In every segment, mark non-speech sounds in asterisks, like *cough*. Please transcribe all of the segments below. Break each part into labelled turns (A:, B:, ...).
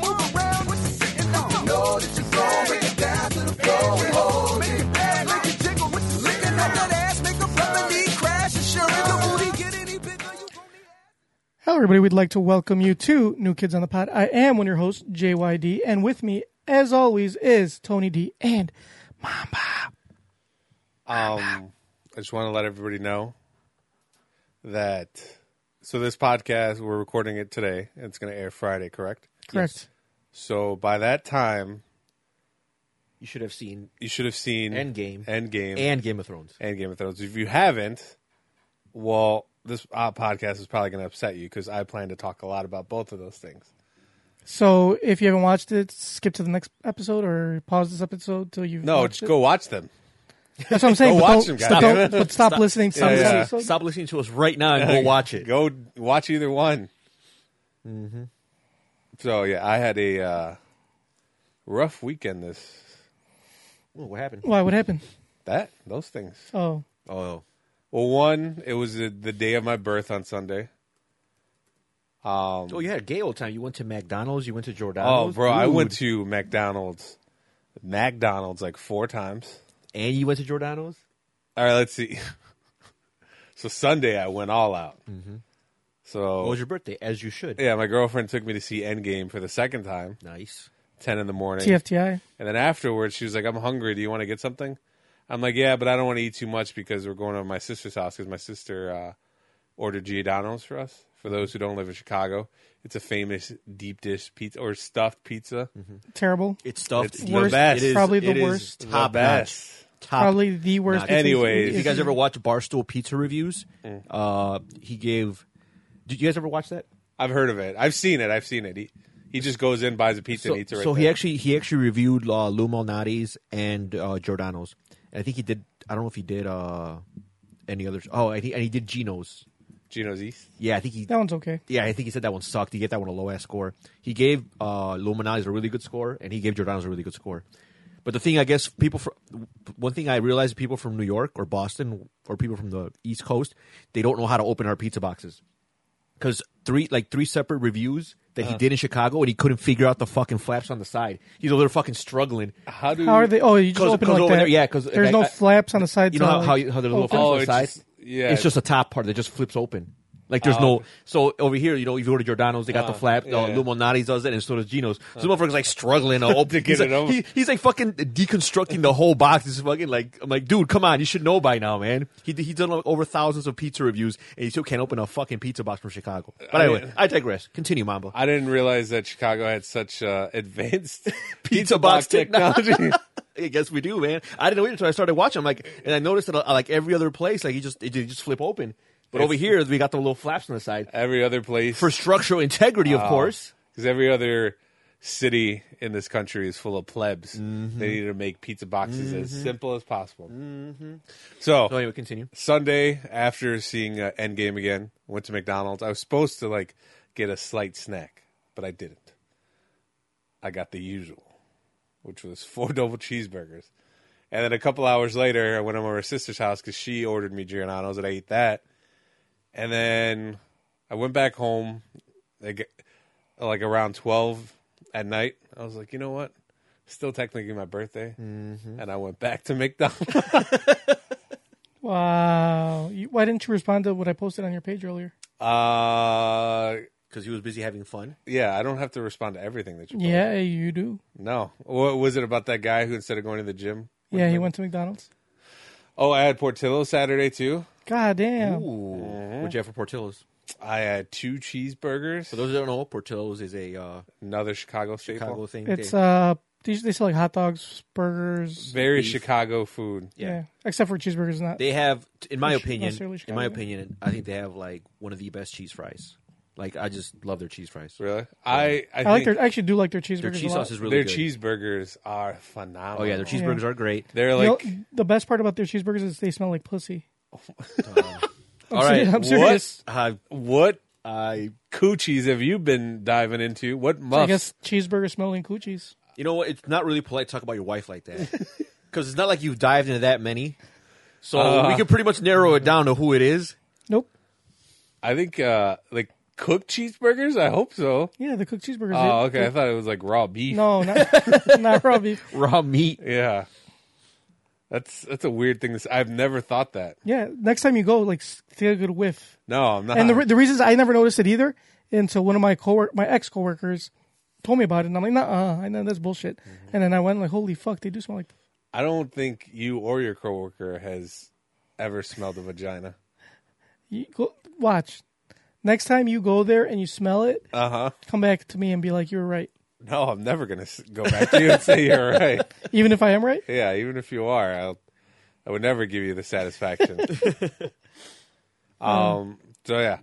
A: move around, what you sitting on? You know that you're gonna break it down to the floor. Make it bounce, make it jiggle, what you sitting on? That ass make a brother need crash insurance. The booty get any bigger, you gon' need
B: Hello, everybody. We'd like to welcome you to New Kids on the Pod. I am one of your hosts, JYD, and with me, as always, is Tony D and
C: Um, I just want to let everybody know that. So this podcast, we're recording it today, and it's going to air Friday, correct?
B: correct.
C: So by that time,
D: You should have seen
C: you should have seen
D: Endgame.
C: Mm. Endgame,
D: and Game of Thrones.
C: and Game of Thrones. If you haven't, well, this uh, podcast is probably going to upset you because I plan to talk a lot about both of those things.
B: So, if you haven't watched it, skip to the next episode or pause this episode till you've
C: No,
B: watched
C: just
B: it.
C: go watch them.
B: That's
D: *laughs*
B: what I'm saying.
C: go
B: but
C: watch
B: don't,
C: them,
B: but
C: guys.
B: don't- but stop, listening. Stop,
C: Yeah,
B: this
C: yeah.
B: episode.
D: Stop listening to us right now and go watch it.
C: Go watch either one. Mm-hmm. So yeah, I had a uh, rough weekend. This
D: Oh, what happened?
B: Why? What happened?
C: that those things.
B: Oh,
D: Oh,
C: Well, one, it was the, the day of my birth on Sunday.
D: oh, you had a gay old time. You went to McDonald's. You went to
C: Oh,
D: Giordano's.
C: bro, I
D: Dude.
C: went to McDonald's, McDonald's like four times.
D: and you went to Giordano's.
C: All right, let's see. *laughs* so Sunday, I went all out.
D: Oh, it
C: So
D: was your birthday, as you should.
C: yeah, my girlfriend took me to see Endgame for the second time,
D: Nice.
C: ten in the morning,
B: TFTI.
C: and then afterwards, she was like, "I'm hungry. Do you want to get something?" I'm like, "Yeah, but I don't want to eat too much because we're going to my sister's house because my sister uh, ordered Giordano's for us. For those who don't live in Chicago, it's a famous deep dish pizza or stuffed pizza.
D: Mm-hmm.
B: Terrible.
D: It's stuffed.
C: It's
D: It
C: the
D: is-
C: best.
D: It is,
B: Probably the
D: it is
B: worst.
C: The
D: Top
C: best.
D: notch. Top
B: Probably the worst.
D: notch.
B: pizza in-
C: Anyways.
D: If you guys ever watch Barstool Pizza Reviews,
C: Mm.
D: uh, he gave. Did you guys ever watch that?
C: I've heard of it. I've seen it. I've seen it. He, he just goes in, buys a pizza, and eats it. Right
D: so he
C: there.
D: actually he actually reviewed uh, Lou Malnati's and uh, Giordano's, and I think he did. I don't know if he did uh, any others. Oh, I think and he did Gino's.
C: Gino's East.
D: Yeah, I think he.
B: That one's okay.
D: Yeah, I think he said that one sucked. He gave that one a low ass score. He gave uh, Lou Malnati's a really good score, and he gave Giordano's a really good score. But the thing I guess people from one thing I realized people from New York or Boston or people from the East Coast they don't know how to open our pizza boxes because three like three separate reviews that he did in Chicago and he couldn't figure out the fucking flaps on the side. He's over there fucking struggling.
C: How do
B: How are they? Oh, you just
D: 'Cause-
B: open
D: 'cause
B: like
D: over
B: that.
D: there- yeah, 'cause
B: there's
D: I-
B: no
D: I-
B: flaps on the side.
D: You know how,
B: to,
D: how,
B: like,
D: you, how there's a little
B: open?
D: flaps on
C: Oh,
D: the
C: it's
D: side?
C: just- yeah. Ah,
D: It's just the top part that just flips open. Like there's no so over here, you know, if you go to Giordano's, they got the flap.
C: yeah,
D: uh,
C: yeah.
D: Lumonati's does it, and so does Gino's. So the motherfucker's like struggling
C: *laughs*
D: to open.
C: get
D: he's,
C: it
D: like,
C: open.
D: he- he's like fucking deconstructing the whole box. He's fucking like, I'm like, dude, come on, you should know by now, man. He he's done like, over thousands of pizza reviews, and he still can't open a fucking pizza box from Chicago. But anyway,
C: mean-
D: I digress. Continue, Mamba.
C: I didn't realize that Chicago had such uh, *laughs* advanced pizza,
D: Pizza box
C: technology.
D: *laughs* I guess we do, man. I didn't know either until I started watching. I'm like, and I noticed that uh, like every other place, like you just it, just flip open. But over here, we got the little flaps on the side
C: every other place,
D: for structural integrity, of course.
C: because every other city in this country is full of plebs. They need to make pizza boxes as simple as possible.
D: So anyway, continue.
C: Sunday after seeing uh, Endgame again, went to McDonald's. I was supposed to like get a slight snack, but I didn't. I got the usual, which was *laughs* four double cheeseburgers. And then a couple hours later, I went over to my sister's house because she ordered me Giordano's, and I ate that. And then I went back home, like, like around twelve at night. I was like, you know what? Still technically my birthday, and I went back to *laughs* McDonald's.
B: Wow. You, why didn't you respond to what I posted on your page earlier?
C: uh,
D: Because he was busy having fun.
C: Yeah, I don't have to respond to everything
D: Oh.
C: that you. post.
B: Yeah, you do.
C: No. What was it about that guy who instead of going to the gym?
B: Yeah, he went to McDonald's.
C: Oh, I had Portillo Saturday too.
B: God damn.
D: What'd you have for Portillo's?
C: I had two cheeseburgers.
D: For those who don't know, Portillo's is a uh,
C: another Chicago staple.
D: Chicago thing.
B: It's
D: They-
B: uh, they, they sell like hot dogs, burgers.
C: Very Chicago food.
B: Yeah. except for cheeseburgers, not.
D: they have, in my
B: Not
D: opinion,
B: necessarily
D: in my
B: Chicago.
D: opinion, I think they have like one of the best cheese fries. Like I just love their cheese fries.
C: Really? I I,
B: I like
C: think
B: their. I actually do like their cheeseburgers.
D: Their cheese
B: a lot.
D: sauce is really
C: their
D: good.
C: cheeseburgers are phenomenal.
D: Oh yeah, their cheeseburgers are great.
C: They're
B: You know,
C: like
B: the best part about their cheeseburgers is they smell like pussy.
D: Oh, *laughs* All right,
B: I'm serious.
D: what? Uh,
C: what uh,
D: I
C: coochies have you been diving into? What muffs?
B: I guess cheeseburger smelling coochies.
D: You know what? It's not really polite to talk about your wife like that *laughs* because it's not like you've dived into that many. So
B: Uh.
D: we can pretty much narrow it down to who it is.
B: Nope.
C: I think uh like cooked cheeseburgers. I hope so.
B: Yeah, the cooked cheeseburgers.
C: Oh, okay. I thought it was like raw beef.
B: No, not, *laughs* not raw beef.
D: Raw meat.
C: Yeah. That's that's a weird thing. to s I've never thought that.
B: Yeah, next time you go, like, s- take a good whiff.
C: No, I'm not.
B: And the, re- the reasons I never noticed it either until one of my co my ex coworkers told me about it, and I'm like, nah, uh, I know that's bullshit.
D: Mm-hmm.
B: And then I went like, holy fuck, they do smell like.
C: I don't think you or your coworker has ever smelled a vagina.
B: You go, watch. Next time you go there and you smell it,
C: Uh
D: Uh-huh.
C: huh.
B: come back to me and be like, you were right.
C: No, I'm never gonna s- go back to you and say
B: *laughs*
C: you're right.
B: Even if I am
D: *laughs*
B: right,
C: Yeah, even if you are, I'll, I would never give you
B: *laughs*
C: the satisfaction.
B: Hmm.
C: um. So yeah,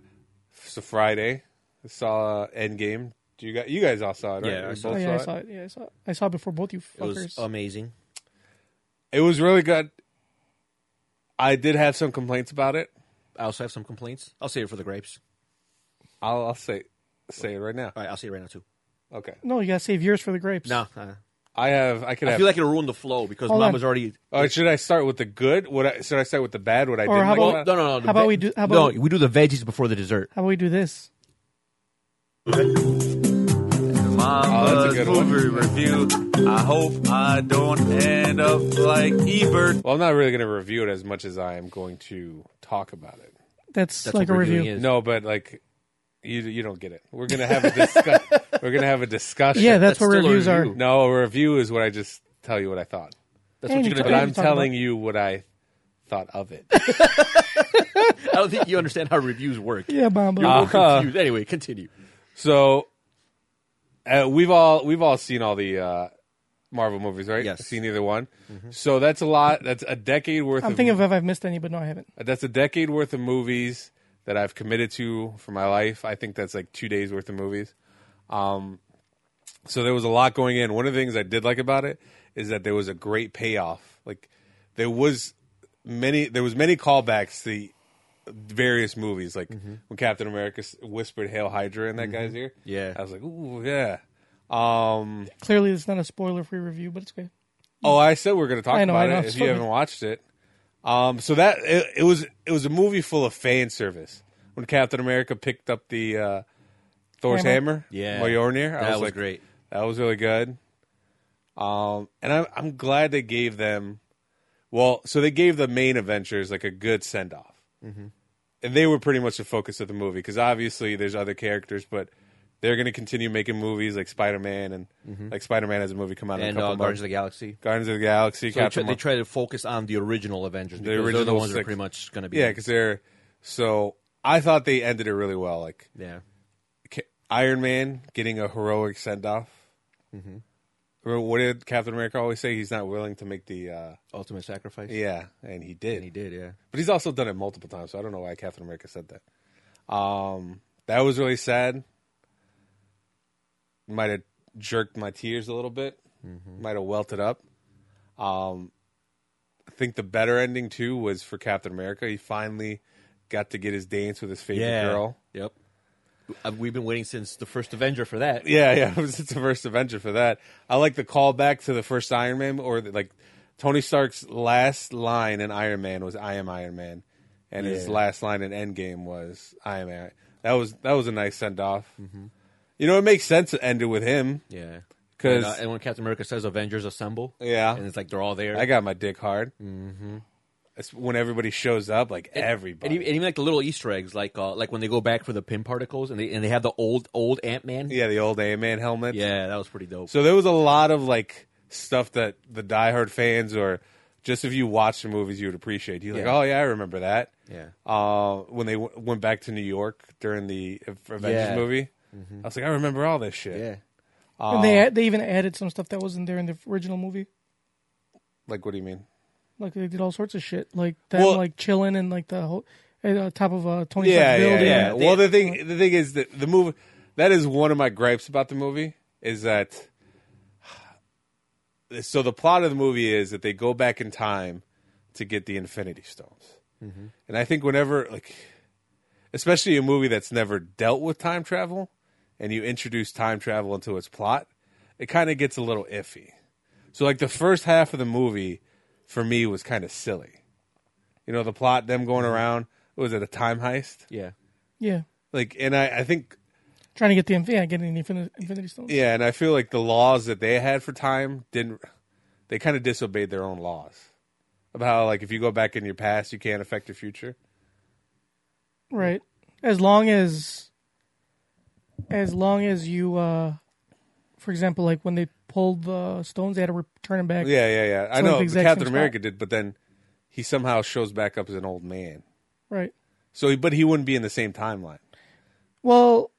C: so Friday, I saw Endgame. Do you guys? You guys all saw it, right?
D: Yeah, I
C: We
D: saw
B: oh,
C: both
B: yeah, I saw it. Yeah, I saw it. I saw it before both you
D: It was um,
B: fuckers.
D: amazing.
C: It was really good. I did have some complaints about it.
D: I also have some complaints. I'll save it for the grapes.
C: I'll, I'll say say it right now.
D: All right, I'll say it right now too.
C: Okay,
B: no, you gotta save yours for the grapes.
D: No, uh,
C: I have. I could
D: I
C: have.
D: feel like it'll ruin the flow because
B: Hold
D: mom
B: on.
D: was already.
C: All right, should I start with the good? What I, should I start with the bad? What I
B: Or
C: didn't
B: how
C: like?
B: about-
C: about it?
D: No, no, no. the
B: How about
D: ve-
B: we do- how
D: no,
B: about-
D: we do the veggies before the dessert.
B: How about we do this?
C: Oh, that's a
E: Mama's
C: good one.
E: movie review. I hope I don't end up like Ebert.
C: Well, I'm not really going to review it as much as I am going to talk about it.
B: That's,
D: That's
B: like a
D: what we're
B: review.
D: doing is-
C: No, but like, you you don't get it. We're gonna have a discuss. we're gonna have a discussion.
B: Yeah, that's,
D: That's
B: what
D: still a
B: reviews are.
D: review.
C: No, a review is what I just tell you what I thought,
D: That's what
B: Andy,
D: you're
B: come
D: gonna
C: but
D: do.
B: on.
C: I'm
B: talk
C: telling
B: about-
C: you what I thought of it.
D: *laughs* I don't think you understand how reviews work. *laughs*
B: Yeah, Uh-huh. Mamba.
D: You're confused. Anyway, continue.
C: So uh, we've all we've all seen all the uh, Marvel movies, right?
D: Yes.
C: Seen either one. So that's a lot. That's a decade worth.
B: I'm
C: of,
B: thinking of if I've missed any, but no, I haven't.
C: that's a decade worth of movies that I've committed to for my life. I think that's like two days worth of movies. Um, so there was a lot going in. One of the things I did like about it is that there was a great payoff. Like there was many there was many callbacks to various movies. Like when Captain America s- whispered "Hail Hydra" in that guy's ear.
D: Yeah.
C: I was like, ooh, yeah. Um,
B: Clearly, it's not a spoiler-free review, but it's okay.
C: Oh, I said we are going to talk
B: I know,
C: about
B: I know.
C: it if you haven't watched it. Um, so that it, it was it was a movie full of fan service. When Captain America picked up the uh, Thor's
B: Hammer.
C: hammer,
D: Yeah.
C: Mjolnir, I
D: That was
C: like,
D: great.
C: That was really good. Um, and I'm I'm glad they gave them. Well, so they gave the main Avengers like a good send off,
D: Mm-hmm.
C: and they were pretty much the focus of the movie because obviously there's other characters, but they're going to continue making movies like Spider Man and like Spider Man has a movie come out in
D: Mm-hmm. And
C: a couple
D: uh, Guardians
C: months.
D: of the Galaxy.
C: Guardians of the Galaxy,
D: So they, try,
C: Captain
D: they
C: Marvel.
D: try to focus on the original Avengers because they're the
C: original
D: ones that are
C: six.
D: pretty much going to be.
C: Yeah, because they're so. I thought they ended it really well. Like
D: yeah.
C: Ca- Iron Man getting a heroic send off.
D: Mm-hmm.
C: Remember What did Captain America always say? He's not willing to make the. Uh,
D: Ultimate Sacrifice.
C: yeah, and he did.
D: And he did, yeah.
C: But he's also done it multiple times, so I don't know why Captain America said that. Um, that was really sad. Might have jerked my tears a little bit. Might have welted up. Um, I think the better ending too was for Captain America. He finally got to get his dance with his favorite girl.
D: Yep. Uh, We've been waiting since the first Avenger for that.
C: Yeah, yeah, *laughs* it was it's the first Avenger for that. I like the callback to the first Iron Man, or the, like Tony Stark's last line in Iron Man was "I am Iron Man," and his
D: Yeah.
C: last line in Endgame was "I am." Iron. That was that was a nice send off.
D: Mm-hmm.
C: You know, it makes sense to end it with him.
D: Yeah.
C: 'Cause-
D: and, uh, and when Captain America says Avengers assemble,
C: Yeah.
D: and it's like they're all there.
C: I got my dick hard. Mm-hmm. It's when everybody shows up, like
D: and
C: everybody.
D: even, and even like the little Easter eggs, like uh, like when they go back for the pin particles, and they and they have the old old Ant Man.
C: yeah, the old Iron Man helmet.
D: yeah, that was pretty dope.
C: So there was a lot of like stuff that the diehard fans or just if you watch the movies, you would appreciate. You're like,
D: Yeah.
C: oh yeah, I remember that.
D: Yeah.
C: Uh, when they w- went back to New York during the Avengers
D: Yeah. Mm-hmm.
C: movie, I was like, I remember all this shit.
D: yeah,
B: and they
C: Um,
B: ad- they even added some stuff that wasn't there in the original movie.
C: Like, what do you mean?
B: Like they did all sorts of shit, like them
C: Well-
B: like chilling and like the whole at the top of uh, Tony
C: Yeah,
B: Stark's
C: yeah,
B: building.
C: yeah.
D: They-
C: well, the thing the thing is that the movie that is one of my gripes about the movie is that *sighs* so the plot of the movie is that they go back in time to get the Infinity Stones, and I think whenever like especially a movie that's never dealt with time travel and you introduce time travel into its plot, it kind of gets a little iffy. So like the first half of the movie for me was kind of silly. You know, the plot, them going around, was it a time heist?
D: Yeah.
B: Yeah.
C: Like, and I, I think
B: Trying to get the yeah, getting the Infinity, Infinity Stones.
C: Yeah, and I feel like the laws that they had for time didn't. They kind of disobeyed their own laws about how, like, if you go back in your past, you can't affect your future.
B: Right. As long as as long as you uh for example like when they pulled the stones they had to return them back.
C: Yeah, yeah, yeah.
B: So,
C: I
B: like,
C: know
B: the
C: but
B: exact
C: Captain
B: same
C: America
B: spot.
C: did, but then he somehow shows back up as an old man.
B: Right.
C: So, he- but he wouldn't be in the same timeline
B: Well,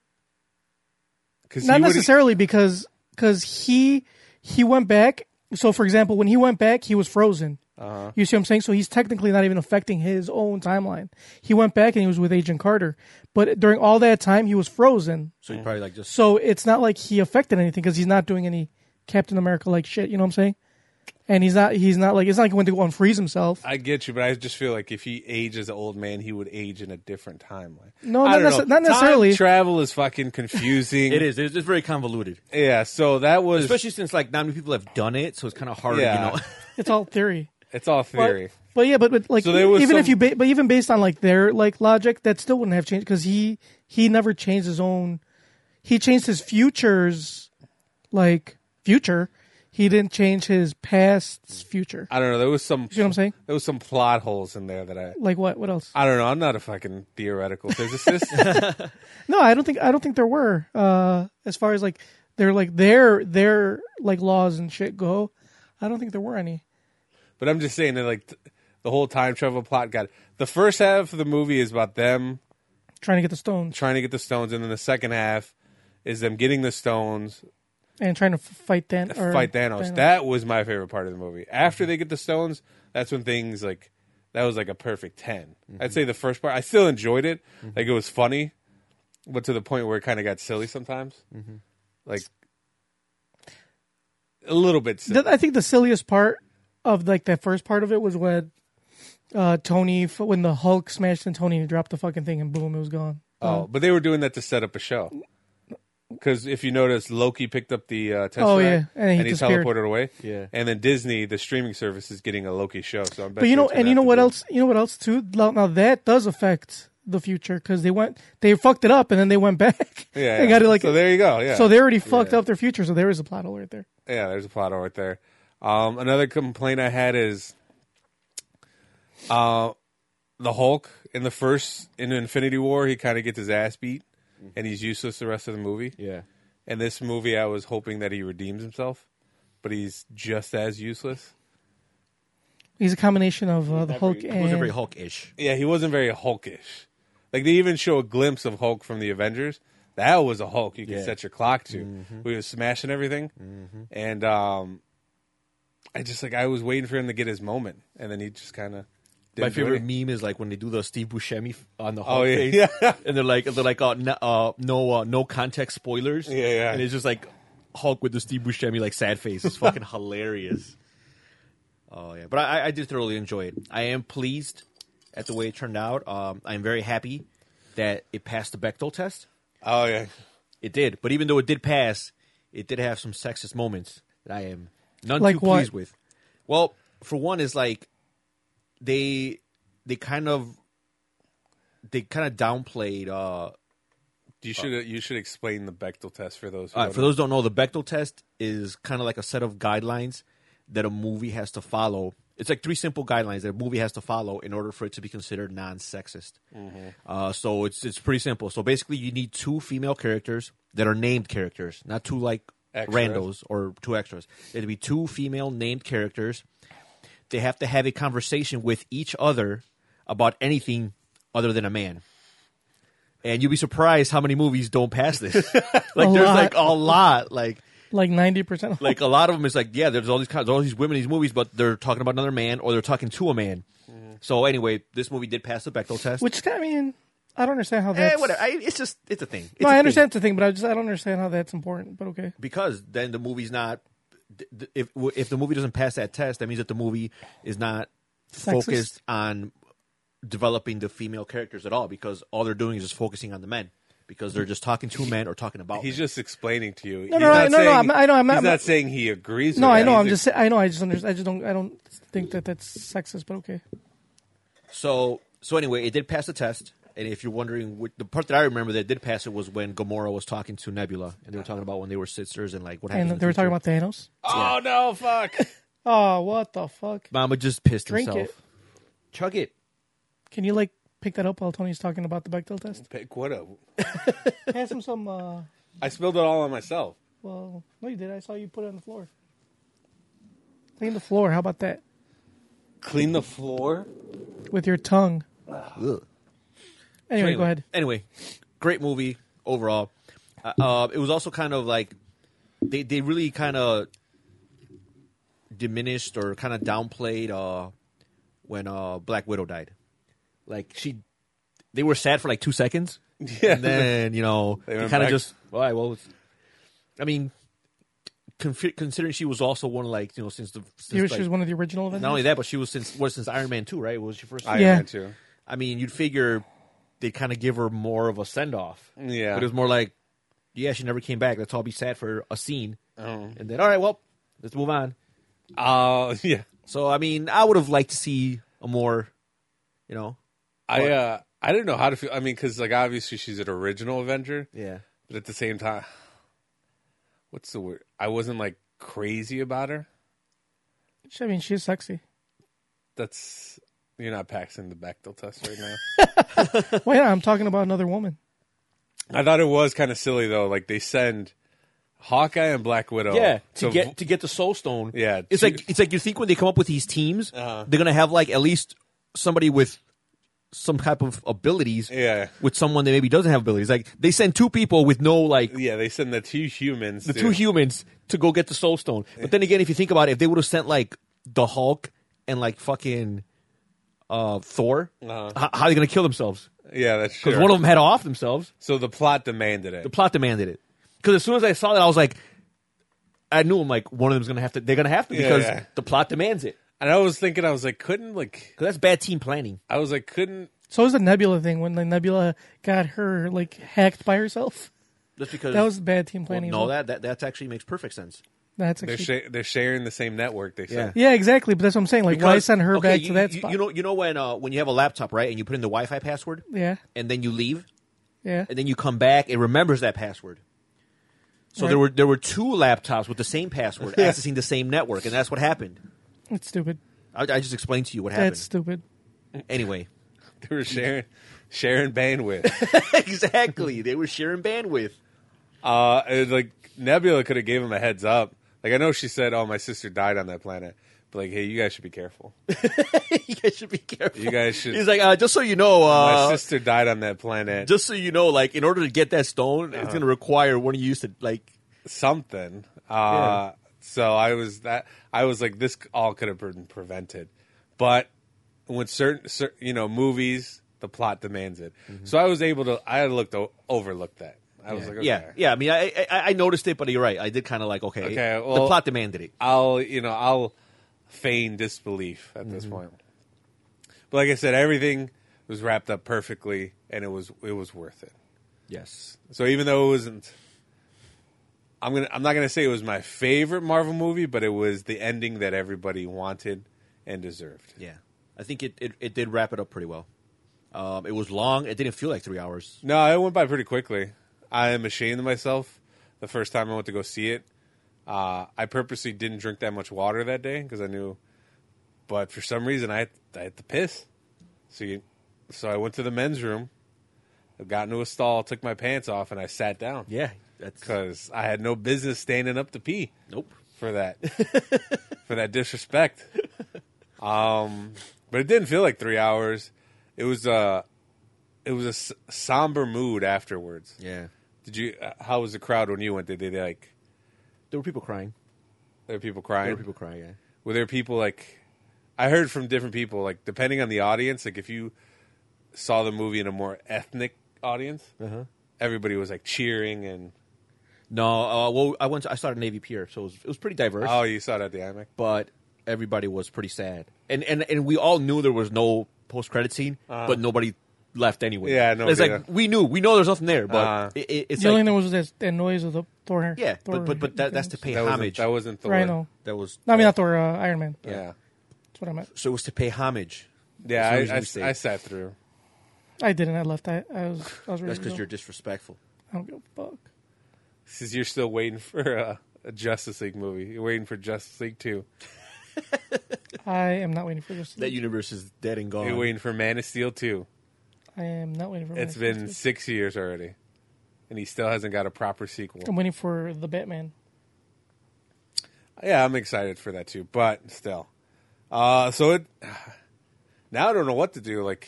C: because
B: not necessarily because because he he went back. So for example, when he went back, he was frozen. You see what I'm saying? So he's technically not even affecting his own timeline. He went back and he was with Agent Carter, but during all that time he was frozen.
D: So you probably like just
B: So it's not like he affected anything because he's not doing any Captain America like shit. You know what I'm saying? And he's not he's not like it's not like he went to go unfreeze himself.
C: I get you, but I just feel like if he aged as an old man, he would age in a different timeline.
B: No, not
C: I don't
B: necess-
C: know.
B: not necessarily.
C: Time travel is
B: *laughs*
C: fucking confusing.
D: it is. It's, it's very convoluted,
C: Yeah, so that was
D: especially since like not many people have done it, so it's kind of hard.
C: Yeah.
D: You know,
B: It's all theory.
C: It's all
B: But-
C: theory.
B: But, yeah, but, but like
C: So there was
B: even if
C: some-
B: you ba- but even based on like their like logic, that still wouldn't have changed because he he never changed his own. He changed his future's like future. He didn't change his past's future.
C: I don't know. There was some.
B: You know what I'm saying?
C: There was some plot holes in there that I.
B: Like what? What else?
C: I don't know. I'm not a fucking theoretical physicist.
B: *laughs* No, I don't think I don't think there were. Uh, as far as like their like their their like laws and shit go, I don't think there were any.
C: but I'm just saying that like t- the whole time travel plot got the first half of the movie is about them
B: Trying to get the stones
C: trying to get the stones, and then the second half is them getting the stones
B: and trying to f- fight then or
C: fight Thanos. That was my favorite part of the movie. After they get the stones, that's when things like that was like a perfect 10
B: Mm-hmm.
C: i I'd say the first part. I still enjoyed it. Like it was funny, but to the point where it kind of got silly sometimes.
B: Mm-hmm.
C: Like a little bit silly.
B: Th- I think the silliest part of like that first part of it was when uh, Tony f- when the Hulk smashed and Tony dropped the fucking thing and boom it was gone.
C: Oh, but they were doing that to set up a show. Because if you notice, Loki picked up the uh, Tesseract
B: Oh, yeah,
C: and
B: and he
C: he,
B: disappeared.
C: teleported away.
D: Yeah.
C: and then Disney, the streaming service, is getting a Loki show. So I'm.
B: But you know, and you know what else? You know what else too? Now now that does affect the future because they went they fucked it up and then they went *laughs* back.
C: Yeah,
B: they
C: yeah.
B: got it like
C: so. There you go. Yeah.
B: so they already fucked up their future. So there is a plot hole right there.
C: yeah, there's a plot hole right there. Um, another complaint I had is, uh, the Hulk in the first in Infinity War, he kind of gets his ass beat, and he's useless the rest of the movie.
D: yeah.
C: In this movie, I was hoping that he redeems himself, but he's just as useless.
B: He's a combination of uh, the Hulk
D: It wasn't very
B: and
D: Hulk-ish.
C: Yeah, he wasn't very Hulkish. Like they even show a glimpse of Hulk from the Avengers. That was a Hulk you could
D: Yeah.
C: set your clock to. We were smashing everything, and um, I just like I was waiting for him to get his moment, and then he just kind of.
D: My favorite meme is like when they do the Steve Buscemi f- on the Hulk
C: Oh, yeah.
D: face,
C: Yeah. *laughs*
D: and they're like they're like uh, no uh, no, uh, no context spoilers.
C: Yeah, yeah.
D: And it's just like Hulk with the Steve Buscemi like sad face. It's fucking *laughs* hilarious. Oh yeah, but I, I did thoroughly enjoy it. I am pleased at the way it turned out. Um, I'm very happy that it passed the Bechtel test.
C: Oh yeah,
D: It did, but even though it did pass, it did have some sexist moments that I am none
B: Like
D: too
B: what?
D: pleased with. Well, for one, is like they they kind of they kind of downplayed. Uh,
C: you should you should explain the Bechtel test for those. Who
D: uh,
C: don't
D: for
C: know.
D: those who don't know, the Bechtel test is kind of like a set of guidelines that a movie has to follow. It's like three simple guidelines that a movie has to follow in order for it to be considered non-sexist. Uh, so it's it's pretty simple. So basically, you need two female characters that are named characters, not two like
C: Extras.
D: randos or two extras. It'd be two female named characters. They have to have a conversation with each other about anything other than a man. And you'd be surprised how many movies don't
B: *laughs*
D: pass this. like
B: A
D: there's
B: lot.
D: like a lot, like
B: like ninety percent.
D: like a lot of them is like yeah, there's all these kinds, all these women in these movies, but they're talking about another man or they're talking to a man. So anyway, this movie did pass the Bechdel
B: *laughs*
D: test.
B: Which I mean, I don't understand how
D: eh,
B: that's.
D: whatever. I, it's just it's a thing. It's
B: no,
D: a
B: I
D: thing.
B: understand the thing, but I just I don't understand how that's important. But okay,
D: because then the movie's not th- th- if w- if the movie doesn't pass that test that means that the movie is not focused on developing the female characters at all because all they're doing is just focusing on the men because they're just talking to men or talking about.
C: He's
D: men.
C: just explaining to you.
B: no, no, no, no, I'm- I know, I'm not-
C: he's
B: I'm-
C: not saying he agrees.
B: No,
C: with
B: I
C: that.
B: know.
C: He's
B: I'm
C: ex-
B: just. sa- I know. I just understand. I just don't. I don't think that that's sexist. But okay.
D: so so anyway. It did pass the test, and if you're wondering, what, the part that I remember that did pass it was when Gamora was talking to Nebula, and they were talking about when they were sisters and like what happened.
B: And
D: in the
B: they were talking
D: future.
B: about Thanos.
C: Oh no, fuck!
B: Oh, what the fuck?
D: Mama just pissed
B: Drink
D: himself.
B: it.
D: Chug it.
B: Can you like pick that up while Tony's talking about the Bechdel *laughs* test?
C: Pick *laughs* what up?
B: Pass him some. Uh,
C: I spilled it all on myself.
B: well, no, you did. I saw you put it on the floor. Clean the floor. How about that?
C: Clean the floor.
B: With your tongue. Anyway,
D: Anyway,
B: go ahead.
D: Anyway, great movie overall. Uh, uh, it was also kind of like they they really kind of diminished or kind of downplayed uh, when uh, Black Widow died. Like she, they were sad for like two seconds,
C: *laughs* Yeah.
D: and then you know
C: They
D: they,
C: went
D: kind of
C: back.
D: just all right. Well, it's- I mean, confi- considering she was also one of like you know since the since
B: She was, she
D: like-
B: was one of the original Avengers.
D: not only that, but she was since was since Iron Man two, right? Was she first?
C: I
B: Yeah.
C: yeah. too.
D: I mean, you'd figure they'd kind of give her more of a send off.
C: Yeah.
D: But it was more like, yeah, she never came back. Let's all be sad for a scene. And then, all right, well, let's move on.
C: Oh *laughs* yeah.
D: So, I mean, I would have liked to see a more, you know.
C: I uh, I didn't know how to feel. I mean, because like obviously she's an original Avenger,
D: Yeah.
C: but at the same time, *sighs* what's the word? I wasn't like crazy about her.
B: She- I mean, she's sexy.
C: That's you're not passing the Bechdel test right
D: *laughs*
C: now.
B: Well, yeah, I'm talking about another woman.
C: I thought it was kind of silly though. Like they send Hawkeye and Black Widow.
D: Yeah, to
C: So
D: get
C: v-
D: to get the Soul Stone.
C: Yeah,
D: it's
C: to- Uh-huh.
D: like it's like you think when they come up with these teams, they're gonna have like at least somebody with some type of abilities.
C: Yeah.
D: with someone that maybe doesn't have abilities. Like they send two people with no like
C: yeah, they send the two humans.
D: the
C: to-
D: two humans to go get the soul stone. But then again, if you think about it, if they would have sent like the Hulk and like fucking uh, Thor,
C: Uh-huh.
D: h- how are they gonna kill themselves?
C: Yeah, that's
D: Because
C: true.
D: one of them had off themselves.
C: so the plot demanded it.
D: The plot demanded it. Because as soon as I saw that, I was like, I knew I'm like one of them's gonna have to. They're gonna have to
C: Yeah,
D: because
C: yeah.
D: the plot demands it.
C: and I was thinking, I was like, couldn't like,
D: Because that's bad team planning.
C: I was like, couldn't.
B: So was the Nebula thing when the Nebula got her like hacked by herself.
D: That's because
B: That was bad team
D: well,
B: planning.
D: no,
B: as well.
D: that that that's actually makes perfect sense.
B: that's
C: They're
B: actually.
C: sha- they're sharing the same network. They said.
B: yeah, exactly. But that's what I'm saying. Like, why
D: Because-
B: send her
D: okay,
B: back
D: you,
B: to that
D: you-
B: spot?
D: You know, you know when uh, when you have a laptop, right, and you put in the Wi-Fi password,
B: yeah,
D: and then you leave,
B: yeah.
D: and then you come back, it remembers that password. So there
B: Right.
D: were there were two laptops with the same password accessing the same network, and that's what happened.
B: It's stupid.
D: I, I just explained to you what happened.
B: That's stupid.
D: Anyway, *laughs*
C: *laughs* They were sharing sharing bandwidth. *laughs*
D: exactly, they were sharing bandwidth. *laughs*
C: uh, and, like Nebula could have gave him a heads up. Like I know she said, "Oh, my sister died on that planet," but like, hey, you guys should be
D: *laughs*
C: careful.
D: Uh, you guys should be careful.
C: You guys should-
D: He's like, uh, just so you know,
C: My
D: uh,
C: sister died on that planet.
D: just so you know, like in order to get that stone,
C: Uh-huh.
D: it's going to require one of you to like.
C: something. Uh, So I was that I was like, this all could have been prevented, but when certain, cer you know movies, the plot demands it. So I was able to I looked o- overlooked that. I was like, okay,
D: Mm-hmm. Yeah, yeah. I mean, I, I I noticed it, but you're right. I did kind of like okay.
C: Okay,
D: the
C: well-
D: plot demanded it.
C: I'll you know I'll feign disbelief at this point. But like I said, everything was wrapped up perfectly, and it was it was worth it.
D: Yes.
C: So even though it wasn't, I'm gonna I'm not gonna say it was my favorite Marvel movie, but it was the ending that everybody wanted and deserved.
D: Yeah, I think it, it, it did wrap it up pretty well. Um, it was long. It didn't feel like three hours.
C: No, it went by pretty quickly. I am ashamed of myself. The first time I went to go see it, uh, I purposely didn't drink that much water that day because I knew. But for some reason, I had, I had to piss. So, you, so I went to the men's room, got into a stall, took my pants off, and I sat down.
D: Yeah, that's
C: because I had no business standing up to pee.
D: nope.
C: for that *laughs* for that disrespect. Um, but it didn't feel like three hours. It was a it was a s- somber mood afterwards.
D: Yeah,
C: Did you? uh, How was the crowd when you went? Did they like?
D: there were people crying.
C: There were people
D: There
C: crying.
D: were people crying. Yeah.
C: were there people like? I heard from different people like depending on the audience. Like if you saw the movie in a more ethnic audience,
D: Uh-huh.
C: everybody was like cheering and
D: No, uh, well, I went. To, I started Navy Pier, so it was, it was pretty diverse.
C: oh, you saw it at the IMAX.
D: but Uh. everybody was pretty sad, and and and we all knew there was no post credit scene, but nobody left anyway.
C: Yeah, I know,
D: It's
C: yeah.
D: like we knew, we know there's nothing there, but
C: Uh-huh.
D: it, it- it's
B: the only
D: like,
B: thing was that, that noise of the Thor. hair-
D: yeah,
B: Thor
D: but but but that, that's to pay
C: That wasn't,
D: homage.
C: that wasn't Thor.
B: Rhino.
D: That was
B: No, I mean not Thor. Uh, Iron Man.
C: Yeah.
B: That's what I meant.
D: so it was to pay homage.
C: Yeah,
D: It's
C: I,
D: a
C: I,
D: mistake.
C: I sat through.
B: I didn't. I left. I, I was. I was ready.
D: That's
B: to
D: because
B: go.
D: you're disrespectful.
B: I don't give a fuck.
C: Since you're still waiting for uh, a Justice League movie, you're waiting for Justice League 2.
B: I am not waiting for this.
D: That universe is dead and gone.
C: You're waiting for Man of Steel 2.
B: I am not waiting for.
C: It's
B: Manifest
C: been
B: Destiny.
C: six years already, and he still hasn't got a proper sequel.
B: I'm waiting for the Batman.
C: Yeah, I'm excited for that too, but still. Uh, so it *sighs* now I don't know what to do. Like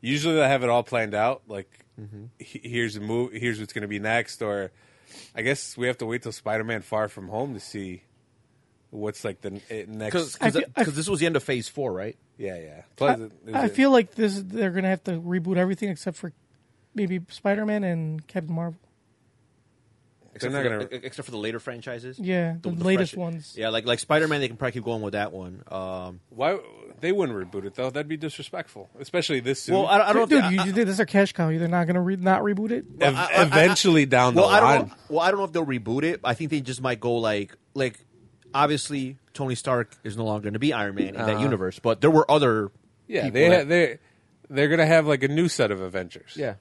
C: usually I have it all planned out. Like he- here's the move. Here's what's going to be next. Or I guess we have to wait till Spider-Man: Far From Home to see what's like the it,
D: because
C: next.
B: I feel- I-
D: this was the end of Phase Four, right?
C: Yeah, yeah. Plus,
B: I,
C: it- it was
B: I
C: a-
B: feel like this. They're gonna have to reboot everything except for maybe Spider Man and Captain Marvel.
D: Except
C: not
D: for
C: gonna-
D: the, e- except for the later franchises.
B: Yeah, the latest ones.
D: Yeah, like like Spider Man, they can probably keep going with that one. Um,
C: why they wouldn't reboot it though. That'd be disrespectful, especially this soon.
D: well, I, I don't.
B: Dude,
D: think-
B: you,
D: I-
B: you did this is a cash cow. They're not gonna re- not reboot it.
C: Ev- eventually down the
D: well, I
C: line.
D: don't. Know, well, I don't know if they'll reboot it. I think they just might go like like. Obviously, Tony Stark is no longer going to be Iron Man in
B: Uh-huh.
D: that universe, but there were other.
C: Yeah,
D: people
C: they
D: that-
C: ha- they they're gonna have like a new set of Avengers.
D: yeah.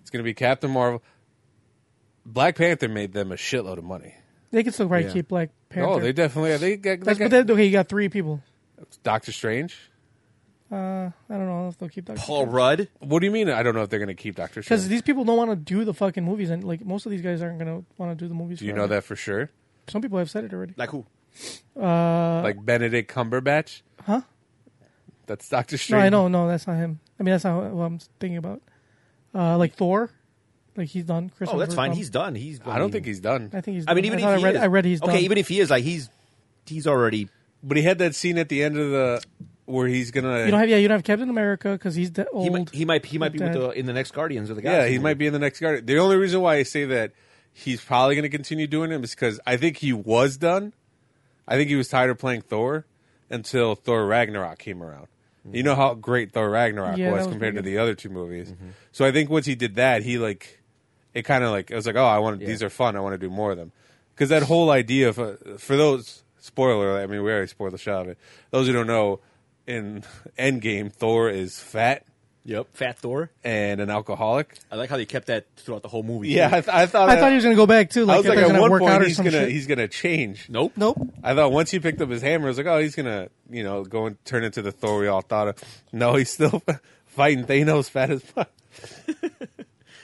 C: it's gonna be Captain Marvel. Black Panther made them a shitload of money.
B: They could still probably
D: Yeah.
B: keep Black Panther.
C: Oh, they definitely are. They got, they
B: That's, but
C: got
B: then, okay, you got three people.
C: Doctor Strange.
B: I don't know if they'll keep that.
D: Paul Rudd.
C: What do you mean? I don't know if they're gonna keep Doctor Strange.
B: Because these people don't want to do the fucking movies, and like most of these guys aren't gonna want to do the movies.
C: do you
B: forever.
C: know that for sure?
B: Some people have said it already.
D: Like who?
C: like Benedict Cumberbatch. Huh? That's Doctor
B: No,
C: Strange.
B: I know, no, that's not him. I mean, that's not who I'm thinking about. Uh, like Thor, like he's done. Chris
D: Oh, that's
B: Hemsworth
D: fine.
B: done.
D: He's done. He's.
C: I don't think he's done.
B: I Um, think he's.
D: I
B: done.
D: mean, even
B: thought
D: if he
B: I read,
D: is,
B: I read he's
D: okay.
B: done.
D: Even if he is, like he's, he's already.
C: But he had that scene at the end of the where he's gonna.
B: you don't have yeah, you don't have Captain America because he's de- old.
D: He might. He might. He might be with
B: Dead.
D: the in the next Guardians of the
C: yeah,
D: Galaxy.
C: he might be in the next Guardian. The only reason why I say that he's probably gonna continue doing him is because I think he was done. I think he was tired of playing Thor until Thor Ragnarok came around. You know how great Thor Ragnarok
B: Yeah, that
C: was
B: was
C: compared to
B: pretty Mm-hmm.
C: the other two movies. So I think once he did that, he like it kind of like it was like, oh, I want these are fun. I want to do more of them because that whole idea of uh, for those spoiler. I mean, we already spoiled the shot of it. Those who don't know, in *laughs* Endgame, Thor is fat
D: Yep. Fat Thor.
C: and an alcoholic.
D: I like how they kept that throughout the whole movie.
C: Yeah, I, th- I thought
B: I thought he was gonna go back too. Like,
C: I was
B: if
C: like,
B: they're
C: at
B: gonna
C: one
B: work out
C: point
B: or
C: he's
B: some
C: gonna
B: shit.
C: he's gonna change.
D: Nope.
B: nope.
C: I thought once he picked up his hammer, I was like, oh, he's gonna you know go and turn into the Thor we all thought of. No, he's still *laughs* fighting Thanos fat as fuck.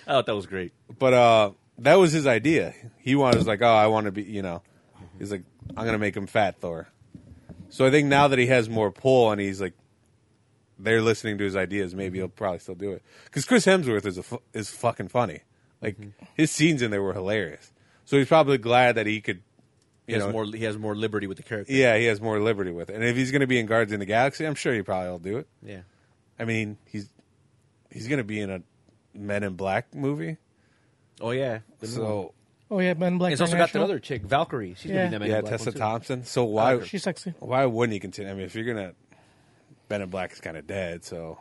D: I thought that was great.
C: But uh, that was his idea. He wanted was like, oh, I want to be you know. He's like, I'm gonna make him fat Thor. So I think now that he has more pull and he's like, they're listening to his ideas, maybe he'll probably still do it. Because Chris Hemsworth is a fu- is fucking funny. Like
D: Mm-hmm.
C: his scenes in there were hilarious. So he's probably glad that he could.
D: He
C: you
D: has
C: know,
D: more. He has more liberty with the character.
C: Yeah, he has more liberty with it. And if he's going to be in Guards in the Galaxy, I'm sure he probably will do it.
D: Yeah.
C: I mean, he's he's going to be in a Men in Black movie,
D: Oh yeah. The new one.
C: so
B: Oh yeah, Ben Black.
D: it's also got that
B: International.
D: other chick, Valkyrie. She's gonna
B: Yeah.
D: be that Man
C: yeah,
D: in Black
C: Tessa
D: one, too.
C: Thompson. So why
B: She's sexy.
C: why wouldn't he continue? I mean, if you're going to Men in Black is kind of dead, so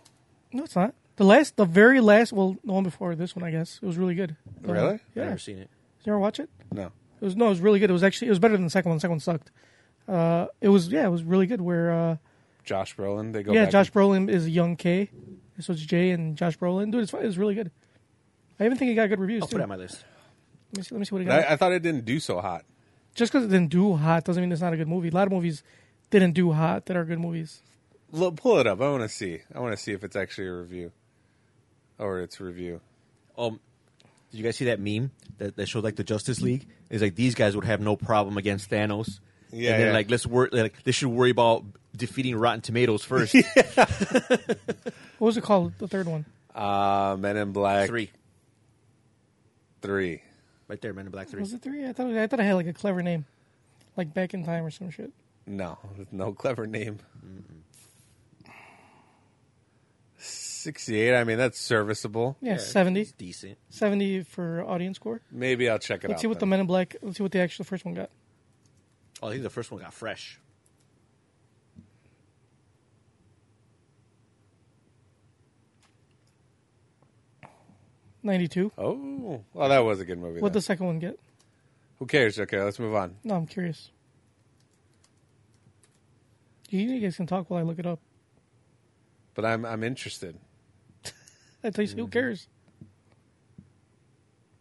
B: No, it's not. The last, the very last, well, the one before this one, I guess, it was really good. The one-
C: Really?
B: Yeah.
D: I've never seen it.
B: Did you ever watch it?
C: no.
B: It was no, it was really good. It was actually it was better than the second one. The second one sucked. Uh, it was yeah, it was really good. Where uh,
C: Josh Brolin, they go
B: yeah,
C: back
B: Josh Brolin is young K, so it's Jay and Josh Brolin. Dude, it's fu- it was really good. I even think it got good reviews.
D: I'll
B: too.
D: put it on my list.
B: Let me see. Let me see what it
C: And
B: got.
C: I, I thought it didn't do so hot.
B: Just because it didn't do hot doesn't mean it's not a good movie. A lot of movies didn't do hot that are good movies.
C: Look, pull it up. I want to see. I want to see if it's actually a review or it's review.
D: Um, did you guys see that meme that, that showed like the Justice League? It's like these guys would have no problem against Thanos.
C: Yeah,
D: and they're
C: yeah.
D: like let's worry. Like they should worry about defeating Rotten Tomatoes first.
B: What was it called? The third one.
C: Uh, Men in Black
D: Three,
C: three.
D: right there, Men in Black Three.
B: Was it three? I thought I thought I had like a clever name, like Back in Time or some shit.
C: No, no clever name. 68, I mean, that's serviceable.
B: Yeah, 70.
D: It's decent.
B: 70 for audience score.
C: Maybe I'll check it
B: Let's
C: out.
B: see what the
C: then.
B: Men in Black. Let's see what the actual first one got.
D: Oh, I think the first one got fresh.
B: 92.
C: Oh, well, that was a good movie.
B: What'd
C: then.
B: the second one get?
C: Who cares? Okay, let's move on.
B: No, I'm curious. You- You guys can talk while I look it up.
C: But I'm I'm interested.
B: I tell you,
C: Mm-hmm.
B: who cares?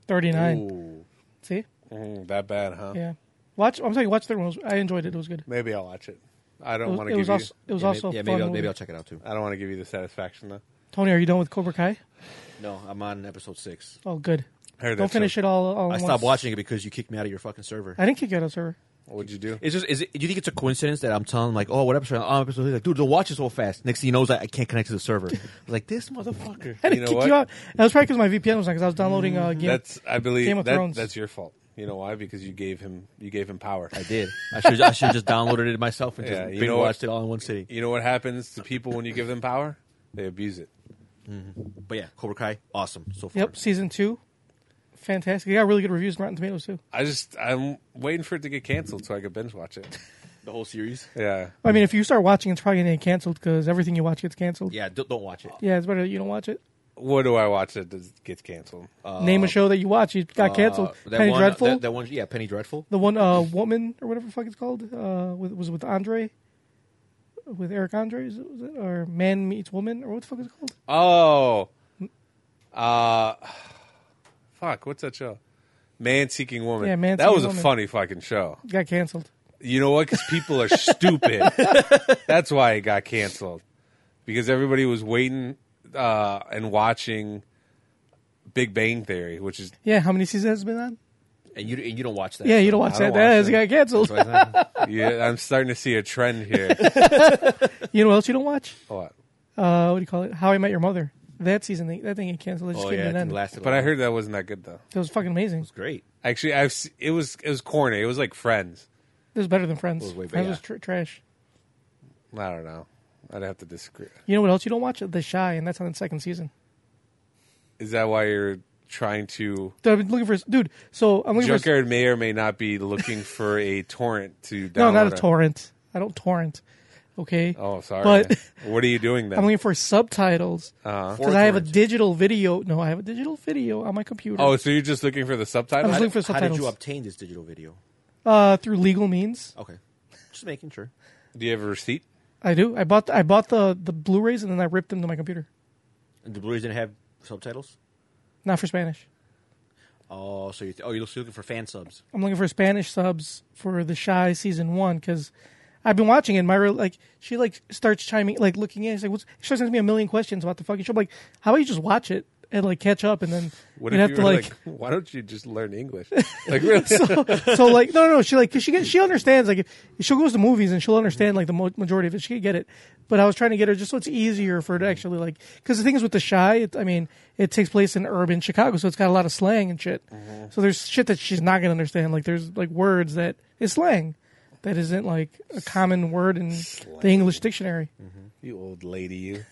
B: 39.
C: Ooh,
B: See?
C: Mm, that bad, huh?
B: Yeah. Watch. I'm saying watch the one. I enjoyed it. It was good.
C: Maybe I'll watch it. I
B: It
C: don't want
B: was,
C: to
B: it was
C: give
B: also. It was
D: yeah,
B: also a
D: maybe, yeah,
B: fun.
D: maybe, I'll, maybe
B: movie.
D: I'll check it out too.
C: you. I don't want to give you the satisfaction though.
B: Tony, are you done with Cobra Kai?
D: No, I'm on episode six.
B: Oh, good.
C: I heard
B: Don't
C: that
B: finish
C: show.
B: it all. all
D: I
B: at
D: stopped
B: once.
D: watching it because you kicked me out of your fucking server.
B: I didn't kick you out of the server.
C: What'd you do?
D: It's just, is it, do you think it's a coincidence that I'm telling like, oh, what episode? Oh, episode. He's like, dude, the watch is so fast. Next thing you know, is I, I can't connect to the *laughs* server. I was like, this motherfucker.
B: I didn't
C: You
B: kick
C: know what? Mm-hmm.
B: you out. That was probably because my VPN was on because I was downloading uh, game.
C: That's I believe
B: Game of
C: that-
B: Thrones.
C: that's your fault. You know why? Because you gave him you gave him power.
D: I did. I should I should just downloaded it myself and
C: Yeah,
D: just
C: you
D: binge
C: know what?
D: watched it all in one sitting.
C: You know what happens to people when you give them power? They abuse it.
D: But yeah, Cobra Kai, awesome so far.
B: Yep, season two. Fantastic. It got really good reviews on Rotten Tomatoes, too.
C: I just I'm waiting for it to get canceled so I could binge watch
B: *laughs*
C: it.
D: The whole series.
C: Yeah.
B: I mean, if you start watching, it's probably going to get canceled because everything you watch gets canceled.
D: Yeah, don't, don't watch it.
B: Yeah, it's better that you don't watch it.
C: What do I watch that does- gets canceled?
B: Name a show that you watch. It got canceled.
D: Uh, that
B: Penny
D: one,
B: Dreadful.
D: That, that one, yeah, Penny Dreadful.
B: the one uh, woman or whatever the fuck it's called uh, with, was it with Andre, with Eric Andre, is it, was it or Man Meets Woman or what the fuck is it called?
C: Oh. Uh fuck, what's that show? Man Seeking Woman.
B: Yeah, Man
C: That was
B: Seeking
C: a
B: Woman.
C: funny fucking show.
B: It got canceled.
C: You know what? Because people
B: *laughs*
C: are stupid. That's why it got canceled. Because everybody was waiting uh, and watching Big Bang Theory, which is
B: Yeah, how many seasons has it been on?
D: And you and you don't watch that.
B: Yeah, you don't watch
C: I don't
B: that. That
C: watch
B: has
C: it.
B: got canceled.
D: *laughs* That's why
B: *laughs*
C: yeah, I'm starting to see a trend here.
B: You know what else you don't watch?
C: What?
B: Uh, what do you call it? How I Met Your Mother. That season, they, that thing got canceled. It
D: I-
B: just
D: oh
B: came to
D: yeah,
B: an
D: it
B: end.
D: lasted. a
C: But I
D: while.
C: heard that wasn't that good though.
B: It was fucking amazing.
D: it was great.
C: Actually, I've se- it was it was corny. It was like Friends.
B: It was better than Friends.
D: It was way better,
B: Friends was
D: yeah.
B: tr- trash.
C: I don't know. I'd have to disagree.
B: You know what else you don't watch? The Shy, and that's on the second season.
C: Is that why you're trying to?
B: Dude, I've been looking for dude. So I'm looking for
C: Junkyard may or may not be looking for a torrent to
B: *laughs*
C: download.
B: no, not a
C: on.
B: torrent. I don't torrent. Okay.
C: Oh, sorry.
B: But
C: *laughs*
B: *laughs*
C: what are you doing then?
B: I'm looking for subtitles because
D: For
B: I have a
D: torrent.
B: digital video. No, I have a digital video on my computer.
C: oh, so you're just looking for the subtitles?
B: I was looking for
D: How did
B: subtitles.
D: you obtain this digital video?
B: uh, through legal means.
D: Okay, just making sure.
C: Do you have a receipt?
B: I do. I bought the, I bought the the Blu-rays and then I ripped them to my computer.
D: And the Blu-rays didn't have subtitles.
B: Not for Spanish.
D: Oh, so you th- oh you're still looking for fan subs?
B: I'm looking for Spanish subs for The Shy season one because I've been watching it. and My real- like she like starts chiming like looking in. She's like, "What's?" She starts asking me a million questions about the fucking show. I'm like, how about you just watch it and like catch up and then
C: What
B: you'd
C: if
B: have
C: you
B: to
C: were
B: like,
C: like, why don't you just learn English? Like,
B: *laughs*
C: really?
B: so like no no no, she like 'cause she gets, she understands like if she goes to movies and she'll understand like the mo- majority of it she could get it but I was trying to get her just so it's easier for her to actually like because the thing is with the shy it, I mean it takes place in urban Chicago so it's got a lot of slang and shit so there's shit that she's not gonna understand like there's like words that is slang that isn't like a common word in the English dictionary
C: *laughs* you old lady, you.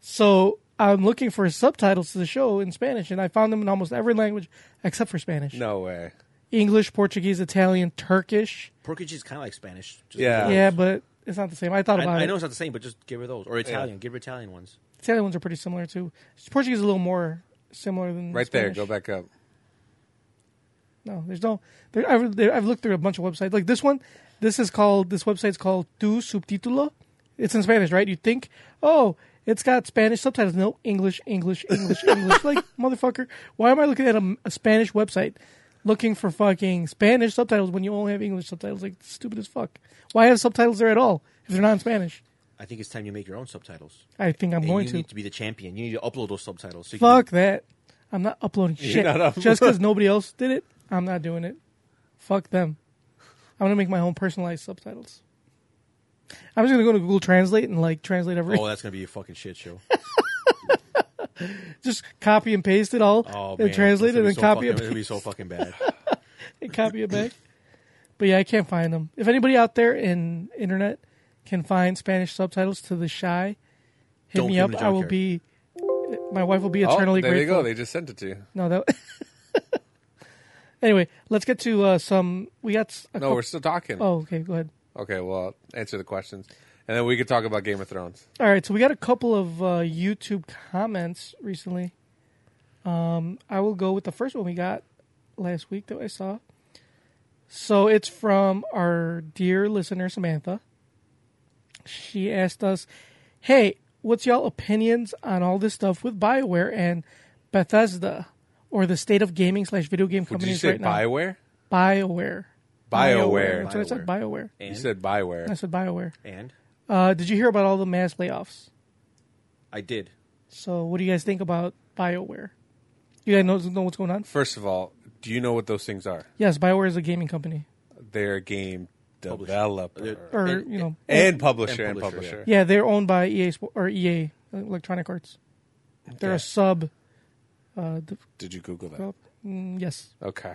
B: so I'm looking for subtitles to the show in Spanish and I found them in almost every language except for Spanish
C: No way.
B: English Portuguese Italian Turkish.
D: Portuguese is kind of like Spanish. Just
C: Yeah.
D: give her
B: Yeah,
D: those.
B: but it's not the same. I thought
D: I,
B: about
D: I
B: it.
D: know it's not the same, but just give her those or Italian. Give her Italian ones.
B: Italian ones are pretty similar too. Portuguese is a little more similar than
C: Right
B: Spanish.
C: there, go back up.
B: No, there's no. There, I've, there, I've looked through a bunch of websites. Like this one, this is called. This website's called Tu Subtitulo. It's in Spanish, right? You think, oh, it's got Spanish subtitles. No, English, English,
C: *laughs*
B: English, English. like motherfucker, why am I looking at a, a Spanish website looking for fucking Spanish subtitles when you only have English subtitles? Like stupid as fuck. Why have subtitles there at all if they're not in Spanish?
D: I think it's time you make your own subtitles.
B: I think I'm
D: And
B: going
D: you
B: to.
D: need to be the champion. You need to upload those subtitles. So you can-
B: Fuck that. I'm not uploading shit.
C: not uploading.
B: Just because nobody else did it, I'm not doing it. Fuck them. I'm gonna make my own personalized subtitles. I'm just gonna go to Google Translate and like translate everything.
D: Oh, that's gonna be a fucking shit show.
B: *laughs* just copy and paste it all
D: Oh
B: and
D: man,
B: translate
D: It's
B: it
D: gonna be
B: and
D: so
B: copy
D: fucking,
B: it
D: It's gonna be so
B: *laughs*
D: fucking bad.
B: and copy it back. But yeah, I can't find them. If anybody out there in internet can find Spanish subtitles to the shy, hit
D: Don't
B: me
D: give
B: up.
D: them to
B: I will
D: Junkyard.
B: be. My wife will be
C: Oh,
B: eternally
C: there
B: grateful.
C: you go. They just sent it to you.
B: No, that. *laughs* anyway, let's get to uh, some. We got. s- A
C: No,
B: coup-
C: we're still talking.
B: Oh, okay. Go ahead.
C: Okay, well, answer the questions. And then we could talk about Game of Thrones.
B: All right. So we got a couple of uh, YouTube comments recently. I will go with the first one we got last week that I saw. So it's from our dear listener Samantha. She asked us, "Hey, what's y'all opinions on all this stuff with Bioware and Bethesda, or the state of gaming slash video game
C: Did you
B: companies
C: say
B: right now?"
C: Bioware?
B: Bioware.
C: Bioware.
B: That's what I said. Bioware.
C: You said Bioware.
B: *laughs* I said Bioware.
D: And
B: Uh, did you hear about all the mass layoffs?
D: I did.
B: So what do you guys think about Bioware? You guys know, know what's going on?
C: First of all, do you know what those things are?
B: Yes, Bioware is a gaming company.
C: They're a game developer
D: They're-
B: Or,
D: And-
B: you know,
C: and publisher and
D: and publisher,
C: publisher.
B: Yeah, they're owned by EA Sp- or EA Electronic Arts. They're a sub. Uh, de-
C: Did you Google that?
B: mm, yes,
D: *laughs*
C: Okay,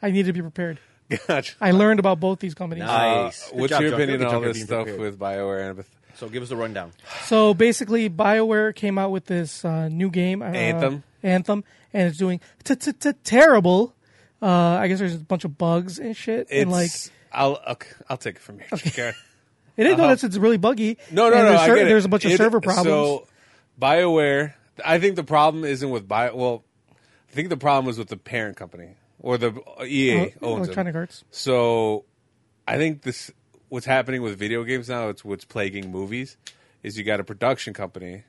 B: I need to be prepared.
C: gotcha.
B: I learned about both these companies.
D: Nice.
C: Uh,
D: Good
C: what's
D: job,
C: your
D: John.
C: opinion
D: Good
C: on all
D: job
C: this
D: being
C: stuff
D: prepared.
C: with Bioware and Beth-
D: So give us the rundown.
B: So basically, Bioware came out with this uh, new game, uh,
C: Anthem.
B: Anthem, and it's doing t- t- t- terrible. Uh, I guess there's a bunch of bugs and shit,
C: It's
B: and like
C: I'll okay, I'll take it from here. Okay.
B: it didn't know that's it's really buggy.
C: Uh-huh. No,
B: and
C: no, no.
B: There's,
C: I
B: cer-
C: get it.
B: there's a bunch of
C: It-
B: server problems.
C: So Bioware, I think the problem isn't with Bio. Well, I think the problem was with the parent company or the EA
B: Uh,
C: owns them.
B: Electronic Arts.
C: So I think this what's happening with video games now. It's what's plaguing movies is you got a production company,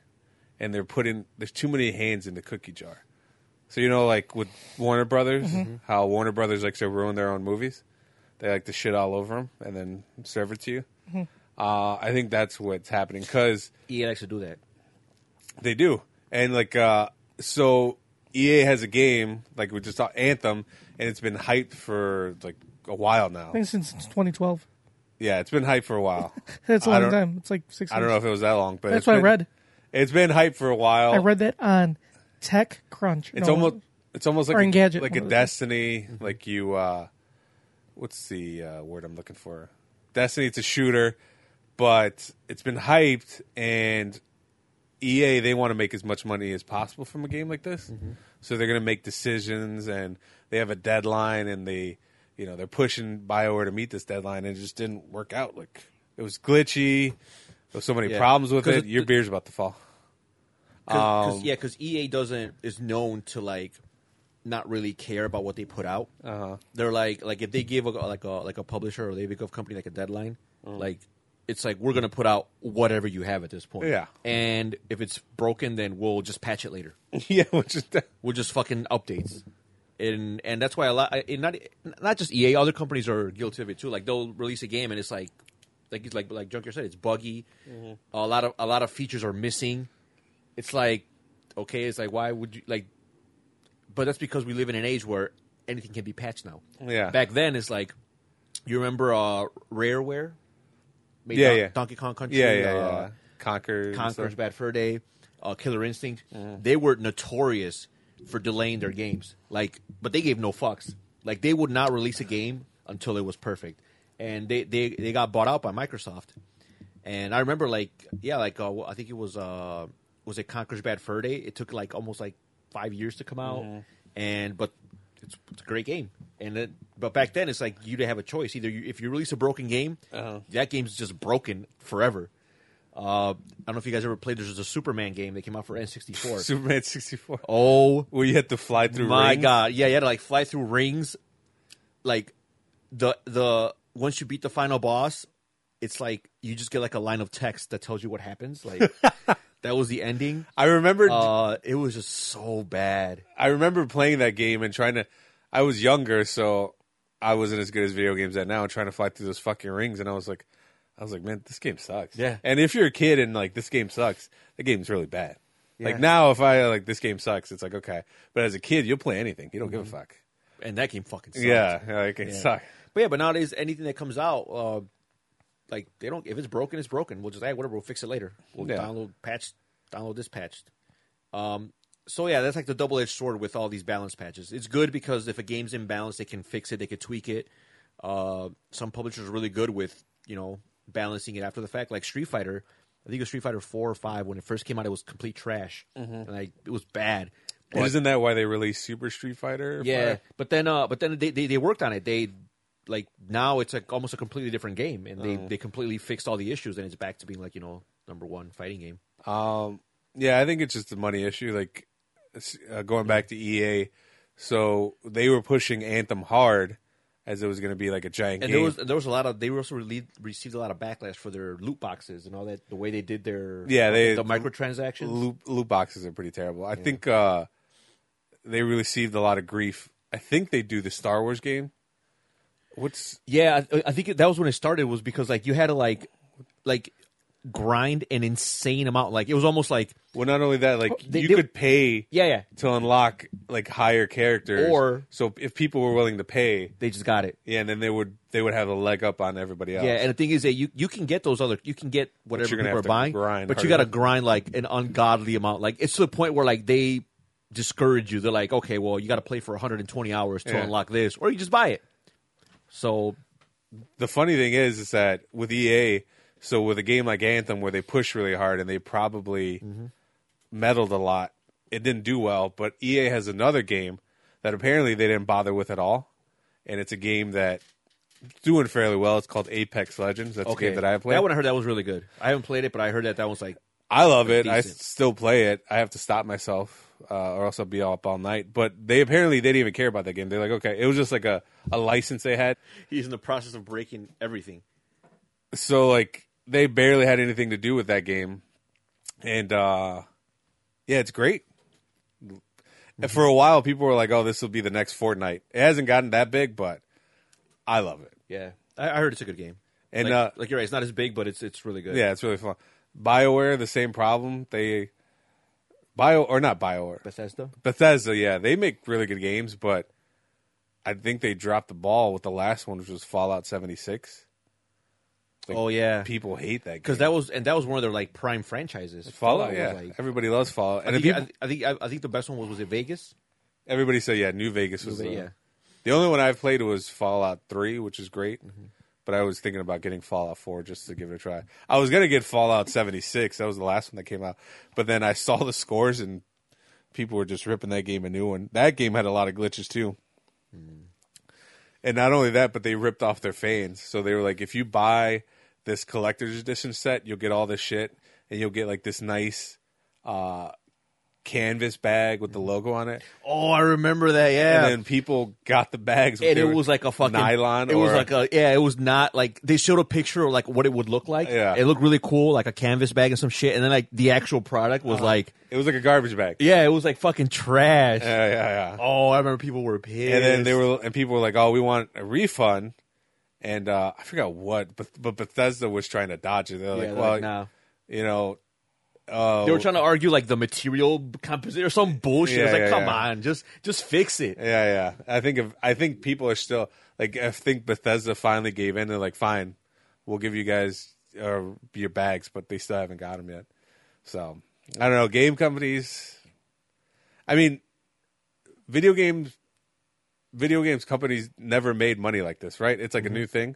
C: and they're putting there's too many hands in the cookie jar. So you know, like with Warner Brothers, how Warner Brothers likes to ruin their own movies. They like to shit all over them and then serve it to you. Uh, I think that's what's happening because
D: EA likes to do that.
C: they do. And like uh so EA has a game like we just saw Anthem and it's been hyped for like a while now.
B: I think since 2012.
C: Yeah, it's been hyped for a while.
B: *laughs* That's a
C: I
B: long
C: don't-
B: time. It's like six.
C: I don't
B: years.
C: know if it was that long, but
B: That's
C: it's
B: what I
C: been-
B: read.
C: It's been hyped for a while.
B: I read that on TechCrunch.
C: It's
B: No,
C: almost it's almost like
B: Or
C: a,
B: Engadget,
C: like
B: one
C: a
B: of those.
C: Destiny, like you uh what's the uh, word I'm looking for? Destiny it's a shooter, but it's been hyped and EA they want to make as much money as possible from a game like this. So they're going to make decisions and they have a deadline and they you know, they're pushing BioWare to meet this deadline and it just didn't work out like it was glitchy. There was so many
D: Yeah.
C: problems with
D: 'Cause
C: it.
D: it-
C: Your beer's about to fall.
D: Cause, 'cause- yeah, because EA doesn't is known to like not really care about what they put out. Uh-huh. They're like like if they give a, like a like a publisher or they give a company like a deadline, like it's like we're gonna put out whatever you have at this point.
C: Yeah.
D: and if it's broken, then we'll just patch it later.
C: yeah, which is
D: We'll just fucking updates. And and that's why a lot, and not not just EA, other companies are guilty of it too. Like they'll release a game and it's like, like it's like like Junker said, it's buggy.
C: Mm-hmm.
D: A lot of a lot of features are missing. It's like, okay, it's like why would you like? But that's because we live in an age where anything can be patched now.
C: Yeah.
D: Back then, it's like, you remember uh, Rareware? Made
C: Yeah,
D: Don-
C: yeah.
D: Donkey Kong Country.
C: Yeah, yeah, yeah.
D: uh,
C: Conquer. and
D: Conqueror's
C: stuff.
D: Bad Fur Day, uh, Killer Instinct, they were notorious for delaying their games. Like, but they gave no fucks. Like, they would not release a game until it was perfect, and they they, they got bought out by Microsoft. And I remember, like, yeah, like uh, I think it was uh was it Conqueror's Bad Fur Day? It took like almost like five years to come out, and but it's, it's a great game. And it, but back then, it's like you didn't have a choice. Either you, if you release a broken game,
C: Uh-huh.
D: that game's just broken forever. Uh, I don't know if you guys ever played. There's a Superman game that came out for N64.
C: Superman 64.
D: oh
C: Where you had to fly through
D: my
C: rings.
D: god! Yeah, you had to like fly through rings. Like the the once you beat the final boss, it's like you just get like a line of text that tells you what happens.
C: *laughs*
D: Like that was the ending.
C: I remember
D: Uh, it was just so bad.
C: I remember playing that game and trying to I was younger so I wasn't as good as video games at now and trying to fly through those fucking rings and I was like I was like man this game sucks.
D: Yeah.
C: And if you're a kid and like this game sucks, the game's really bad. Like now if I like this game sucks, it's like okay. But as a kid, you'll play anything. You don't give a fuck.
D: And that game fucking sucked.
C: Yeah, like it sucks.
D: But Mm-hmm. yeah, but nowadays anything that comes out, uh, like they don't. If it's broken, it's broken. We'll just hey, whatever. We'll fix it later. We'll
C: Yeah.
D: download patch, download this patched. Um, so yeah, that's like the double edged sword with all these balance patches. It's good because if a game's imbalanced, they can fix it. They can tweak it. Uh, some publishers are really good with you know balancing it after the fact. Like Street Fighter, I think it was Street Fighter four or five when it first came out. It was complete trash, and like it was bad.
C: And isn't that why they released Super Street Fighter?
D: Yeah, but then uh, but then they, they they worked on it. They like now it's like almost a completely different game, and they they completely fixed all the issues, and it's back to being like you know number one fighting game.
C: Yeah, I think it's just a money issue. Like uh, going back to EA, so they were pushing Anthem hard as it was going to be like a giant
D: And
C: game.
D: there was there was a lot of they also rele received a lot of backlash for their loot boxes and all that the way they did their
C: Yeah, they-
D: the microtransactions.
C: loot, loot boxes are pretty terrible. I think uh, they received a lot of grief. I think they do the Star Wars game. What's
D: Yeah, I, I think that was when it started was because like you had to like like grind an insane amount. Like it was almost like
C: well, not only that, like
D: They-
C: you
D: they-
C: could pay
D: yeah, yeah.
C: to unlock like higher characters,
D: Or-
C: so if people were willing to pay,
D: They just got it.
C: yeah, and then they would they would have a leg up on everybody else.
D: Yeah, and the thing is that you, you can get those other you can get whatever
C: you're gonna
D: people
C: have
D: are
C: to
D: buying,
C: grind
D: but
C: harder.
D: you got to grind like an ungodly amount. Like it's to the point where like they discourage you. They're like, okay, well, you got to play for 120 hours to
C: Yeah.
D: unlock this, or you just buy it. So
C: the funny thing is, is that with EA, so with a game like Anthem, where they push really hard and they probably
D: Mm-hmm.
C: meddled a lot, it didn't do well. But EA has another game that apparently they didn't bother with at all, and it's a game that it's doing fairly well. It's called Apex Legends. That's a
D: okay,
C: game that I played.
D: That one I heard that was really good. I haven't played it, but I heard that that was like
C: I love it. I
D: Decent.
C: still play it. I have to stop myself, uh, or else I'll be up all night. But they apparently they didn't even care about that game. They're like, okay, it was just like a, a license they had.
D: he's in the process of breaking everything.
C: so like they barely had anything to do with that game and uh yeah it's great
D: Mm-hmm.
C: And for a while people were like oh this will be the next fortnite it hasn't gotten that big but i love it
D: Yeah, I, I heard it's a good game.
C: and
D: like,
C: uh
D: like you're right, it's not as big, but it's it's really good.
C: yeah it's really fun bioware the same problem they bio or not bioware
D: Bethesda.
C: Bethesda, yeah, they make really good games, but I think they dropped the ball with the last one, which was Fallout 76. Like,
D: oh yeah,
C: People hate that game.
D: because that was and that was one of their like prime franchises.
C: Fallout, yeah.
D: was, like-
C: Everybody loves Fallout. And
D: I
C: if
D: think,
C: people-
D: I, think I, I think the best one was was it Vegas?
C: Everybody said, yeah, New Vegas was
D: New Ve-
C: the,
D: yeah.
C: the only one I've played was Fallout 3, which is great.
D: Mm-hmm.
C: But I was thinking about getting Fallout 4 just to give it a try. I was going to get Fallout 76. That was the last one that came out. But then I saw the scores and people were just ripping that game a new one. That game had a lot of glitches too.
D: Mm.
C: And not only that, but they ripped off their fans. So they were like, if you buy this collector's edition set, you'll get all this shit and you'll get like this nice uh, canvas bag
D: Mm-hmm.
C: with the logo on it
D: Oh, I remember that. Yeah,
C: and then people got the bags. with
D: and it
C: their
D: was like a fucking
C: nylon.
D: It was
C: or-
D: like a yeah. It was not like they showed a picture of like what it would look like.
C: Yeah.
D: it looked really cool, like a canvas bag and some shit. And then like the actual product was like
C: it was like a garbage bag.
D: yeah, it was like fucking trash.
C: yeah, yeah. yeah.
D: Oh, I remember people were pissed.
C: And then they were, and people were like, "Oh, we want a refund." And uh, I forgot what, but but Bethesda was trying to dodge it. They're
D: yeah,
C: like,
D: they're
C: "Well,
D: like, nah.
C: you know,
D: They were trying to argue like the material composition or some bullshit.
C: Yeah,
D: it's like,
C: yeah,
D: come
C: yeah.
D: on, just just fix it.
C: yeah, yeah." I think if I think people are still like, I think Bethesda finally gave in. They're like, "Fine, we'll give you guys uh, your bags," but they still haven't got them yet. So I don't know. Game companies. I mean, video games. Video games companies never made money like this, right? It's like
D: Mm-hmm.
C: a new thing,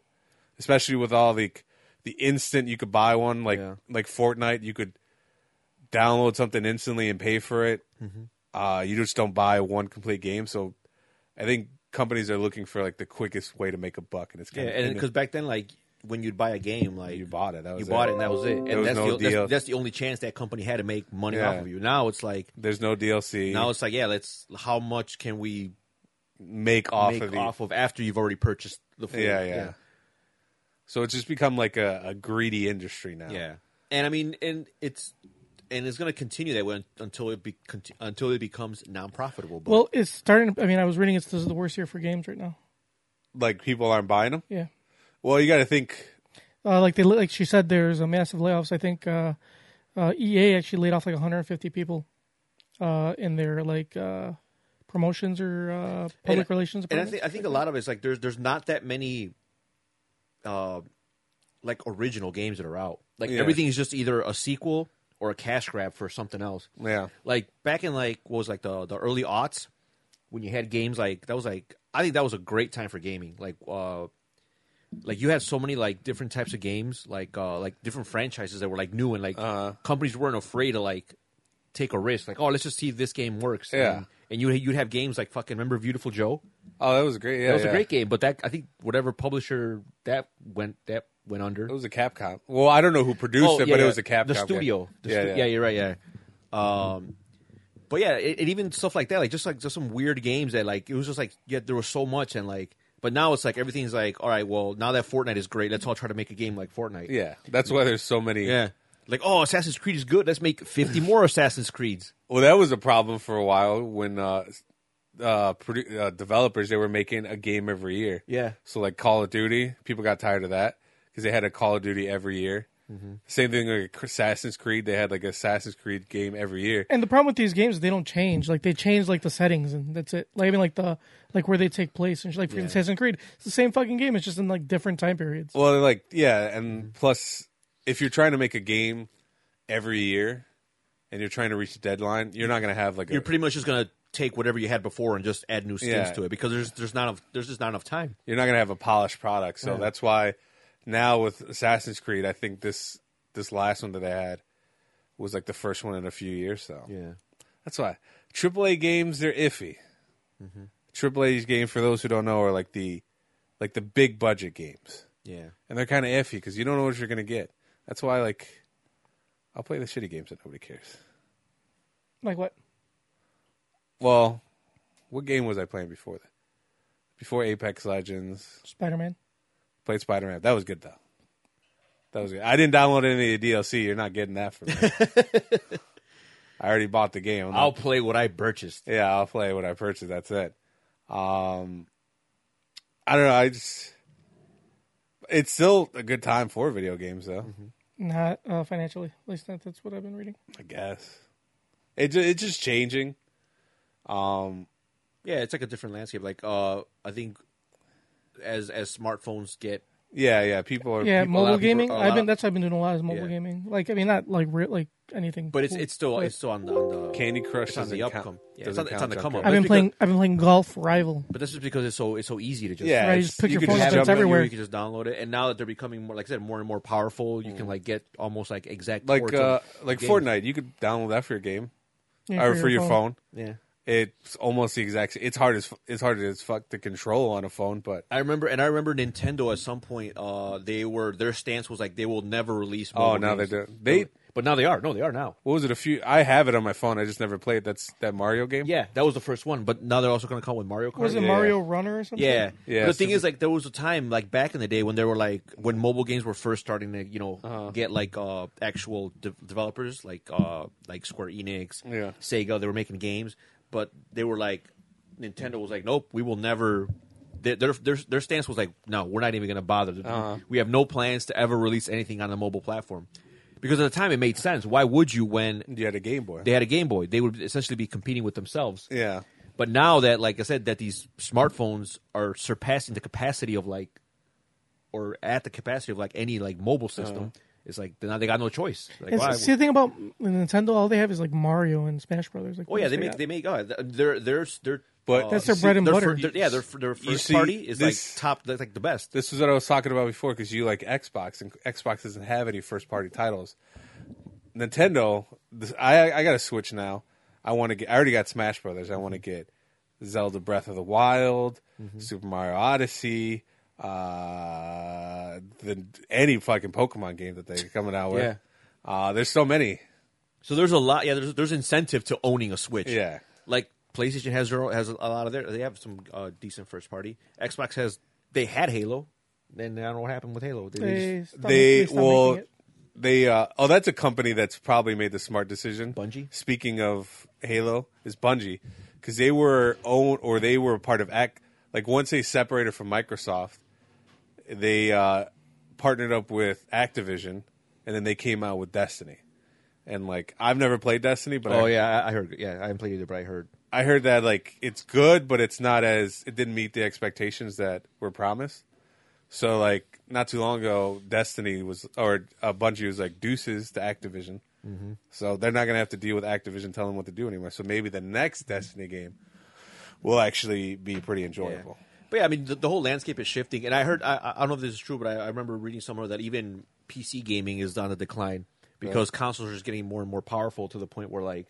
C: especially with all the the instant you could buy one, like
D: Yeah.
C: like Fortnite, you could download something instantly and pay for it.
D: Mm-hmm.
C: Uh, you just don't buy one complete game, so I think companies are looking for like the quickest way to make a buck, and it's
D: Yeah,
C: kind of
D: and because back then, like when you'd buy a game, like
C: you bought it, that was
D: you bought it,
C: it.
D: and that was it. And
C: was
D: that's,
C: no
D: the, that's,
C: DLC.
D: that's the only chance that company had to make money
C: Yeah.
D: off of you. Now it's like
C: There's no DLC.
D: now it's like yeah, let's how much can we
C: make off
D: make
C: of the
D: off of after you've already purchased the full
C: Yeah, yeah. So it's just become like a, a greedy industry now.
D: yeah, yeah. And I mean, and it's and it's going to continue that way until it be conti- until it becomes non profitable. But
B: Well, it's starting. I mean, I was reading it's this is the worst year for games right now.
C: Like people aren't buying them.
B: Yeah,
C: Well, you got to think.
B: uh, like they like she said, there's a massive layoffs. I think uh, uh, EA actually laid off like 150 people uh, in their like uh, promotions or uh, public relations.
D: and I
B: Department.
D: think I think a lot of it's like there's there's not that many, uh, like original games that are out. Like
C: Yeah.
D: everything is just either a sequel or a cash grab for something else.
C: Yeah.
D: Like back in like what was like the the early aughts when you had games like that was like I think that was a great time for gaming. Like uh, like you had so many like different types of games, like uh like different franchises that were like new and like
C: Uh-huh.
D: companies weren't afraid to like take a risk. Like oh let's just see if this game works.
C: Yeah.
D: And, and you you'd have games like fucking remember Beautiful Joe.
C: Oh, that was great. Yeah,
D: That was
C: yeah.
D: a great game, but that I think whatever publisher that went that went under.
C: It was a Capcom. Oh, Well, I don't know who produced it, but it was a Capcom.
D: Oh, The
C: game.
D: studio, The
C: yeah,
D: stu-
C: yeah.
D: you're right. Yeah. Um, But yeah, it, it even stuff like that, like just like just some weird games that like it was just like yeah, there was so much and like. But now it's like everything's like, all right, well, now that Fortnite is great, let's all try to make a game like Fortnite.
C: Yeah, that's why there's so many.
D: Yeah. Like, oh, Assassin's Creed is good. Let's make 50 more Assassin's Creeds.
C: Well, that was a problem for a while when uh, uh, produ- uh, developers they were making a game every year.
D: Yeah.
C: So like Call of Duty, people got tired of that because they had a Call of Duty every year. Same thing like Assassin's Creed. They had like Assassin's Creed game every year.
B: And the problem with these games, is they don't change. Like they change like the settings, and that's it. Like even like the like where they take place, and shit. like for Assassin's Creed, it's the same fucking game. It's just in like different time periods.
C: Well, like yeah,
D: Mm-hmm.
C: and plus, if you're trying to make a game every year and you're trying to reach a deadline, you're not gonna have like a,
D: You're pretty much just going to take whatever you had before and just add new skins
C: Yeah.
D: to it because there's there's not enough, there's just not enough time.
C: you're not gonna have a polished product. So that's why now with Assassin's Creed, I think this this last one that they had was like the first one in a few years. So
D: Yeah.
C: that's why AAA games they're iffy.
D: Mm-hmm.
C: AAA games, for those who don't know, are like the like the big budget games,
D: Yeah.
C: and they're kind of iffy because you don't know what you're gonna get. That's why like I'll play the shitty games that nobody cares.
B: Like what?
C: Well, what game was I playing before that? Before Apex Legends,
B: Spider Man.
C: played Spider Man. That was good though. That was good. I didn't download any of the DLC. You're not getting that from me.
D: *laughs*
C: I already bought the game. I'm not-
D: I'll play what I purchased.
C: yeah, I'll play what I purchased. That's it. Um, I don't know. I just it's still a good time for video games though.
D: Mm-hmm.
B: Not uh, financially. At least that, that's what I've been reading.
C: I guess it ju- it's just changing.
D: Yeah, it's like a different landscape. Like, uh, I think as as smartphones get,
C: Yeah, yeah. People are
B: Yeah,
C: people-
D: a lot
B: mobile
D: of people-
B: gaming.
D: a
B: I've
D: lot
B: been
D: of-
B: that's what I've been doing a lot is mobile
D: Yeah.
B: gaming. Like I mean, not like re- like anything.
D: but it's
B: cool.
D: it's still
B: But
D: it's still on the, on the
C: Candy Crush
D: It's on the
C: doesn't count-
D: upcome. Yeah, it's
C: doesn't
D: on, it's on the
C: count
D: come
C: junkyard.
D: up.
B: I've
D: It's
B: been
D: because-
B: playing. I've been playing golf rival.
D: but this is because it's so it's so easy to just
C: Yeah,
B: Right,
C: it's-
B: just pick
C: you
B: your
C: could
B: phone
C: just
B: up. It's
C: jump in.
B: everywhere.
D: You can just download it, and now that they're becoming more, like I said, more and more powerful, you can like get almost like exact
C: Like
D: ports
C: uh,
D: of
C: like
D: games.
C: Fortnite, you could download that for your game
B: Yeah,
C: or for your phone.
D: Yeah,
C: It's almost the exact. It's hard as fu- it's hard as fuck to control on a phone, but
D: I remember, and I remember Nintendo at some point, uh, they were their stance was like they will never release.
C: Oh,
D: mobile
C: now
D: games.
C: they do. They-
D: but now they are. No, they are now.
C: what was it? A few. I have it on my phone. I just never played. That's that Mario game.
D: Yeah, that was the first one, but now they're also going to come with Mario Kart.
B: Was it
C: Yeah.
B: Mario Runner or something?
D: Yeah.
C: Yeah,
D: But the thing
C: super-
D: is, like, there was a time, like back in the day, when there were like when mobile games were first starting to, you know,
C: Uh-huh.
D: get like uh actual de- developers, like uh like Square Enix,
C: Yeah.
D: Sega. They were making games, but they were like, Nintendo was like, nope, we will never. Their their their, their stance was like, no, we're not even going to bother.
C: Uh-huh.
D: We have no plans to ever release anything on the mobile platform, because at the time it made sense. Why would you when
C: you had a Game Boy.
D: they had a Game Boy? They would essentially be competing with themselves.
C: yeah,
D: But now that, like I said, that these smartphones are surpassing the capacity of like, or at the capacity of like any like mobile system,
C: Uh-huh.
D: it's like now they got no choice. Like, why-
B: It's- see the thing about Nintendo, all they have is like Mario and Smash Brothers. Like,
D: oh yeah, they make they make oh, they're they're they're
C: But-
D: uh,
C: That's
B: their
D: see,
B: bread and
D: their
B: butter.
D: fir- their- yeah, their their
C: You
D: first
C: see,
D: party is
C: this-
D: like top that's like the best.
C: this is what I was talking about before because you like Xbox and Xbox doesn't have any first party titles. Nintendo, this, I I got a Switch now. I want to get. I already got Smash Brothers. I want to get Zelda Breath of the Wild, Super Mario Odyssey, uh, the any fucking Pokemon game that they're coming out with.
D: Yeah.
C: Uh, there's so many.
D: So there's a lot. Yeah, there's there's incentive to owning a Switch.
C: Yeah.
D: like PlayStation has their own, has a lot of their. They have some uh, decent first party. Xbox has. They had Halo. Then I don't know what happened with Halo. They- they just-
B: They, stop-
C: they
B: stop
C: well
B: making it.
C: they uh oh that's a company that's probably made the smart decision
D: Bungie?
C: speaking of halo is bungie because they were own or they were part of act like once they separated from microsoft they uh partnered up with activision and then they came out with destiny and like i've never played destiny but
D: Oh
C: I,
D: yeah, I, I heard. Yeah, I haven't played either, but I heard.
C: I heard that like it's good, but it's not as it didn't meet the expectations that were promised. So like not too long ago, Destiny was or uh, Bungie was like deuces to Activision.
D: Mm-hmm.
C: So they're not gonna have to deal with Activision telling them what to do anymore. So maybe the next Destiny game will actually be pretty enjoyable.
D: But yeah, I mean, the, the whole landscape is shifting, and I heard. I, I- I don't know if this is true, but I, I remember reading somewhere that even PC gaming is on a decline because consoles are just getting more and more powerful to the point where like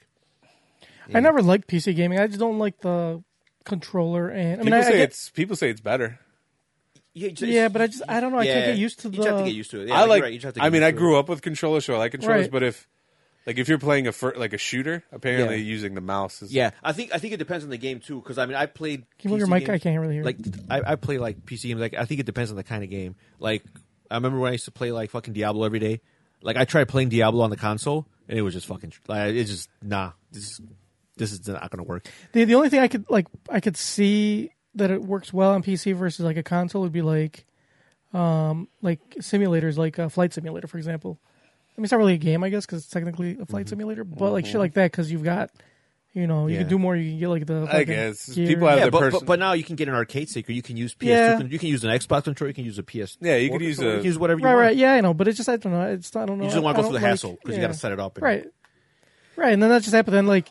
B: I never liked PC gaming. I just don't like the controller and. I mean,
C: People
B: I, I
C: say
B: get-
C: it's people say it's better.
D: yeah, it's-
B: Yeah, but I just I don't know. I can't
D: yeah,
B: get used to the.
D: you just have to get used to it. Yeah,
C: I
D: you're
C: like.
D: right, you just have to
C: I
D: get
C: mean,
D: used
C: I
D: to it.
C: grew up with controllers, so I like controllers.
B: Right.
C: But if Like if you're playing a fir- like a shooter, apparently
D: Yeah.
C: using the mouse is
D: Yeah, I think I think it depends on the game too. Because I mean, I played.
B: Can you look
D: PC
B: at your mic?
D: games-
B: I can't really hear.
D: Like I, I play like PC games. Like I think it depends on the kind of game. Like I remember when I used to play like fucking Diablo every day. Like I tried playing Diablo on the console, and it was just fucking. Like, it's just nah. This is this is not gonna work.
B: The the only thing I could like I could see that it works well on PC versus like a console would be like, um, like simulators like a flight simulator for example. I mean, it's not really a game, I guess, because it's technically a flight simulator, but like shit like that because you've got, you know, you
D: Mm-hmm. Yeah.
B: can do more. You can get like the.
C: I
B: fucking
C: guess
B: gear.
C: people have
D: Yeah,
C: the
D: but,
C: person.
D: but but now you can get an arcade stick, or you can use PS2.
B: Yeah.
D: con- You can use an Xbox controller. You can use a PS.
C: Yeah, you could use
D: controller,
C: a-
D: you can use whatever you
B: Right,
D: want.
B: right, yeah, I know, but it's just I don't know. It's I don't know.
D: You just don't want
B: I
D: to
B: don't
D: go through the
B: like-
D: hassle because you
B: yeah.
D: got to set it up. And,
B: Right. Right, and then that just happened. Then like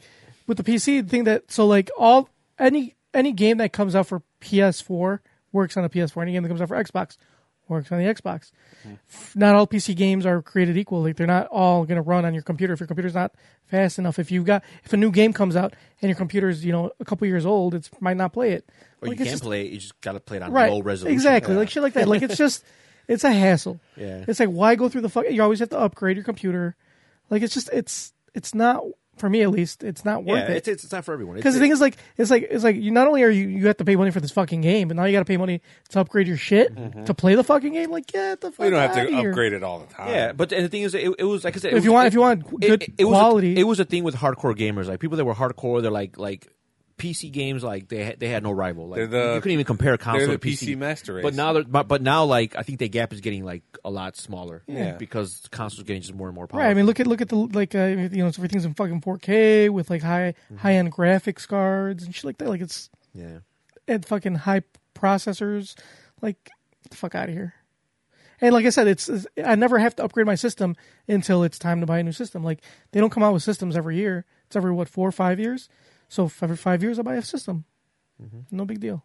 B: with the PC thing that so like all any any game that comes out for PS4 works on a PS4. Any game that comes out for Xbox works on the Xbox.
D: Hmm.
B: F- Not all PC games are created equal. Like they're not all gonna run on your computer. If your computer's not fast enough, if you got if a new game comes out and your computer's you know a couple years old, it might not play it.
D: Or you
B: Like, it's
D: can
B: just-
D: play it. You just got to play it on
B: right
D: low resolution.
B: exactly like shit like that. Like it's
C: *laughs*
B: just it's a hassle.
D: Yeah.
B: it's like why go through the fuck? You always have to upgrade your computer. Like it's just it's it's not for me at least. It's not worth
D: Yeah,
B: it.
D: it's, it's it's not for everyone.
B: Because the thing is, like, it's like it's like you. Not only are you you have to pay money for this fucking game, but now you got to pay money to upgrade your shit to play the fucking game. Like, get the fuck.
C: Mm-hmm. you don't have
B: outta
C: to
B: here.
C: upgrade it all the time.
D: Yeah, but and the thing is, it, it was like I said.
B: If
D: it was-
B: you want-
D: it-
B: if you want good
D: Was
B: quality.
D: a, it was a thing with hardcore gamers, like people that were hardcore. They're like like PC games, like they had, they had no rival. Like
C: They're the-
D: you couldn't even compare console
C: they're the
D: to PC.
C: PC master race.
D: But now, they're, but, but now, like I think the gap is getting like a lot smaller.
C: Yeah.
D: because consoles getting just more and more powerful.
B: Right. I mean, look at look at the like uh, you know everything's in fucking 4K with like high
C: Mm-hmm.
B: high end graphics cards and shit like that. Like it's
D: yeah,
B: and fucking high processors. Like, get the fuck out of here. And like I said, it's, it's- I never have to upgrade my system until it's time to buy a new system. Like they don't come out with systems every year. It's every what four or five years. So f- every five years I buy a system. No big deal.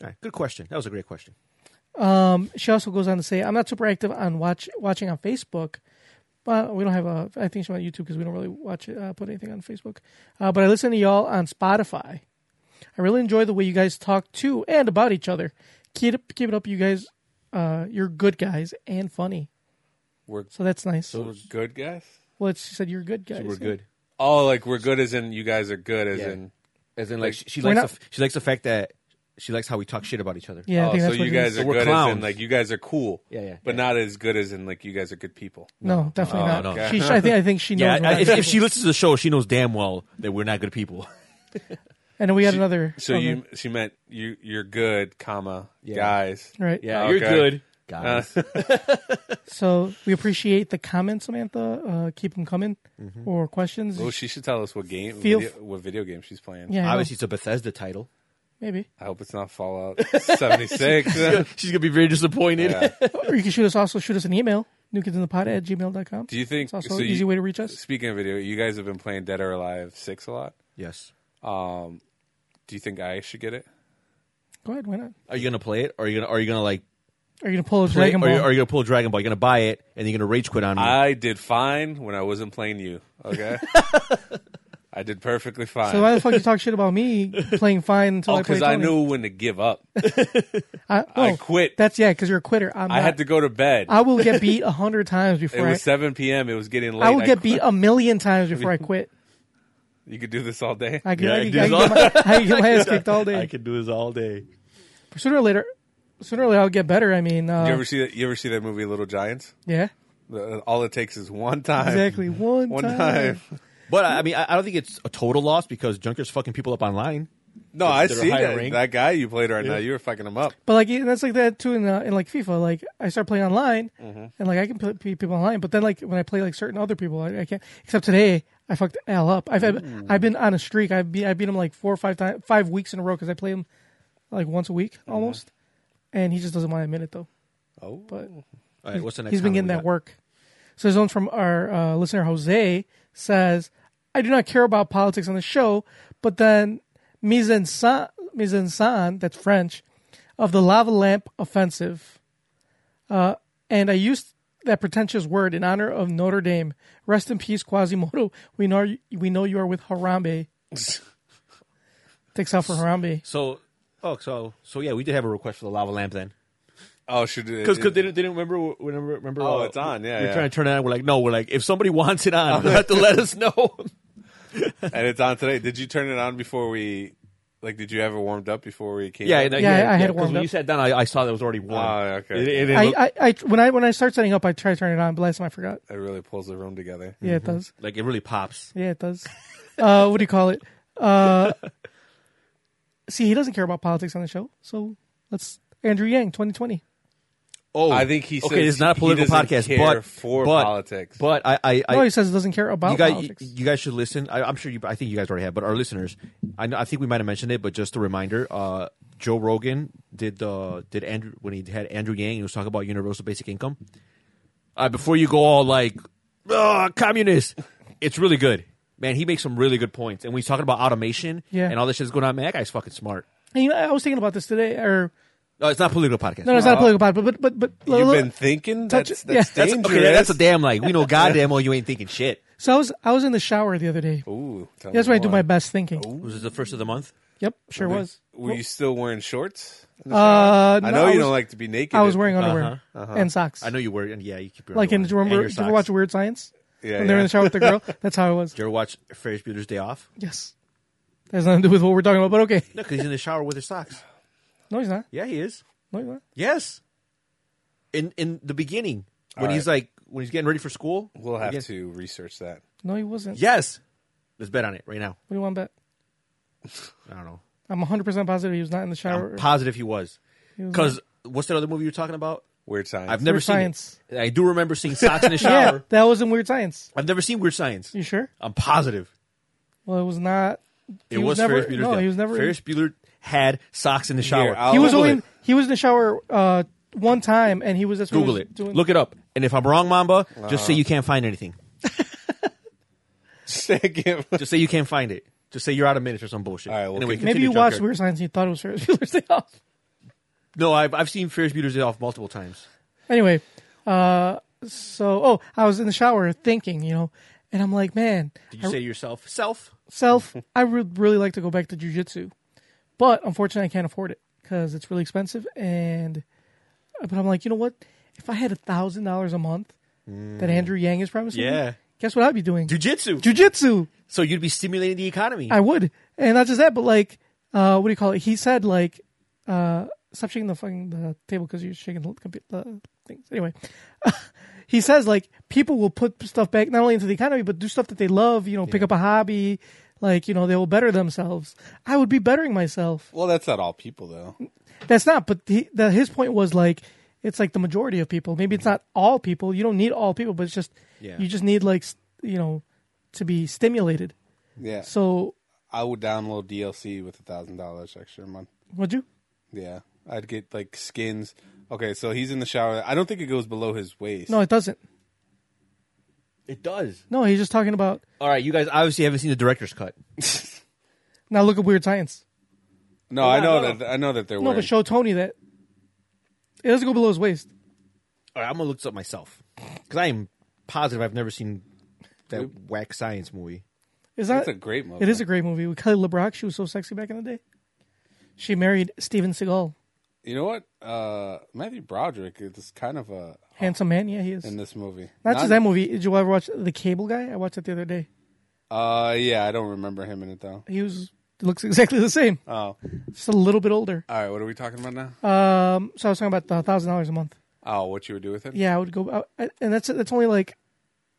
D: All right, good question. That was a great question.
B: She also goes on to say, "I'm not super active on watch watching on Facebook, but we don't have a. I think she's on YouTube because we don't really watch it, uh, put anything on Facebook. Uh, but I listen to y'all on Spotify. I really enjoy the way you guys talk to and about each other. Keep it, keep it up, you guys. Uh, you're good guys and funny,
C: We're,
B: so that's nice.
C: we're good guys.
B: well, it's, she said you're good guys.
D: We're good.
C: Oh, like we're good as in you guys are good as
D: Yeah.
C: in.
D: As in, like she, she
B: We're
D: likes
B: not-
D: the, f- she likes the fact that she likes how we talk shit about each other.
B: Yeah, I
C: Oh,
B: think
C: so
B: that's what
C: you
B: it
C: guys
B: is.
C: are
D: we're
C: good as in
D: clowns.
C: like you guys are cool.
D: Yeah, yeah,
C: But
D: yeah.
C: not as good as in like you guys are good people.
B: No, definitely
D: No,
B: not.
D: no.
B: She, I think I think she knows.
D: Yeah,
B: we're not
D: if,
B: good.
D: if she listens to the show, she knows damn well that we're not good people.
B: and then we had another.
C: So
B: okay.
C: you she meant you you're good, comma
D: Yeah.
C: guys.
B: right?
D: Yeah,
C: Okay.
D: you're good, guys.
B: So we appreciate the comments, Samantha. Uh, keep them coming or questions.
C: Well, she should tell us what game,
B: Feel
C: video,
B: f-
C: what video game she's playing.
B: yeah, I know.
D: Obviously, it's a Bethesda title.
B: maybe.
C: I hope it's not
D: *laughs*
C: Fallout 76.
D: She's gonna be very disappointed. *laughs*
C: Yeah.
B: or you can shoot us also shoot us an email newkidsinthepod at gmail.com
C: Do you think
B: it's also
C: so
B: an
C: you-
B: easy way to reach us
C: Speaking of video, you guys have been playing Dead or Alive 6 a lot.
D: Yes.
C: Do you think I should get it?
B: go ahead why not
D: Are you gonna play it? Or are you gonna are you gonna like
B: are you gonna pull a
D: play,
B: dragon
D: Are, you,
B: ball
D: are you gonna pull Dragon Ball? You're gonna buy it and you're gonna rage quit on me.
C: I did fine when I wasn't playing you, *laughs* okay? I did perfectly fine.
B: so why the fuck you talk shit about
C: *laughs*
B: me playing fine until I play
C: because I,
B: Tony?
C: knew when to give up.
B: *laughs* I,
C: I
B: no,
C: quit.
B: that's yeah because you're a quitter I'm
C: I
B: not.
C: had to go to bed.
B: I will get beat a hundred times
C: *laughs* it
B: before I,
C: was 7 p.m. It was getting late.
B: I will get
C: quit.
B: beat a million times before I quit
C: *laughs* You could do this all day.
B: I can,
D: Yeah,
B: I
D: I
B: can, *laughs*
D: do
B: I can
D: all-
B: get my, I can get
C: *laughs*
B: my ass *laughs* kicked all day
D: can do this all day.
B: sooner or later sooner or later I'll get better I mean uh,
C: you ever see that? You ever see that movie Little Giants?
B: yeah
C: The- All it takes is one time.
B: exactly one,
C: *laughs* One
B: time.
C: time.
D: But I I mean, I, I don't think it's a total loss because Junker's fucking people up online.
C: No, I
D: They're
C: see
D: higher
C: that.
D: ranked.
C: That guy you played right now, you were fucking him up.
B: But like yeah, that's like that too in uh, in like FIFA. Like I start playing online, and like I can play play people online. But then like when I play like certain other people, I, I can't. Except today, I fucked Al up. I've had, I've been on a streak. I beat I beat him like four or five times, five weeks in a row because I play him like once a week almost, and he just doesn't want to admit it though.
C: Oh.
B: But
D: All right, what's the next?
B: he's been getting
D: comment we
B: that
D: got?
B: work. So his own from our uh, listener Jose says, "I do not care about politics on the show, but then mise en sa- mise en scène, that's French, of the lava lamp offensive, uh, and I used that pretentious word in honor of Notre Dame. Rest in peace, Quasimodo. We know we know you are with Harambe. Takes out for Harambe.
D: So, oh, so so yeah, we did have a request for the lava lamp then.
C: Oh, should
D: Because they, didn't, they didn't remember wh- remember remember.
C: Oh,
D: uh,
C: it's on, yeah,
D: we're
C: yeah.
D: trying to turn it on. Oh. We're like, no, we're like, if somebody wants it *laughs* on, they have to let us know.
C: and it's on today. Did you turn it on before we? Like, did you have it warmed up before we came?
D: *laughs* yeah,
C: in?
D: and, uh,
B: Yeah, I- I had it
D: 'cause
B: warmed
D: when
B: up.
D: you sat down, I, I saw that it was already warm.
C: Oh, okay.
D: It- it- it looked-
B: I, I, I, when I when I start setting up, I try to turn it on, but last time I forgot.
C: it really pulls the room together.
B: Yeah, it does.
D: like it really pops.
B: Yeah, it does. Uh, what do you call it? Uh, see, he doesn't care about politics on the show, so let's Andrew Yang, twenty twenty.
D: Oh,
C: I think he
D: okay.
C: says
D: It's not a
C: he
D: political
C: doesn't
D: podcast,
C: care
D: but
C: for
D: but-
C: politics.
D: But I, I, I
B: No, he says he doesn't care about
D: you guys,
B: politics.
D: you, you guys should listen. I, I'm sure you. I think you guys already have, but our listeners, I, know, I think we might have mentioned it, but just a reminder: uh, Joe Rogan did uh, did Andrew when he had Andrew Yang, he was talking about universal basic income. Uh, before you go all like "Ugh, communist, it's really good, man. He makes some really good points, and when he's talking about automation
B: Yeah.
D: and all this shit's going on, man, that guy's fucking smart.
B: And, you know, I was thinking about this today, or
D: No, it's not a political podcast.
B: no, no, it's not a political podcast, but but but, but
C: You've been thinking
B: Touch-
C: that's that's
B: yeah.
D: that's
C: dangerous.
D: okay. That's a damn
B: *laughs*
D: like we know goddamn well you ain't thinking shit.
B: so I was I was in the shower the other day.
C: Ooh, tell
B: That's
C: me
B: where I do
C: more.
B: my best thinking.
D: Was this the first of the month?
B: Yep, sure was.
C: Were you still wearing shorts? in the
B: Uh,
C: shower? I
B: no,
C: know
B: I
C: you
B: was-
C: don't like to be naked.
B: I was
C: in- Uh-huh.
B: wearing underwear and socks.
D: I know you were, and yeah, you keep your
B: Like in
D: underwear
B: do you
D: and
B: remember
D: your
B: did you
D: socks.
B: watch Weird Science?
C: Yeah,
B: When they were in
C: yeah.
B: the shower with the girl. That's how I was.
D: Do you ever watch Ferris Bueller's Day Off?
B: Yes. That has nothing to do with what we're talking about, but okay.
D: No, because he's in the shower with his socks.
B: No, he's not.
D: Yeah, he is.
B: No, he's not.
D: Yes. In in the beginning, when
C: All
D: he's like when he's getting ready for school,
C: We'll have
D: again-
C: to research that.
B: No, he wasn't.
D: Yes. Let's bet on it right now.
B: What do you want to bet?
D: I don't know.
B: I'm 100% positive he was not in the shower.
D: I'm positive he was.
B: was
D: Because what's that other movie you were talking about?
C: Weird signs. *laughs*
D: I've never
B: Weird
D: seen it.
B: Science.
D: I do remember seeing
B: *laughs*
D: socks in the shower.
B: yeah, that was in Weird Science.
D: I've never seen Weird Science.
B: You sure?
D: I'm positive.
B: Well, it was not.
D: It
B: He was
D: was,
B: never-
D: Ferris Bueller's
B: no,
D: Day
B: he
D: Off.
B: was never in-
D: Ferris Bueller had socks in the shower.
C: I'll-
B: He was
D: Google
B: only.
D: it.
B: In, he was in the shower uh, one time, and he was that's what he
D: Google
B: was
D: it.
B: Doing.
D: Look it up. And if I'm wrong, Mamba, just say you can't find anything.
C: Second.
D: Just say you can't find it. Just say you're out of minutes or some bullshit.
C: All right, we'll keep-
B: Maybe
D: continue,
B: you watched
D: Junkyard.
B: Weird Science and you thought it was Ferris *laughs* Bueller's Day Off.
D: No, I've I've seen Ferris Bueller's Day Off multiple times.
B: Anyway, uh, so oh, I was in the shower thinking, you know, and I'm like, man,
D: Did you say to yourself, self?
B: self, I would really like to go back to jujitsu, but unfortunately, I can't afford it because it's really expensive. And uh, but I'm like, you know what? If I had a thousand dollars a month that Andrew Yang is promising, me,
D: Yeah.
B: guess what I'd be doing?
D: Jujitsu.
B: Jujitsu.
D: so you'd be stimulating the economy.
B: I would, and not just that, but like, uh, what do you call it? He said like, uh, stop shaking the fucking the table because you're shaking the computer the things. Anyway, *laughs* he says like people will put stuff back not only into the economy but do stuff that they love. You know, pick up a hobby, like you know they will better themselves. I would be bettering myself.
C: Well, that's not all people though.
B: That's not, but he, the, his point was like. It's like the majority of people. Maybe it's not all people. You don't need all people, but it's just
D: Yeah.
B: you just need like s- you know to be stimulated.
C: Yeah.
B: So
C: I would download DLC with a thousand dollars extra a month.
B: would you?
C: Yeah, I'd get like skins. Okay, so he's in the shower. I don't think it goes below his waist.
B: No, it doesn't.
D: it does.
B: No, he's just talking about
D: All right, you guys obviously haven't seen the director's cut.
B: Now look at Weird Science.
C: no, I know
D: no.
C: that. I know that they're
B: No,
C: wearing.
B: but show Tony that. It doesn't go below his waist.
D: All right, I'm gonna look this up myself because I am positive I've never seen that whack science movie.
B: Is
C: That's
B: that?
C: a great movie.
B: It is a great movie with Kelly LeBrock. She was so sexy back in the day. She married Steven Seagal,
C: You know what? Uh, Matthew Broderick is kind of a
B: handsome man. Yeah, he is.
C: in this movie.
B: Not just that movie. Did you ever watch The Cable Guy? I watched it the other day.
C: Uh, yeah, I don't remember him in it though.
B: He was looks *laughs* exactly the same,
C: Oh, all
B: just a little bit older.
C: right. What are we talking about now?
B: Um, so I was talking about the thousand dollars a month.
C: oh, what you would do with it?
B: Yeah, I would go, I, and that's that's only like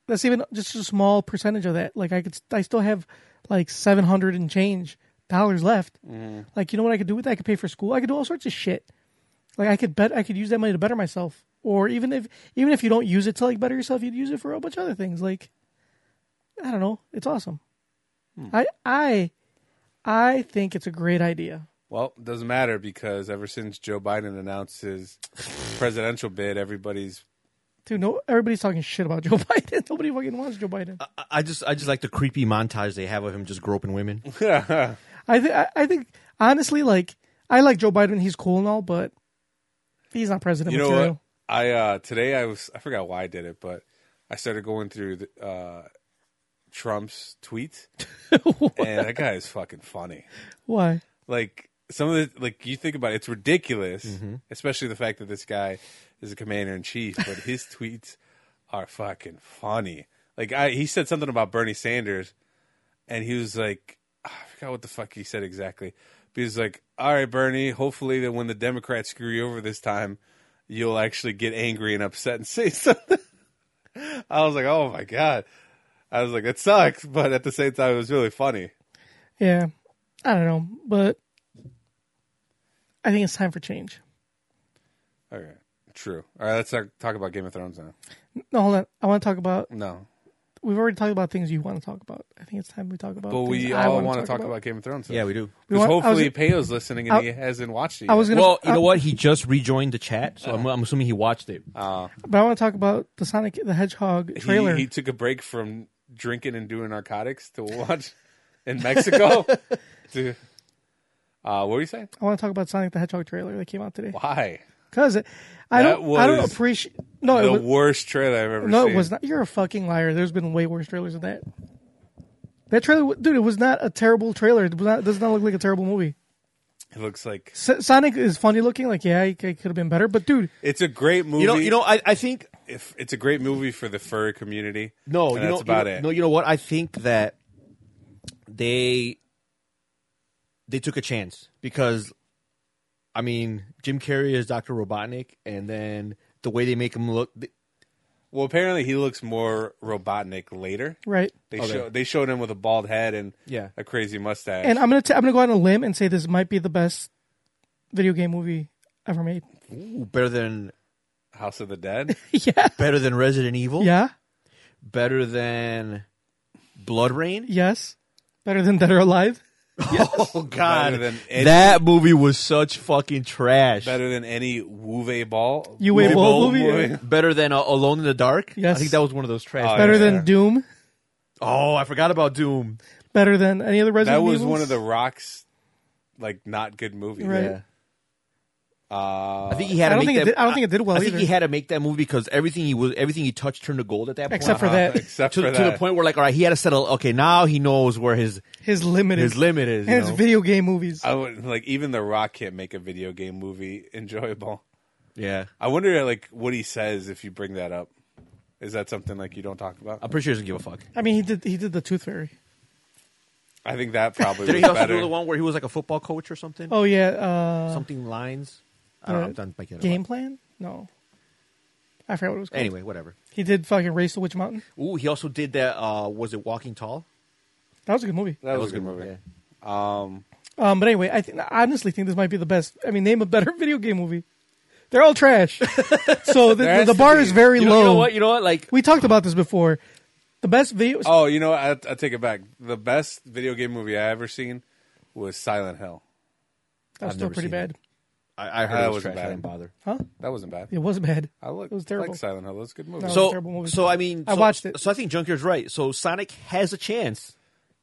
B: that's even just a small percentage of that. Like I could, I still have like seven hundred and change dollars left. Like you know what I could do with that? I could pay for school. I could do all sorts of shit. Like I could bet, I could use that money to better myself. Or even if even if you don't use it to like better yourself, you'd use it for a bunch of other things. Like I don't know, it's awesome. I I I think it's a great idea.
C: Well, it doesn't matter because ever since Joe Biden announced his presidential bid, everybody's
B: Dude, no, everybody's talking shit about Joe *laughs* Biden. Nobody fucking wants Joe Biden.
D: I, I just I just like the creepy montage they have of him just groping women.
B: I think I think honestly, like I like Joe Biden. He's cool and all, but he's not president
C: you know
B: material.
C: what i uh today i was i forgot why i did it but i started going through the, uh
B: *laughs*
C: trump's tweets and that guy is fucking funny
B: Why?
C: like some of the like you think about it, it's ridiculous, especially the fact that this guy is a commander in chief, but his tweets are fucking funny. Like I, he said something about Bernie Sanders, and he was like, ah, I forgot what the fuck he said exactly. But he was like, "All right, Bernie, hopefully that when the Democrats screw you over this time, you'll actually get angry and upset and *laughs* say something." I was like, "Oh my god." I was like, "That sucks," but at the same time, it was really funny.
B: Yeah, I don't know, but I think it's time for change.
C: All right. True. All right, let's talk, talk about Game of Thrones now.
B: No, hold on. I want to talk about.
C: No.
B: We've already talked about things you want to talk about. I think it's time we talk about.
C: But
B: things
C: we
B: I
C: all
B: wanna
C: want to talk about. Game of Thrones.
D: Yeah, we do.
B: We
C: Because
B: want- I was-
C: hopefully Peo's listening and
B: I-
C: he hasn't watched it yet.
B: I was gonna. uh,
D: Well, you
B: I-
D: know what? He just rejoined the chat, so I'm, I'm assuming he watched it.
B: But I want to talk about the Sonic the Hedgehog
C: He-
B: trailer.
C: He, took a break from drinking and doing narcotics to watch *laughs* in Mexico. Dude. Uh, what were you saying?
B: I want to talk about Sonic the Hedgehog trailer that came out today
C: Why?
B: because I
C: That
B: don't. I don't
C: was
B: appreciate. No,
C: the
B: it was,
C: worst trailer I've ever
B: no,
C: seen.
B: it was not. You're a fucking liar. There's been way worse trailers than that. That trailer, wa- dude, it was not a terrible trailer. It, was not, it does not look like a terrible movie.
C: It looks like
B: S- Sonic is funny looking. Like, yeah, it, could have been better. But dude,
C: it's a great movie.
D: You know, you know. I, I think
C: if it's a great movie for the furry community. and
D: no. You
C: that's
D: know, you
C: about
D: know-
C: it.
D: No, you know what? I think that they they took a chance because, I mean, Jim Carrey is Doctor Robotnik, and then the way they make him look, th-
C: well, apparently he looks more Robotnik later.
B: right?
C: They
D: Okay.
C: show they showed him with a bald head and
D: Yeah.
C: a crazy mustache.
B: And I'm gonna t- I'm gonna go out on a limb and say this might be the best video game movie ever made.
D: ooh, better than
C: House of the Dead.
B: yeah,
D: better than Resident
C: Oh.
D: Evil.
B: yeah,
D: Better than
C: *laughs*
D: Blood Rain.
B: yes. Better than Dead or Alive.
D: Oh God,
C: Better than any-
D: that movie was such fucking trash.
C: Better than any Wuve ball.
B: You wait,
D: Movie
B: what
D: Bowl
B: movie?
C: movie.
D: Better than uh, Alone in the Dark.
B: Yes.
D: I think that was one of those trash.
C: Oh,
B: Better
C: yeah.
B: than Doom.
D: Oh, I forgot about Doom.
B: Better than any other Resident
C: That was
B: Evils.
C: one of the Rock's like not good movies.
B: Right. Yeah.
C: Uh,
D: I think he
B: I
D: had to
B: don't
D: make
B: think it
D: that.
B: did- I don't think it did well
D: I think
B: either.
D: he had to make that movie because everything he was, everything he touched turned to gold at that point.
B: Except for that.
D: *laughs*
C: except
D: to,
C: for
D: to
C: that.
D: the point where, like, all right, he had to settle. Okay, now he knows where his
B: his limited
D: his limit is.
B: and
D: you
B: his
D: know?
B: video game movies.
C: I would like even The Rock can't make a video game movie enjoyable.
D: yeah,
C: I wonder like what he says if you bring that up. Is that something like you don't talk about?
D: I'm pretty sure he doesn't give a fuck.
B: I mean, he did he did the Tooth Fairy.
C: I think that probably
D: *laughs* Did
C: was
D: he also
C: better.
D: do the one where he was like a football coach or something?
B: Oh yeah, uh,
D: something lines. I don't know.
B: uh,
D: I'm done making it up.
B: game plan? No, I forgot what it was called.
D: Anyway, whatever.
B: he did fucking Race to Witch Mountain.
D: Ooh, he also did that. Uh, was it Walking Tall?
B: That was a good movie.
C: that was a good movie.
D: yeah.
B: Um, but anyway, I think I honestly think this might be the best. I mean, name a better *laughs* video game movie. They're all
D: *laughs*
B: trash. so the,
C: has
B: the
C: to
B: bar
C: be.
B: is very
D: You know,
B: low.
D: you know what? You know what? Like,
B: We talked about this before. The best video.
C: Oh, you know, what? I, I take it back. The best video game movie I ever seen was Silent Hill.
B: that was
D: I've
B: still
D: never
B: pretty
D: seen
B: bad.
D: it. I, I heard
C: That
D: it was
C: wasn't
D: trash. I
C: bad.
D: didn't bother.
B: Huh?
C: That wasn't bad.
B: It was bad.
C: I look,
B: It was terrible.
C: like Silent Hill. It was a good movie.
B: No.
D: So,
B: terrible movie.
D: so I mean,
B: I
D: so-
B: watched it.
D: So I think Junkyard's right. So Sonic has a chance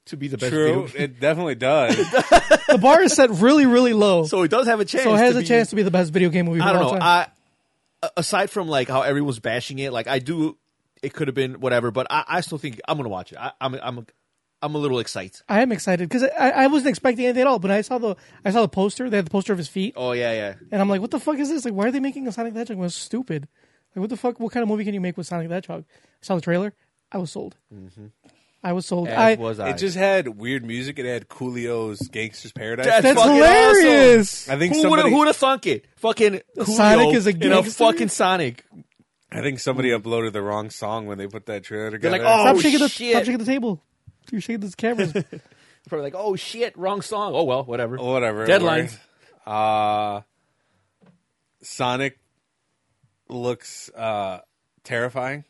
D: to be the best.
C: True,
D: video game.
C: it definitely does.
B: the bar is set really, really low. So,
D: *laughs* So it does have a chance.
B: it has
D: to
B: a
D: be-
B: chance to be the best video game movie.
D: I
B: of
D: don't
B: all
D: know.
B: time.
D: I a- aside from like how everyone's bashing it, like I do, it could have been whatever. But I, I still think I'm gonna watch it. I, I'm I'm I'm a little excited.
B: I am excited because I, I wasn't expecting anything at all. But I saw the I saw the poster. They had the poster of his feet,
D: Oh yeah, yeah.
B: and I'm like, "What the fuck is this? Like, why are they making a Sonic the Hedgehog? It was stupid. Like, what the fuck? What kind of movie can you make with Sonic the Hedgehog?" I saw the trailer. I was sold. I was sold.
D: Mm-hmm. As
B: I
D: was I.
C: It just had weird music. It had Coolio's "Gangster's Paradise."
D: That's
B: that's
D: fucking
B: hilarious.
C: I think
D: who
C: somebody.
D: would have thunk it? Fucking
B: Sonic
D: Coolio
B: is a
D: in a
B: gangster?
D: fucking Sonic.
C: I think somebody uploaded the wrong song when they put that trailer together.
D: like, oh,
B: Stop shaking the
D: shit.
B: stop shaking the table. You're shaking this
D: *laughs*
B: camera.
D: Probably like, oh shit, wrong song. Oh well, whatever.
C: whatever. it
D: Deadlines.
C: worked. Uh, Sonic looks uh, terrifying.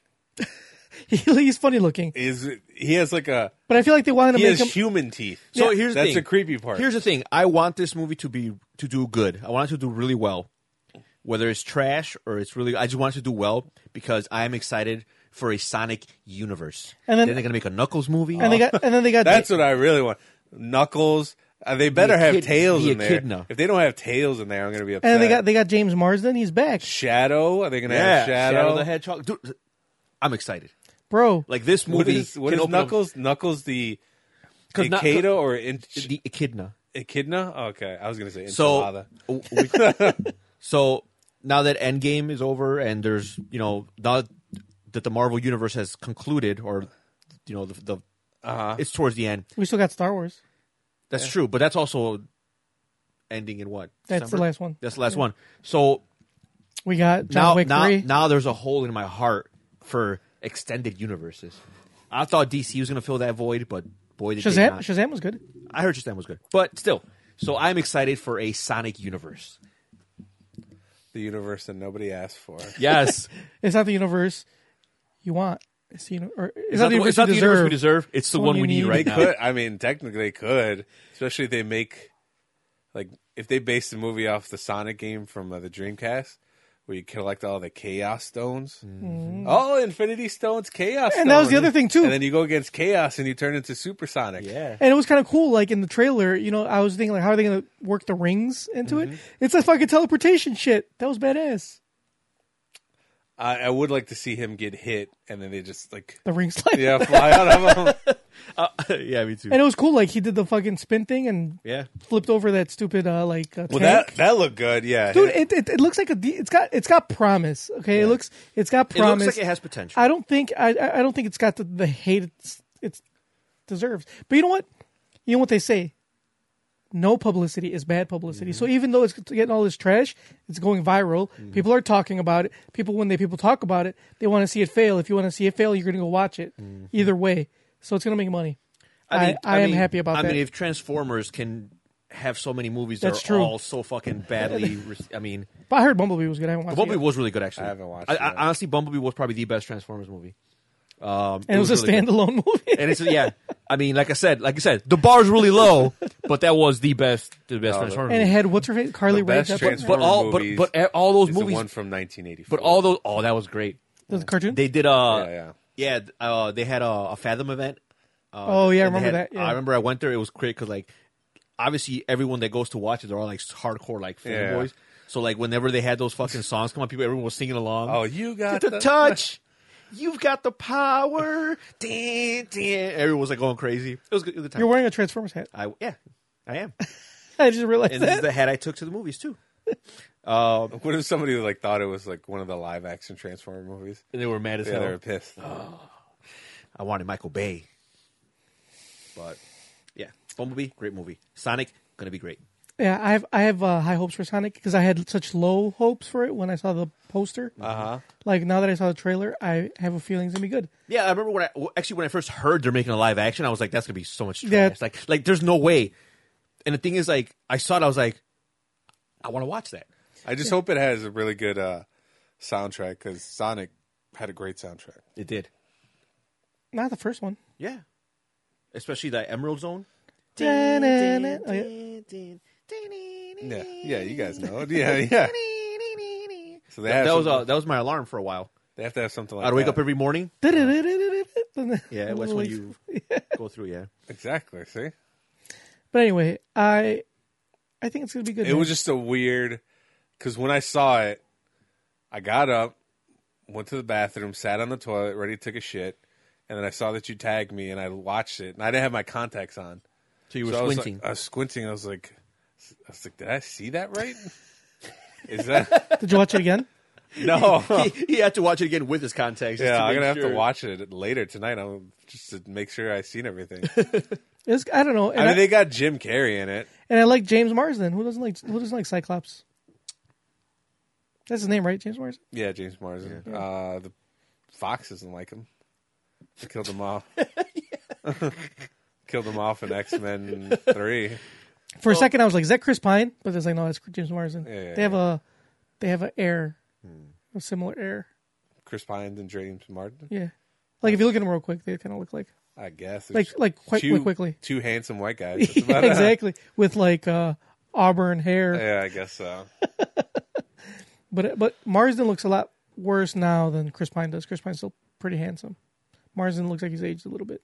B: He- he's funny looking,
C: Is he has like a
B: but I feel like they wanted to
C: he
B: make
C: has
B: him.
C: human teeth.
D: So here's the
C: that's
D: thing.
C: the creepy part.
D: Here's the thing. I want this movie to be to do good. I want it to do really well. Whether it's trash or it's really, I just want it to do well because I am excited for a Sonic universe.
B: And
D: And
B: then-
D: then, they're gonna make a Knuckles movie.
B: and they got and then
D: *laughs*
B: they got
C: That's what I really want. Knuckles. Uh, they better
D: a
C: have
D: kid-
C: tails
D: be a
C: in there.
D: kid now.
C: If they don't have tails in there, I'm gonna be upset.
B: and they got they got James Marsden. He's back,
C: Shadow. Are they gonna
D: yeah,
C: have Shadow?
D: the Hedgehog. Dude, I'm excited.
B: bro.
D: Like this
C: What
D: movie.
C: is what
D: can
C: is
D: open up-
C: Knuckles? Knuckles the
D: 'Cause not-
C: Ikeda or in,
D: The Echidna.
C: Echidna? Okay, I was gonna say
D: so
C: enchilada.
D: w- *laughs* we- so now that Endgame is over and there's you know now that the Marvel universe has concluded or you know the, the
C: Uh-huh.
D: it's towards the end.
B: We still got Star Wars.
D: That's true, but that's also ending in what?
B: That's the
D: December?
B: last one.
D: That's the last one. So
B: We got John
D: now,
B: Wick
D: now,
B: 3.
D: now there's a hole in my heart for extended universes. I thought DC was going to fill that void, but boy, did they
B: Shazam,
D: not.
B: Shazam was good.
D: I heard Shazam was good, but still. So I'm excited for a Sonic universe.
C: the universe that nobody asked for.
D: *laughs* Yes,
B: It's not the universe you want. It's, the uni- or, it's,
D: it's
B: not,
D: not, the,
B: universe
D: it's not
B: you
D: the universe we
B: deserve.
D: deserve. It's the
B: One
D: one,
B: you
D: we need,
B: need. *laughs*
D: right
C: They
D: now.
C: could. I mean, technically, they could, especially if they make like if they based the movie off the Sonic game from uh, the Dreamcast, where you collect all the Chaos Stones, all Infinity Stones, Chaos,
B: And that was the
C: Stone.
B: other thing, too.
C: And then you go against Chaos, and you turn into Super Sonic.
D: Yeah,
B: And it was kind of cool. Like in the trailer, you know, I was thinking, like, how are they going to work the rings into
D: Mm-hmm.
B: it? It's like fucking teleportation shit. That was badass.
C: I, I would like to see him get hit, and then they just like *laughs*
B: The *laughs* ring slide.
C: yeah fly out of him.
D: yeah, me too.
B: And it was cool. Like he did the fucking spin thing and
D: *laughs* Yeah,
B: flipped over that stupid uh, like uh,
C: Well,
B: tank.
C: that that looked good. Yeah,
B: Dude, it, it, it looks like a de- it's got it's got promise. Okay, it looks it's got
D: it looks
B: promise.
D: like it has potential.
B: I don't think I I I don't think it's got the, the hate it's, it's deserves. But you know what? You know what they say. No publicity is bad publicity.
D: Mm-hmm.
B: So even though it's getting all this trash, it's going viral. People are talking about it. People when they people talk about it, they want to see it fail. If you want to see it fail, you're going to go watch it. Either way, so it's going to make money. I, I, am
D: mean-
B: happy about
D: Mm-hmm. I
B: that.
D: mean, if Transformers can have so many movies
B: That's
D: that are
B: true.
D: all so fucking
B: *laughs*
D: badly, re- I mean,
B: but I heard Bumblebee was good. I haven't watched
D: Bumblebee
B: it. yet.
D: was really good actually.
C: I haven't watched
D: I,
C: it
D: I-
C: yet.
D: honestly, Bumblebee was probably the best Transformers movie. Um,
B: And it was, a
D: really good.
B: standalone *laughs* movie.
D: And it's yeah. I mean, like I said, like I said, the bar's really low, but that was the best, the best
C: No,
D: Transformers.
B: And it
D: movie.
B: had what's her face? Carly
C: the
B: Rae
C: best
B: Jepsen.
C: Transformer
D: But all- but-
C: movies
D: but a- all those
C: is
D: movies-
C: the one from 1984.
D: but all those, oh, that was great.
B: The cartoon.
D: They did uh
C: Yeah, yeah.
D: yeah, th- uh, they had a, a Fathom event. Uh,
B: Oh, yeah, I
D: and they
B: remember
D: had-
B: that, yeah.
D: I remember I went there. It was great because like obviously everyone that goes to watch it, they're all like s- hardcore like
C: Yeah.
D: fanboys. So like whenever they had those fucking songs come on, people everyone was singing along.
C: oh, you got
D: Get the touch. You've got the power. Dun, dun. Everyone was like going crazy. It was good, it was a good time.
B: You're wearing a Transformers hat. *laughs*
D: I, yeah, I am.
B: I just realized
D: And this is
B: that.
D: the hat I took to the movies too.
C: What if somebody like thought it was like one of the live action Transformer movies?
D: And they were mad as
C: Yeah,
D: hell.
C: they were pissed.
D: I wanted Michael Bay. But yeah, Bumblebee, great movie. Sonic, gonna be great.
B: Yeah, I have I have uh, high hopes for Sonic because I had such low hopes for it when I saw the poster.
C: Uh-huh.
B: Like now that I saw the trailer, I have a feeling it's gonna be good.
D: Yeah, I remember when I well, actually when I first heard they're making a live action, I was like, that's gonna be so much trash.
B: Yeah.
D: Like, like there's no way. And the thing is, like, I saw it, I was like, I want to watch that.
C: I just hope it has a really good uh, soundtrack because Sonic had a great soundtrack.
D: It did.
B: Not the first one. *laughs*
D: Yeah. Especially the Emerald Zone.
B: Da-na-na. Oh, yeah.
C: Yeah, yeah, you guys know. *laughs* it. Yeah, yeah. So they
D: That,
C: have
D: that was
C: something-
D: uh, that was my alarm for a while.
C: they have to have something like
D: I'd wake
C: that.
D: up every morning.
B: Da-da-da-da-da-da.
D: Yeah, that's when
B: *laughs*
D: you go through. Yeah,
C: exactly. See,
B: But anyway, I I think it's gonna be good.
C: it
B: man.
C: was just a weird because when I saw it, I got up, went to the bathroom, sat on the toilet, ready to take a shit, and then I saw that you tagged me, and I watched it, and I didn't have my contacts on.
D: so you were
C: So I was like-
D: squinting.
C: I was squinting. I was like, I was like, did I see that right? *laughs* Is that
B: Did you watch it again?
C: *laughs* no?
D: *laughs* he, he had to watch it again with his contacts. just
C: yeah,
D: to
C: I'm
D: make
C: gonna have
D: sure.
C: to watch it later tonight. I'm just to make sure I've seen everything.
B: It's, I don't know. And
C: I
B: I,
C: mean, they got Jim Carrey in it.
B: and I like James Marsden. Who doesn't like Who doesn't like Cyclops? That's his name, right? James Marsden.
C: Yeah, James Marsden. Uh, the Fox doesn't like him. They killed him off. *laughs* killed him off in X Men Three.
B: For a second, I was like, "Is that Chris Pine?" But it's like, no, that's James Marsden.
C: Yeah, Hmm. yeah,
B: they have a they have an air, a similar air.
C: Chris Pine and James Marsden.
B: Yeah, like if you look at them real quick, they kind of look
D: *laughs*
B: like
C: I guess
B: Like-
C: There's
B: like quick-
C: two,
B: quickly.
C: Two handsome white guys. That's about
B: *laughs*
C: it.
B: exactly with like uh, auburn hair.
C: Yeah, I guess so.
B: But but Marsden looks a lot worse now than Chris Pine does. Chris Pine's still pretty handsome. Marsden looks like he's aged a little bit.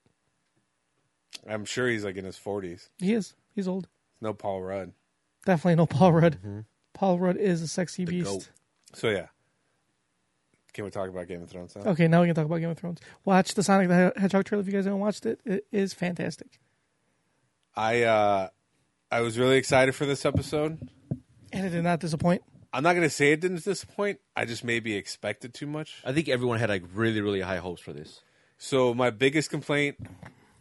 C: I'm sure he's like in his 40s.
B: He is. He's old.
C: No Paul Rudd.
B: Definitely no Paul Rudd.
D: Mm-hmm.
B: Paul Rudd is a sexy beast.
D: goat.
C: So yeah. Can we talk about Game of Thrones now?
B: Okay, now we can talk about Game of Thrones. Watch the Sonic the Hedgehog trailer if you guys haven't watched it. It is fantastic.
C: I uh I was really excited for this episode.
B: and it did not disappoint.
C: I'm not gonna say it didn't disappoint. I just maybe expected too much.
D: I think everyone had like really, really high hopes for this.
C: So my biggest complaint,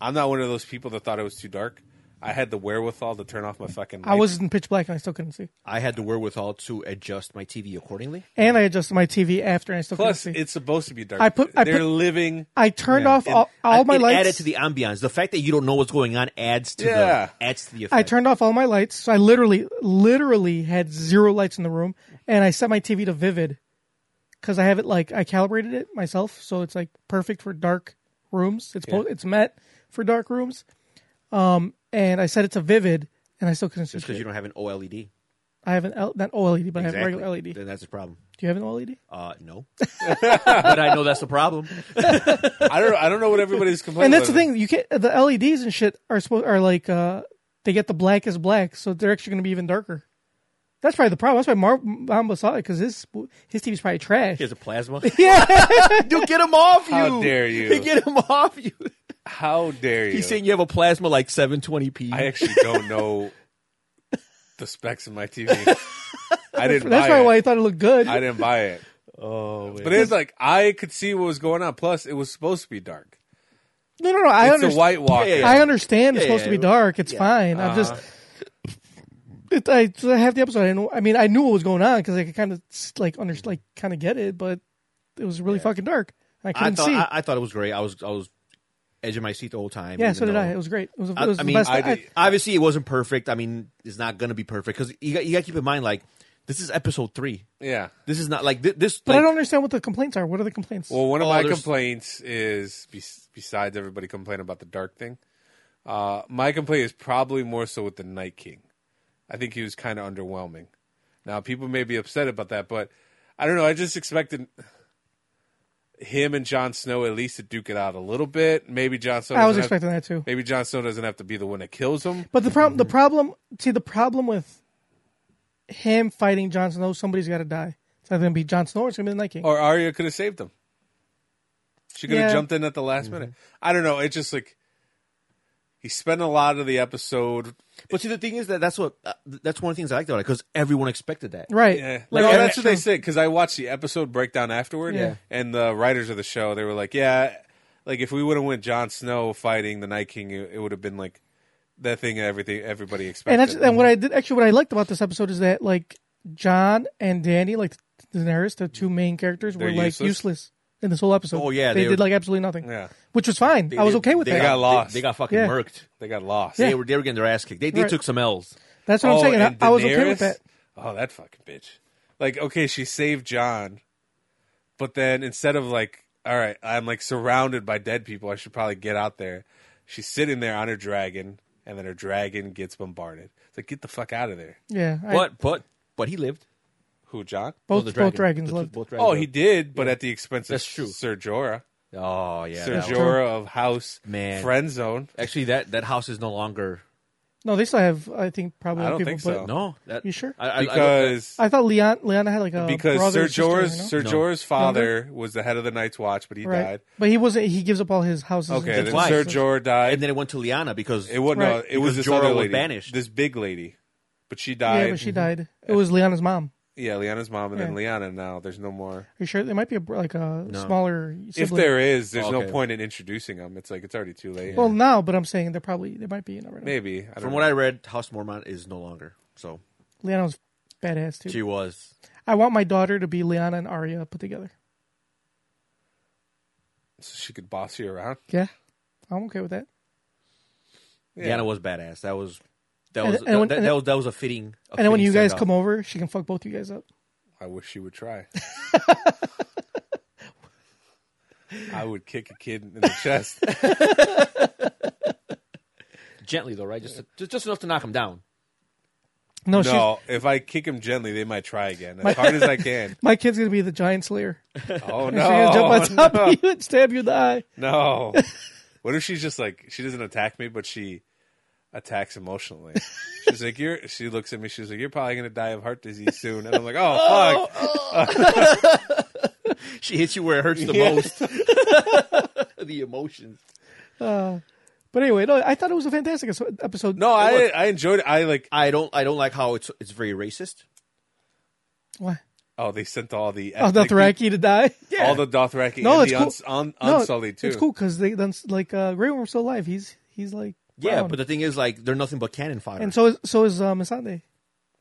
C: I'm not one of those people that thought it was too dark. I had the wherewithal to turn off my fucking.
B: I was in pitch black and I still couldn't see.
D: I had the wherewithal to adjust my TV accordingly.
B: And I adjusted my TV after and I still
C: Plus,
B: couldn't see.
C: it's supposed to be dark.
B: I put- I
C: They're
B: put-
C: living.
B: I turned off
D: And
B: all, all
D: I-
B: my
D: it
B: lights.
D: added to the ambiance. The fact that you don't know what's going on adds to
C: Yeah.
D: the adds to the effect.
B: I turned off all my lights. So I literally, literally had zero lights in the room, and I set my TV to vivid because I have it like I calibrated it myself, so it's like perfect for dark rooms. It's po- it's met for dark rooms, um, and I set it to vivid, and I still couldn't see.
D: because
B: shit.
D: you don't have an OLED.
B: I have an L- not OLED, but I have
D: Exactly.
B: regular E LED. Do
D: Then that's the problem.
B: you have an E OLED?
D: Uh,
B: *laughs*
D: no, but I know that's the problem.
C: I don't. I don't know what everybody's
B: *laughs*
C: complaining.
B: and that's the
C: about.
B: thing. You can the LEDs and shit are supposed are like uh, they get the blackest black, so they're actually going to be even darker. That's probably the problem. That's why Mar- Mamba saw it because his his TV's probably trash.
D: Here's
B: *laughs*
D: a plasma. Yeah, dude, get him off you!
C: How dare you.
D: Get him off you!
C: How dare you?
D: He's saying you have a plasma like 720p.
C: I actually don't know the specs of
B: *laughs*
C: my TV. I didn't.
B: That's
C: buy
B: probably
C: it.
B: why I thought it looked good.
C: I didn't buy it. Oh, but it's like I could see what was going on. Plus, it was supposed to be dark.
B: no, no, no. I
C: It's a
B: understand.
C: White Walker.
D: Yeah, yeah,
B: I understand. It's
D: Yeah,
B: supposed
D: yeah,
B: to be
D: it-
B: dark. It's fine. I'm
C: Uh-huh.
B: just. It, I, so I have the episode. I didn't. I mean, I knew what was going on because I could kind of like under like kind of get it, but it was really fucking dark. I
D: I
B: couldn't
D: thought
B: see.
D: I, I thought it was great. I was I was edging my seat the whole time.
B: yeah,
D: even
B: so did
D: though-
B: I. It was great. It was. It
D: I,
B: was
D: I
B: the
D: mean,
B: best.
C: I
B: I-
C: did-
D: obviously it wasn't perfect. I mean, it's not gonna be perfect because you got you got to keep in mind like this is episode three.
C: Yeah.
D: This is not like thi- this.
B: but I
D: like-
B: don't understand what the complaints are. What are the complaints?
C: Well, one of
D: Oh,
C: my
D: there's-
C: complaints is bes- besides everybody complaining about the dark thing, uh, my complaint is probably more so with the Night King. I think he was kind of underwhelming. Now, people may be upset about that, but I don't know. I just expected him and Jon Snow at least to duke it out a little bit. Maybe Jon Snow.
B: I was
C: doesn't have-
B: expecting that too.
C: Maybe Jon Snow doesn't have to be the one that kills him.
B: But the
C: mm-hmm.
B: problem, the problem, see, the problem with him fighting Jon Snow, somebody's got to die. It's either gonna be Jon Snow or it's gonna be the Night King.
C: Or Arya could have saved him. She could have
B: Yeah.
C: jumped in at the last minute. I don't know. It's just like he spent a lot of the episode.
D: But see, the thing is that that's what uh, th- that's one of the things I liked about it because everyone expected that.
B: right?
C: Yeah.
B: Like,
C: no,
B: I-
C: eh, oh, that's what they said because I watched the episode breakdown afterward,
B: Yeah.
C: and the writers of the show they were like, "Yeah, like if we would have went Jon Snow fighting the Night King, it, it would have been like that thing everything everybody expected."
B: And that's and what I did. Actually, what I liked about this episode is that like John and Danny, like Daenerys, the two main characters, were
C: They're
B: like
C: useless?
B: useless. in this whole episode.
D: Oh, yeah,
B: they,
D: they
B: did
D: were-
B: like absolutely nothing.
C: Yeah.
B: which was fine. I was
D: They-
B: okay with
D: they
B: that.
C: They got lost.
D: They, they got fucking
B: Yeah.
D: murked.
C: they got lost.
D: They were they were getting their ass kicked. They they
B: Right.
D: took some L's.
B: that's what I'm saying. I,
C: Oh, and
B: I was okay with
C: Daenerys?
B: that.
C: Oh, that fucking bitch. Like, okay, she saved John, but then instead of like, all right, I'm like surrounded by dead people. I should probably get out there. She's sitting there on her dragon, and then her dragon gets bombarded. It's like, get the fuck out of there.
B: Yeah, I-
D: But but but he lived.
C: Who, John?
B: both
D: The
B: both
D: dragon-
B: dragons
D: the two-
B: lived.
D: both dragons
C: Oh, he
D: lived.
C: did, but at the expense of
D: That's true.
C: Sir Jorah.
D: Oh yeah.
C: Sir
D: that was-
C: Jorah of House
D: Man.
C: Friend Zone.
D: Actually, that that house is no longer.
B: No, they still have. I think probably
C: I don't
B: people,
C: think
B: but
C: so.
D: No, that,
B: You sure?
D: I, I, I,
C: Because
B: I thought Leon Leon had like a
C: because
B: brother
C: Sir
B: or sister, you
C: Jorah's
B: know?
C: Sir
D: No.
C: Jorah's father was the head of the Night's Watch, but he
B: right.
C: died.
B: But he wasn't. He gives up all his houses. and
C: Okay,
B: shit.
C: then
D: Twice.
C: Sir Jorah died,
D: and then it went to Liana because
C: It wasn't.
B: Right.
C: uh, it was
D: Because
C: this
D: Jorah
C: other
D: was
C: lady,
D: banished.
C: this big lady, but she died. Mm-hmm.
B: yeah, but she died. It was Leanna's mom.
C: Yeah, Liana's mom, and then
B: Yeah.
C: Liana. Now there's no more.
B: Are you sure there might be a br- like a smaller sibling?
C: If there is, there's no
D: Okay.
C: point in introducing them. It's like it's already too late.
B: well, now, but I'm saying there probably there might be. You know, right
C: maybe. I don't
D: from
C: know.
D: what I read, House Mormont is no longer. So
B: now. Leanna was badass too.
D: she was.
B: I want my daughter to be Leanna and Arya put together.
C: so she could boss you around.
B: Yeah, I'm okay with that.
D: Liana was badass. That was that
B: And-
D: was
B: and when-
D: that,
B: and-
D: that was that was a fitting. A
B: And then when
D: fitting
B: you guys
D: send-off.
B: come over, she can fuck both you guys up.
C: I wish she
B: *laughs*
C: would try. I would kick a kid in the
B: *laughs*
C: chest.
D: gently though, right? Just to- just just enough to knock him down.
B: No, she's,
C: No, if I kick him gently, they might try again as
B: *laughs*
C: hard as I can.
B: my kid's gonna be the giant slayer.
C: Oh
B: She's gonna jump
C: *laughs*
B: on
C: no!
B: top of you and stab you in the eye.
C: No. What if she's just like she doesn't attack me, but she attacks emotionally? She's like, "You're." She looks at me. She's like, "You're probably gonna die of heart disease soon," and I'm like, "Oh fuck!"
D: *laughs* She hits you where it hurts the most. the emotions.
B: But anyway, no, I thought it was a fantastic es- episode.
C: No, I I enjoyed it. I like.
D: I don't. I don't like how it's it's very racist.
B: Why?
C: Oh, they sent all the
B: Oh,
C: ethnic
B: Dothraki to die?
C: peop- all the Dothraki.
B: No,
C: and
B: it's
C: the
B: cool.
C: uns- un-
B: No,
C: Unsullied too.
B: It's cool because they then like uh, Grey Worm's still alive. He's he's like
D: Yeah,
B: brown.
D: but the thing is, like, they're nothing but cannon fire.
B: and so is, so is uh, Masande.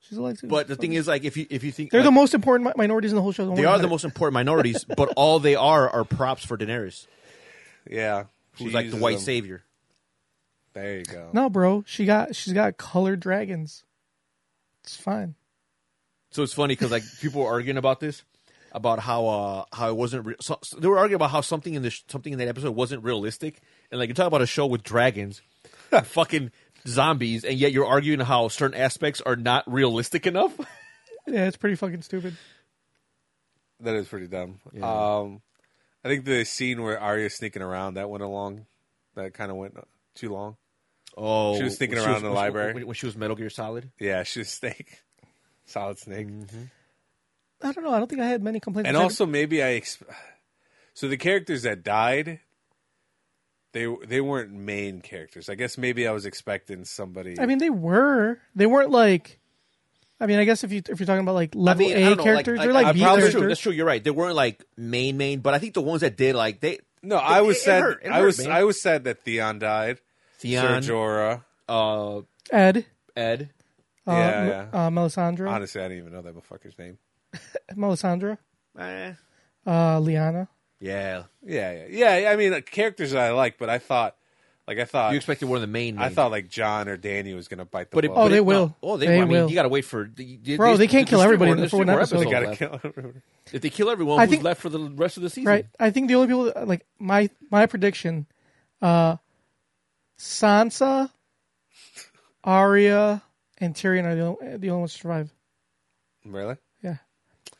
B: She's alive too.
D: but the thing is, like, if you if you think
B: they're
D: like,
B: the most important mi- minorities in the whole show. Don't
D: they
B: worry
D: are
B: about
D: the
B: it.
D: most important minorities, but all they are are props for Daenerys,
C: Yeah, She
D: who's like the
C: uses
D: white
C: them.
D: savior.
C: There you go.
B: No, bro, she got she's got colored dragons. It's fine.
D: So it's funny because like people were arguing about this, about how uh how it wasn't. Re- so, so they were arguing about how something in this something in that episode wasn't realistic, and like you talk about a show with *laughs* dragons, and fucking zombies, and yet you're arguing how certain aspects are not realistic enough.
B: Yeah, it's pretty fucking stupid.
C: That is pretty dumb. Um, I think the scene where Arya's sneaking around that went along, that kind of went too long.
D: *laughs* Oh,
C: She was sneaking
D: when
C: around in the
D: when
C: library.
D: when, when she was Metal Gear Solid.
C: Yeah, she was snake, *laughs* solid snake,
D: Mm-hmm.
B: I don't know. I don't think I had many complaints.
C: and
B: I-
C: also maybe I. Exp- so the characters that died, they they weren't main characters. I guess maybe I was expecting somebody.
B: I mean, they were. They weren't like. I mean, I guess if you if you're talking about like level
D: I
B: A
D: don't know,
B: characters, they're
D: I
B: like B
D: probably- that's true.
B: characters.
D: That's true. You're right. They weren't like main main, but I think the ones that did like they
C: no, I was
D: it
C: sad.
D: hurt. It
C: I
D: hurt,
C: was
D: man.
C: I was sad that Theon died.
D: Theon,
C: Ser Jorah.
D: uh,
B: Ed, uh,
D: Ed. Um,
C: yeah,
B: M-
C: yeah.
B: uh, Melisandre,
C: Honestly, I didn't even know that motherfucker's name.
B: Melisandre,
D: Eh.
B: uh, Liana.
D: Yeah,
C: Yeah, yeah, yeah. I mean, uh, characters that I like, but I thought, like, I thought
D: you expected one of the main.
C: I
D: main.
C: thought like John or Danny was gonna bite the
D: But it,
C: bullet.
D: but
B: they
D: it-
B: will.
D: no. Oh, they,
B: They
D: will. I mean,
B: will.
D: you got to wait for. the- the-
B: Bro, they can't
D: there's
B: kill
D: three
B: everybody
D: more-
B: for
D: there's
B: one
D: three more
B: episode.
C: they
D: episodes
C: gotta
D: left.
C: kill *laughs* everyone.
D: If they kill everyone,
B: I
D: who's
B: think-
D: left for the rest of the season?
B: Right. I think the only people that- like my my prediction, uh, Sansa, Arya, and Tyrion are the only, the only ones to survive.
C: Really?
B: Yeah.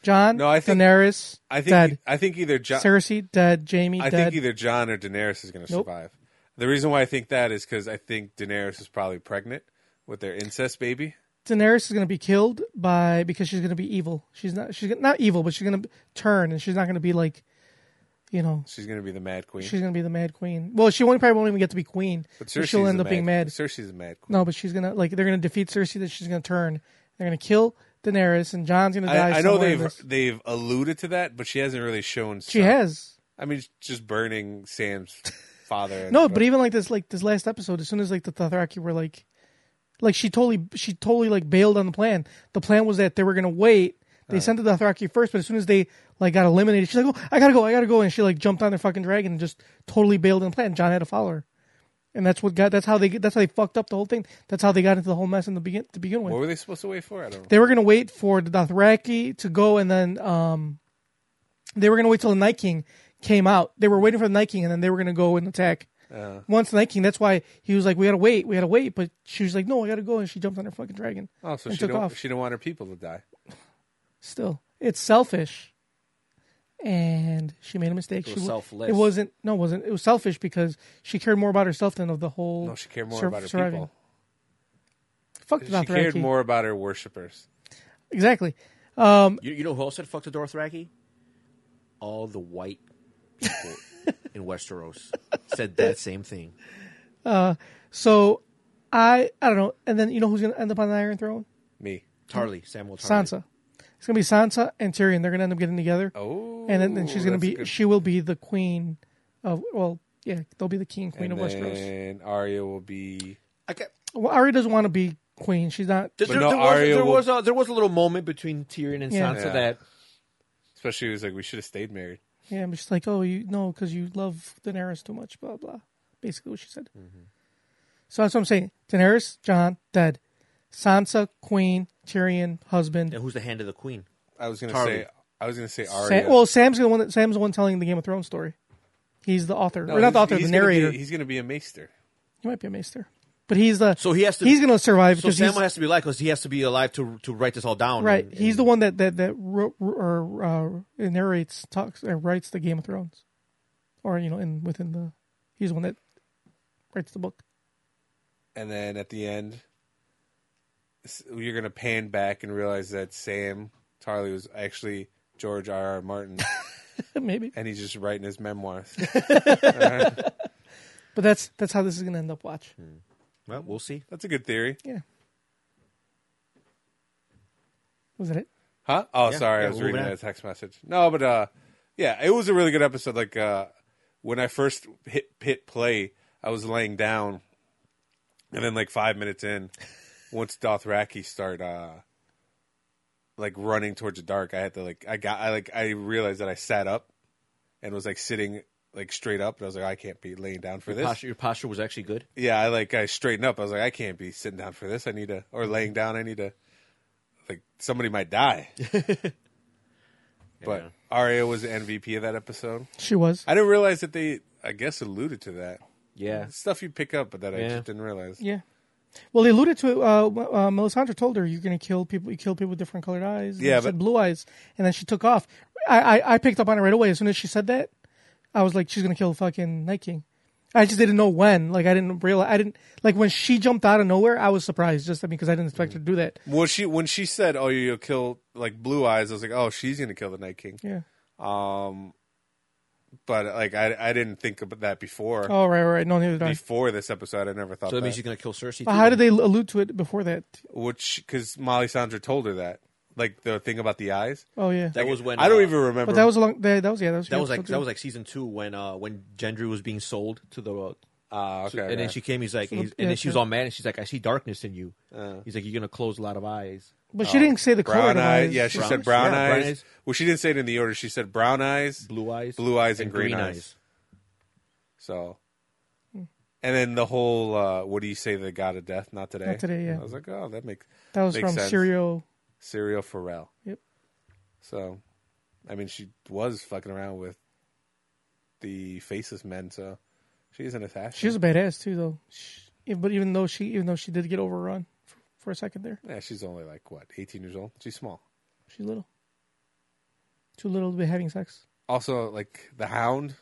B: John,
C: No, I think-
B: Daenerys,
C: I think e,
B: dead.
C: I think either John.
B: Cersei, dead. Jamie,
C: I
B: dead.
C: think either John or Daenerys is gonna
B: Nope.
C: survive. The reason why I think that is because I think Daenerys is probably pregnant with their incest baby.
B: Daenerys is going to be killed by because she's going to be evil. She's not she's not evil, but she's going to turn and she's not going to be like, you know,
C: She's gonna be the Mad Queen.
B: she's going to be the Mad Queen. Well, she won't probably won't even get to be queen.
C: but
B: but
C: Cersei's
B: she'll end
C: the
B: up being
C: mad.
B: mad.
C: Cersei's the Mad Queen.
B: No, but she's going to like they're going to defeat Cersei. That she's going to turn. They're going to kill Daenerys, and John's going to die.
C: I, I know
B: somewhere in
C: they've
B: this.
C: they've alluded to that, but she hasn't really shown.
B: She has
C: I mean, just
B: *laughs*
C: burning Sam's father. and-
B: no, but even like this, like this last episode, as soon as like the Dothraki were like, like she totally, she totally like bailed on the plan. The plan was that they were gonna wait. They sent the Dothraki first, but as soon as they like got eliminated, she's like, "Oh, I gotta go, I gotta go," and she like jumped on their fucking dragon and just totally bailed on the plan. John had to follow her, and that's what got. That's how they. That's how they fucked up the whole thing. That's how they got into the whole mess in the begin to begin with
C: what were they supposed to wait for? I don't know.
B: they were going to wait for the Dothraki to go, and then um, they were going to wait till the Night King came out. They were waiting for the Night King, and then they were going to go and attack.
C: Uh.
B: Once the Night King, that's why he was like, "We got to wait, we got to wait," but she was like, "No, I got to go," and she jumped on her fucking dragon
C: Oh, so
B: and
C: she
B: took
C: don't,
B: off.
C: she didn't want her people to die.
B: Still, it's selfish, and she made a mistake.
D: was
B: she wa-
D: selfless.
B: It wasn't. No, it wasn't. It was selfish because she cared more about herself than of the whole.
C: No, Oh, she cared more
B: sur-
C: about her
B: surviving.
C: people.
B: Fuck the
C: She cared
B: Dothraki.
C: more about her worshippers.
B: Exactly.
D: You, you know who else said fuck the Dothraki? All the white
B: *laughs*
D: people in Westeros said that same thing.
B: So I I don't know. And then you know who's gonna end up on the Iron Throne?
C: Me.
D: Tarly, Samuel Tarly.
B: Sansa. It's gonna be Sansa and Tyrion. They're gonna end up getting together.
C: Oh,
B: and then, then she's gonna
C: that's
B: be
C: good.
B: she will be the queen of well yeah they'll be the king queen
C: and
B: of Westeros.
C: then Arya will be.
D: Okay.
B: Well, Arya doesn't want to be queen. She's not.
D: There, there,
C: no,
D: there was,
C: Arya
D: there,
C: will-
D: was a, there was a little moment between Tyrion and
B: Yeah.
D: Sansa
C: Yeah.
D: that
C: Especially, it was like we should have stayed married.
B: Yeah, I'm just like oh you no because you love Daenerys too much. Blah blah. Basically what she said.
C: Mm-hmm.
B: So that's what I'm saying. Daenerys, John, dead. Sansa, queen, Tyrion, husband.
D: and who's the hand of the queen?
C: I was gonna
D: Tarly.
C: say. I was gonna say Arya.
B: Sam, well, Sam's the one. That, Sam's the one telling the Game of Thrones story. He's the author,
C: No,
B: or not the
C: he's-
B: author, the
C: he's gonna be-
B: narrator.
C: he's gonna be a maester.
B: He might be a maester, but he's the.
D: So he has to-
B: He's going to survive
D: So
B: because
D: Samuel
B: he's
D: has to be alive because he has to be alive to to write this all down.
B: right.
D: and-
B: He's the one that that that wrote, or uh, narrates, talks, uh, writes the Game of Thrones, or you know, in within the. He's the one that writes the book. *laughs*
C: And then at the end, s- you're gonna pan back and realize that Sam Tarly was actually George R.
B: *laughs*
C: R. Martin,
B: Maybe *laughs*
C: and he's just writing his memoirs.
B: But that's that's how this is gonna end up. Watch.
D: Hmm. Well, we'll see.
C: That's a good theory.
B: Yeah. Was that it?
C: Huh? Oh,
D: Yeah,
C: sorry,
D: yeah,
C: I was
D: we'll
C: reading
D: move
C: a text message. No, but uh, yeah, it was a really good episode. Like uh, when I first hit pit play, I was laying down, and then like five minutes in, once Dothraki start uh, like running towards the dark, I had to like I got I like I realized that I sat up and was like sitting like straight up, and I was like I can't be laying down for this.
D: Posture, your posture was actually good.
C: yeah, I like I straightened up. I was like, I can't be sitting down for this. I need to or
D: Mm-hmm.
C: laying down. I need to like somebody might
D: *laughs*
C: die. but Arya was the MVP of that episode.
B: She was.
C: I didn't realize that they, I guess, alluded to that
D: Yeah.
C: stuff you pick up, but that I
D: Yeah.
C: just didn't realize.
B: yeah. Well, they alluded to it. Uh, uh, Melisandre told her, "You're gonna kill people. You kill people with different colored eyes." And
C: Yeah,
B: she said
C: but-
B: blue eyes, and then she took off. I, I I picked up on it right away. As soon as she said that, I was like, "She's gonna kill fucking Night King." I just didn't know when. Like I didn't realize. I didn't like when she jumped out of nowhere. I was surprised just because I didn't expect her to do that.
C: Well, she when she said, "Oh, you'll kill like Blue Eyes," I was like, "Oh, she's gonna kill the Night King."
B: Yeah.
C: But like, I I didn't think about that before.
B: Oh right, right. right. No, neither did I.
C: Before this episode, I never thought
D: So that means
C: that.
D: she's gonna kill Cersei.
B: But
D: too,
B: how did
D: then.
B: they allude to it before that?
C: Which because Molly Sandra told her that, like the thing about the eyes.
B: Oh yeah.
D: That was when
C: I don't
D: uh,
C: even remember.
B: but that was a long. That, that was yeah. That was
D: That was like
B: episode
D: that
B: two.
D: was like season two when uh when Gendry was being sold to the. Uh,
C: Ah, okay.
D: so- and then
C: okay.
D: she came. He's like,
B: the-
D: he's,
B: yeah,
D: and then she was
B: sure.
D: all mad, and she's like, "I see darkness in you." he's like, "You're gonna close a lot of eyes."
B: But she didn't say the color.
C: brown
B: of
C: eyes.
B: eyes.
C: Yeah, she
D: Brown
C: said
D: eyes.
C: brown
D: Yeah,
C: eyes.
D: brown eyes.
C: Well, she didn't say it in the order. She said brown eyes,
D: Blue eyes,
C: blue eyes, and, green, eyes. So, and then the whole uh, what do you say? The god of death, not today.
B: Not today, yeah.
C: I was like, oh, that makes
B: That was
C: makes
B: from
C: sense.
B: Serial.
C: Serial Pharrell.
B: Yep.
C: So, I mean, she was fucking around with the faceless men. So, she's an assassin.
B: She was a badass too, though. She, yeah, but even though she, even though she did get overrun for, for a second there,
C: yeah, she's only like what, eighteen years old. She's small.
B: she's little, too little to be having
C: *laughs*
B: sex.
C: Also, like the Hound,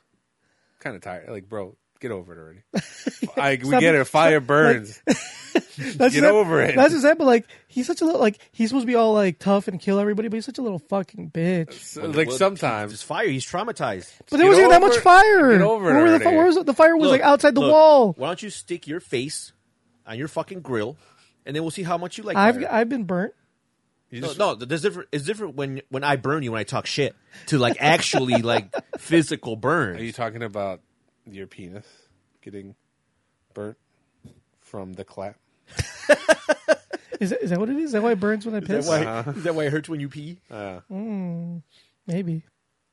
C: kind of tired. Like, bro, get over it already. I, we
B: Stop-
C: get it. Fire burns.
B: That's
C: Get
B: just that-
C: over it.
B: That's just that. But like, he's such a little like he's supposed to be all like tough and kill everybody, but he's such a little fucking bitch.
C: So, like
D: It's
C: sometimes.
D: fire. He's traumatized.
B: But there
C: get
B: wasn't even that
C: over
B: much
C: it.
B: fire.
C: Get over it
B: where, were the, fi-
C: already.
B: where was it? the fire was like
D: Look,
B: outside the
D: look,
B: wall.
D: Why don't you stick your face on your fucking grill, and then we'll see how much you like.
B: I've
D: fire.
B: I've been burnt.
C: You
D: no,
C: just-
D: no, there's different. It's different when when I burn you when I talk shit to like actually like *laughs* physical burn.
C: Are you talking about your penis getting burnt from the clap?
B: Is that, is that what it is? Is that why it burns when I
D: Is
B: piss?
D: that, why, is that why it hurts when you pee?
B: Maybe.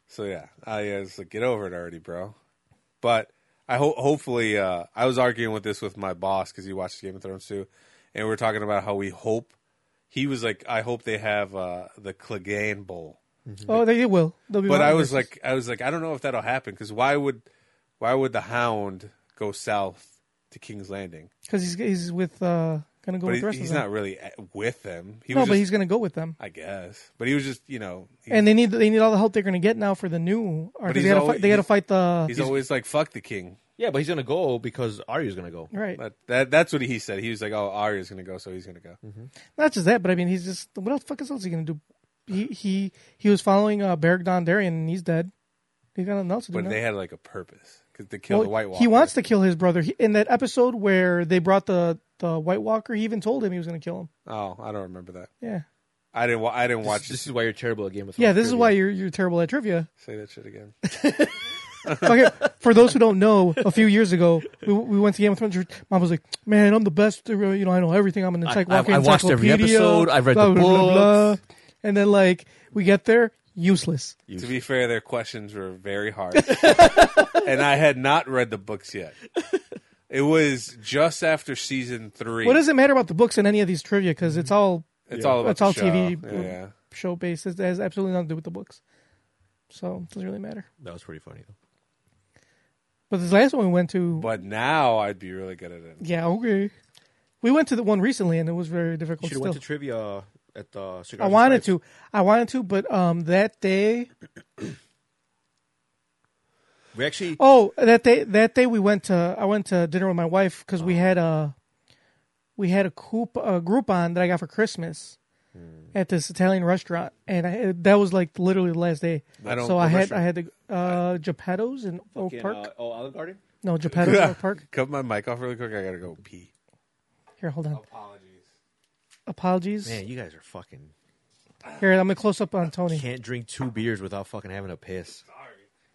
C: So yeah, I uh, was like, get over it already, bro. But I hope, hopefully, uh, I was arguing with this with my boss because he watches Game of Thrones too, and we were talking about how we hope. He was like, I hope they have uh, the Clegane Bowl.
B: Oh, they it will. They'll be
C: But
B: rotten
C: I was
B: versus-
C: like, I was like, I don't know if that'll happen because why would, why would the Hound go south to King's Landing?
B: Because he's he's with uh gonna go
C: But
B: with the
C: he,
B: rest
C: he's
B: of them.
C: not really at- with them. He
B: no,
C: was
B: but
C: just-
B: he's gonna go with them.
C: I guess, but he was just you know, he-
B: And they need they need all the help they're gonna get now for the new. Or 'cause
C: he's
B: they gotta
C: alwa-
B: fight, they gotta
C: he's-
B: fight the
C: he's, always like fuck the king.
D: Yeah, but he's gonna go because Arya's gonna go.
B: right.
C: But that that's what he said. He was like, oh, Arya's gonna go, so he's gonna go.
B: Not just that, but I mean, he's just what else? Fuck else is he gonna do? He he he was following uh, Beric Dondarrion, and he's dead. He's got nothing else to do.
C: But
B: now.
C: they had like a purpose because to kill
B: Well,
C: the White Walker.
B: He wants to kill his brother. He, in that episode where they brought the the White Walker, he even told him he was gonna kill him.
C: Oh, I don't remember that.
B: Yeah,
C: I didn't. Wa- I didn't watch.
D: This, this is why you're terrible at Game of Thrones.
B: yeah. This is
D: trivia.
B: why you're you're terrible at trivia.
C: Say that shit again.
B: okay, for those who don't know, a few years ago, we, we went to Game of Thrones. Mom was like, "Man, I'm the best. You know, I know everything. I'm an
D: I-
B: encycl-
D: I-
B: walking
D: I watched every
B: encyclopedia,
D: episode. I've read
B: blah,
D: the
B: blah, blah, blah."
D: books.
B: And then, like, we get there, useless.
C: to
D: *laughs*
C: be fair, their questions were very hard, and I had not read the books yet. It was just after season three.
B: What does it matter about the books in any of these trivia? Because it's all
C: It's all about
B: it's all
C: the show.
B: TV
C: Yeah.
B: show based. It has absolutely nothing to do with the books, so it doesn't really matter.
D: That was pretty funny though.
B: But this last one we went to,
C: But now I'd be really good at it.
B: yeah, okay. We went to the one recently, and it was very difficult.
D: Should have
B: Still,
D: went to trivia uh, at the.
B: I wanted to, I wanted to, but um, that day
D: We actually.
B: Oh, that day that day we went to I went to dinner with my wife because we had a we had a coupe a Groupon that I got for Christmas at this Italian restaurant, and I, that was like literally the last day.
C: I don't-
B: so
C: what
B: I had
C: restaurant?
B: I had to uh, Geppetto's in Oak Park.
D: oh, Olive Garden.
B: no, Geppetto's in Oak Park.
C: Cut my mic off really quick. I gotta go pee.
B: Here, hold
C: Oh.
B: on.
C: Apologies.
B: Apologies.
D: Man, you guys are fucking
B: Here, I'm gonna close up on Tony.
D: can't drink two beers without fucking having a piss.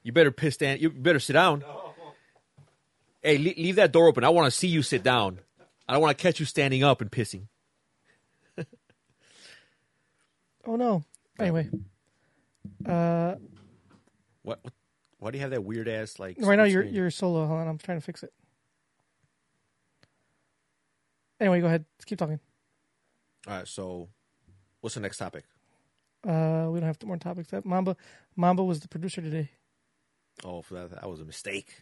D: You better piss down. You better sit down. Hey, le- leave that door open. I want to see you sit down. I don't want to catch you standing up and pissing.
B: Oh no. Anyway,
D: What? what why do you have that weird ass like?
B: right now
D: split
B: you're
D: screen?
B: you're solo. Hold on, I'm trying to fix it. Anyway, go ahead. Keep talking.
D: All right. So, what's the next topic?
B: Uh, we don't have more topics. That Mamba, Mamba was the producer today.
D: Oh, for that, that was a mistake.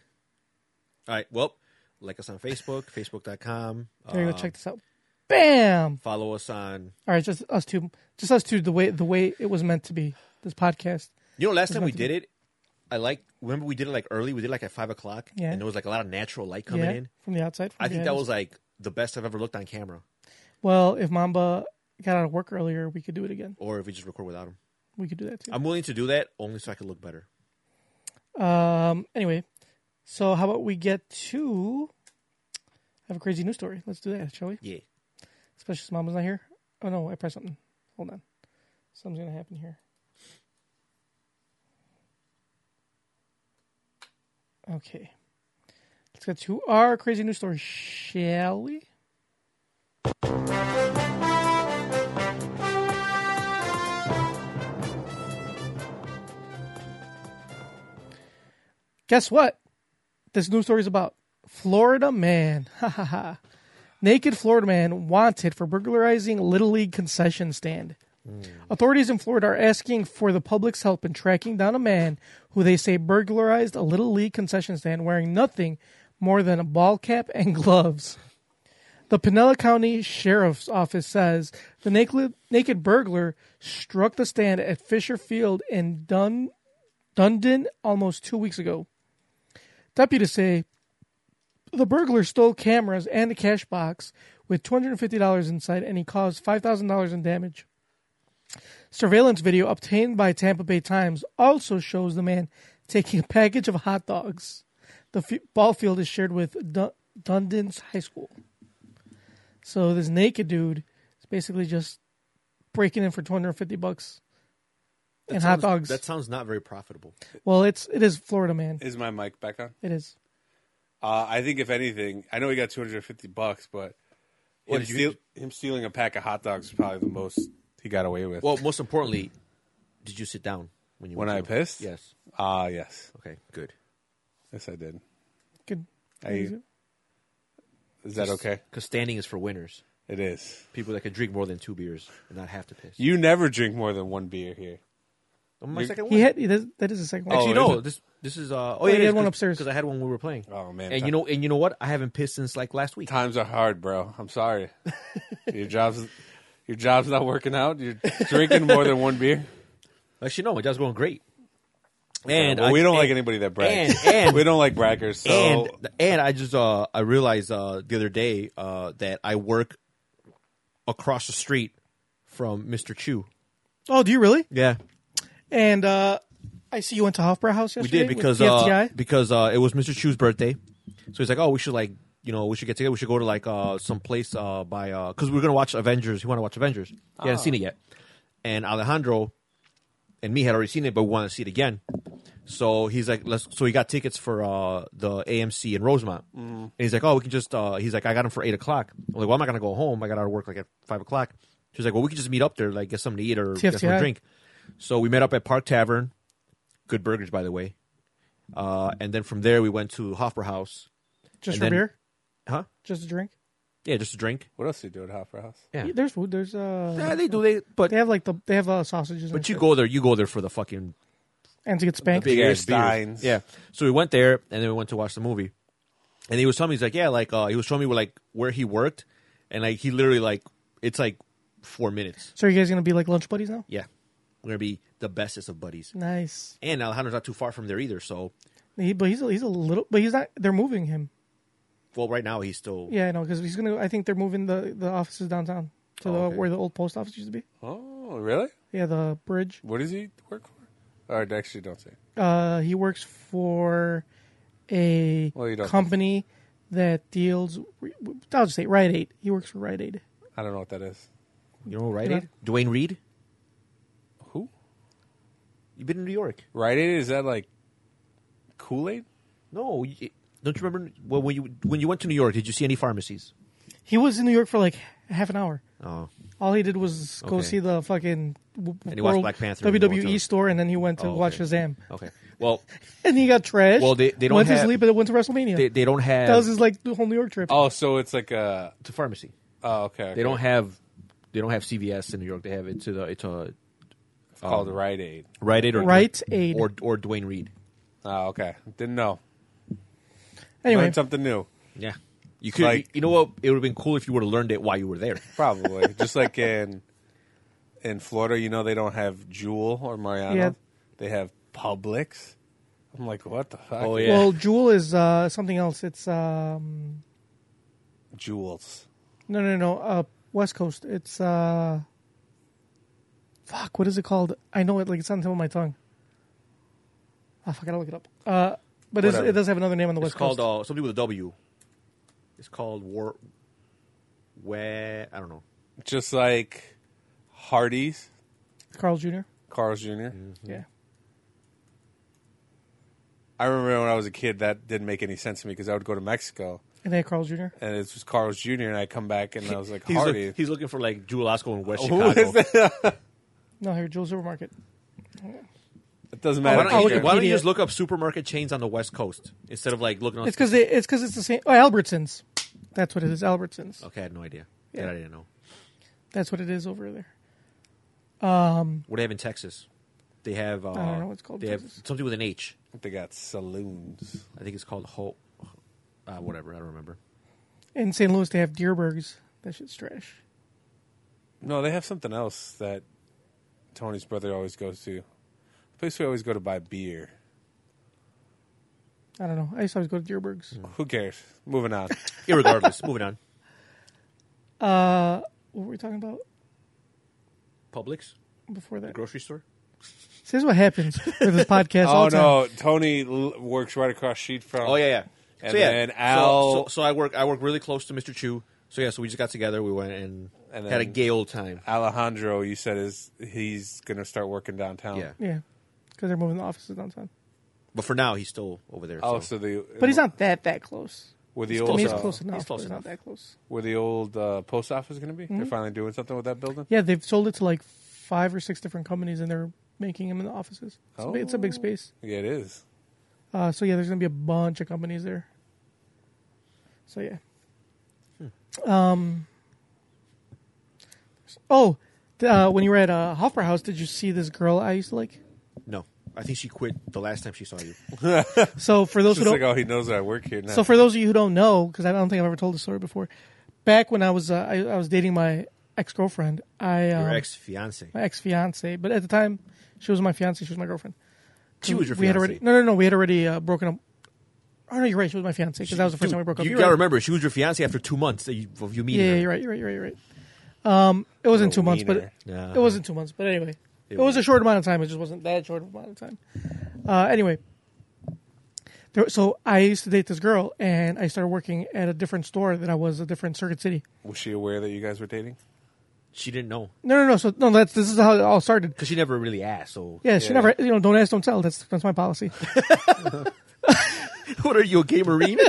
D: All right. Well, like us
B: *laughs*
D: on Facebook, facebook.com.
B: Here, you
D: Uh,
B: go check this out. Bam!
D: follow us on.
B: All right, just us two, just us two. The way the way it was meant to be. This podcast.
D: You know, last time we
B: nothing-
D: did it, I like. Remember, we did it like early. We did it like at five o'clock,
B: Yeah.
D: and there was like a lot of natural light coming
B: yeah,
D: in.
B: from the outside. From
D: I think
B: behind
D: that
B: us.
D: was like the best I've ever looked on camera.
B: Well, if Mamba got out of work earlier, we could do it again.
D: Or if we just record without him,
B: We could do that too.
D: I'm willing to do that only so I could look better.
B: Um. Anyway, so how about we get to? I have a crazy news story. Let's do that, shall we?
D: Yeah.
B: Especially since Mama's not here. Oh no, I pressed something. Hold on, something's gonna happen here. Okay, let's get to our crazy news story, shall we? Guess what? This news story is about Florida man. *laughs* Ha ha ha. Naked Florida man wanted for burglarizing Little League concession stand. Authorities in Florida are asking for the public's help in tracking down a man who they say burglarized a Little League concession stand wearing nothing more than a ball cap and *laughs* gloves. The Pinellas County Sheriff's Office says the naked, naked burglar struck the stand at Fisher Field in Dun, Dundon almost two weeks ago. Deputies say the burglar stole cameras and a cash box with $250 inside, and he caused $5,000 in damage. Surveillance video obtained by Tampa Bay Times also shows the man taking a package of hot dogs. The f- ball field is shared with Dun- Dundon's High School. So this naked dude is basically just breaking in for 250 bucks and hot
D: Sounds-
B: dogs.
D: That sounds not very profitable.
B: well, it's it is Florida, man.
C: Is my mic back on?
B: It is.
C: Uh, I think if anything, I know he got 250 bucks, but him,
D: did you-
C: steal, him stealing a pack of hot dogs is probably the most he got away with.
D: Well, most importantly, did you sit down when you
C: when I
D: went to-
C: pissed?
D: Yes.
C: Ah, yes.
D: Okay. Good.
C: Yes, I did.
B: Good.
C: I, is that okay?
D: Because standing is for winners,
C: It is.
D: people that can drink more than two beers and not have to piss.
C: You never drink more than one beer here.
D: I'm my second one.
B: He had he does, that is the second one.
D: Actually,
C: Oh, is
D: no.
C: it?
D: This this is uh. Oh,
B: you
D: yeah,
B: had one upstairs.
D: because I had one when we were playing.
C: Oh, man.
D: And you know, and you know what? I haven't pissed since like last week.
C: Times are hard, bro. I'm
D: *laughs*
C: sorry. your job's your job's not working out. You're drinking more than one beer.
D: Actually, no, my job's going great. And
C: Well,
D: I-
C: we don't
D: *laughs* and-
C: like anybody that brags.
D: and-
C: *laughs*
D: and-
C: we don't like braggers. So
D: and and I just uh I realized uh the other day uh that I work across the street from Mr. Chu.
B: Oh, do you really?
D: Yeah,
B: And uh, I see you went to Hofbrauhaus House
D: we
B: yesterday.
D: did because
B: with
D: uh
B: TFTI.
D: because uh it was Mr. Chu's birthday, so he's like, oh, we should like you know we should get together. We should go to like uh some place uh by uh because we're gonna watch Avengers. He want to watch Avengers. He hadn't seen it yet, and Alejandro and me had already seen it, but we want to see it again. So he's like, let's. So he got tickets for uh, the AMC in Rosemont, and he's like, oh, we can just. Uh, he's like, I got them for eight o'clock. I'm like, well, I'm not gonna go home. I got out of work like at five o'clock. She's like, well, we can just meet up there, like get something to eat or get something
B: TFTI.
D: to drink. So we met up at Park Tavern, good burgers by the way, uh, and then from there we went to Hoffer House,
B: just
D: and
B: for
D: then-
B: beer,
D: huh?
B: just a drink.
D: Yeah, just to drink.
C: what else do you do at Hopper House?
D: Yeah.
B: Yeah, There's food. There's uh,
D: Yeah, they do. They but
B: they have like the they have uh, sausages.
D: but
B: and
D: you
B: shit.
D: go there, you go there for the fucking
B: and to get spanked.
C: big-
D: beers,
C: ass
D: beers.
C: dines.
D: Yeah. So we went there and then we went to watch the movie. And he was telling me he's like, yeah, like uh, he was showing me where, like where he worked, and like he literally like it's like four minutes.
B: So are you guys gonna be like lunch buddies now?
D: Yeah, we're gonna be the bestest of buddies.
B: Nice.
D: And Alejandro's not too far from there either. So
B: He, but he's a, he's a little. But he's not. They're moving him.
D: well, right now he's still
B: Yeah, I know because he's gonna. I think they're moving the the offices downtown to
D: Oh,
B: the
D: okay.
B: where the old post office used to be.
C: Oh, really?
B: Yeah, the bridge.
C: What does he work for? All right, actually, don't say.
B: Uh, he works for a
C: Well, you don't-
B: company that deals. I'll just say Rite Aid. He works for Rite Aid.
C: I don't know what that is.
D: You know Rite
B: Yeah.
D: Aid? Dwayne Reed?
C: Who?
D: You've been in New York.
C: Right? Aid is that like Kool Aid?
D: No, you, don't you remember? Well, when you when you went to New York, did you see any pharmacies?
B: He was in New York for like half an hour.
D: Oh,
B: All he did was go
D: Okay.
B: see the fucking w-
D: he watched
B: World
D: Black Panther in the
B: WWE
D: hotel.
B: store, and then he went to
D: Oh,
B: watch
D: okay.
B: Shazam,
D: okay. Well,
B: and he got trashed.
D: Well, they- they don't
B: went to
D: have-
B: sleep, and then went to WrestleMania.
D: they, they don't
B: *laughs*
D: have
B: that was his like whole New York trip.
C: Oh, so it's like a.
D: to pharmacy.
C: Oh, okay. okay.
D: They don't have they don't have CVS in New York. They have it to the it's a
C: It's called
D: um,
C: Rite Aid.
D: Rite Aid or
B: Rite Aid.
D: or or Dwayne Reed.
C: Oh, okay. Didn't know.
B: anyway,
C: Learned something new.
D: Yeah, you could.
C: Like-
D: you know what? It would have been cool if you would have learned it while you were there.
C: Probably. Just like in in Florida, you know they don't have Jewel or Mariano.
B: Yeah.
C: They have Publix. I'm like, what the fuck?
D: Oh, yeah.
B: well, Jewel is uh, something else. It's um,
C: Jewels.
B: no, no, no, uh, West Coast. It's uh, fuck, what is it called? I know it like it's on the tip of my tongue. Oh, fuck, I gotta look it up. Uh, but it's,
C: Whatever.
B: it does have another name on the
D: It's
B: West
D: called
B: Coast.
D: uh, something with a W. It's called War. Where I don't know.
C: Just like Hardee's,
D: uh,
B: Carl Jr.
C: Carl's Jr.
D: Mhm.
B: Yeah.
C: I remember when I was a kid, that didn't make any sense to me because I would go to Mexico
B: And then Carl Jr.
C: and it was Carl's Jr. and I come back and I was like,
D: He's, look- Oh,
C: Hardee's.
D: he's looking for like Jewel Osco in West
C: Who
D: Chicago.
C: is that?
B: No, here Jewel Supermarket.
C: *laughs* It doesn't
D: Why
C: matter.
D: don't, you,
B: Wikipedia.
D: why don't you just look up supermarket chains on the West Coast instead of like looking on?
B: It's because it's because it's the same. Oh, Albertsons. That's what it is. Albertsons.
D: okay, I had no idea.
B: Yeah.
D: That I didn't know.
B: That's what it is over there.
D: What do they have in Texas? They have. Uh, I
B: don't know what it's called,
D: They
B: Texas.
D: have something with an H.
C: they got saloons.
D: I think it's called Ho. Uh, whatever, I don't remember.
B: In St. Louis, they have Deerbergs. That shit's trash.
C: No, they have something else that Tony's brother always goes to. The place we always go to buy beer.
B: I don't know. I used to always go to Deerbergs.
D: Mm.
C: Who cares?
B: *laughs*
C: Moving on.
D: *laughs* Irregardless, moving on.
B: What were we talking about
D: Publix,
B: before that?
D: grocery store.
B: See, this is what happens with
D: *laughs*
B: this podcast. all
C: Oh
B: the time.
C: no, Tony l- works right across sheet from.
D: Oh yeah, yeah.
C: And
D: so, yeah.
C: then
D: So-
C: Al-
D: So, so I work. I work really close to Mr. Chu. So yeah. So we just got together. We went and,
C: And
D: had a
C: then-
D: gay old time.
C: Alejandro, you said is he's gonna start working downtown.
D: Yeah.
B: Yeah, because they're moving the offices downtown.
D: But for now, he's still over there.
C: Oh, so
D: so.
C: the
B: But he's not that that close.
C: where the
B: To
C: old
B: me, it's
C: uh,
B: close enough.
D: he's close
B: but it's
D: enough.
B: Not that close.
C: where the old uh, post office is gonna be.
B: Mm-hmm.
C: They're finally doing something with that building.
B: Yeah, they've sold it to like five or six different companies, and they're making them in the offices. It's, a, big- it's a big space.
C: Yeah, it is.
B: Uh, so yeah, there's gonna be a bunch of companies there. So yeah. Um. Oh, th- uh, when you were at uh, Hofbra House, did you see this girl I used to like?
D: no, Oh. I think she quit the last time she saw you.
B: So for those
C: It's
B: who
C: just
B: don't,
C: like oh, he knows that I work here now.
B: So for those of you who don't know, because I don't think I've ever told this story before, back when I was uh, I, I was dating my ex girlfriend, I um,
D: Your ex fiance.
B: my ex fiance, but at the time she was my fiance, she was my girlfriend.
D: She was your
B: we had already
D: fiancée.
B: no no no we had already uh, broken up. Oh no, you're right. She was my fiance because that was the first time we broke up.
D: You
B: You're
D: gotta
B: right.
D: remember, she was your fiance after two months that you, of you meeting
B: Yeah,
D: her.
B: yeah, you're right. You're right. You're right. You're right. Um, it wasn't two months, but it,
D: wiener. Yeah.
B: it wasn't two months. But anyway, it, was a short amount of time. It just wasn't that short of amount of time. Uh, anyway, there, so I used to date this girl, and I started working at a different store that I was a different Circuit City.
C: was she aware that you guys were dating?
D: She didn't know
B: No, no, no. So no, that's this is how it all started.
D: because she never really asked. So
B: Yeah, she
C: Yeah.
B: never. You know, don't ask, don't tell. That's that's my policy.
D: *laughs* what are you a gay *laughs* marine?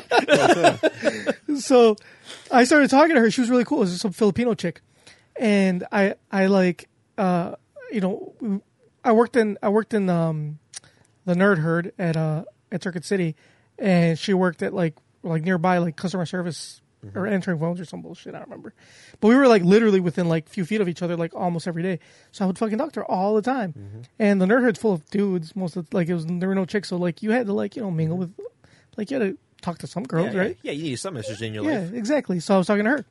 B: so I started talking to her. She was really cool. It was some Filipino chick, and I I like uh you know we- I worked in I worked in um the nerd herd at uh at Circuit City, and she worked at like like nearby like customer service
D: Mm-hmm.
B: or answering phones or some bullshit. I don't remember, but we were like literally within like few feet of each other like almost every day. So I would fucking talk to her all the time,
D: Mm-hmm.
B: and the nerd herd's full of dudes. Most of like it was there were no chicks, so like you had to like you know mingle with like you had to talk to some girls,
D: Mm-hmm. yeah,
B: right?
D: yeah, you need some message in your
B: Yeah,
D: life. Mm-hmm.
B: exactly. So I was talking to her,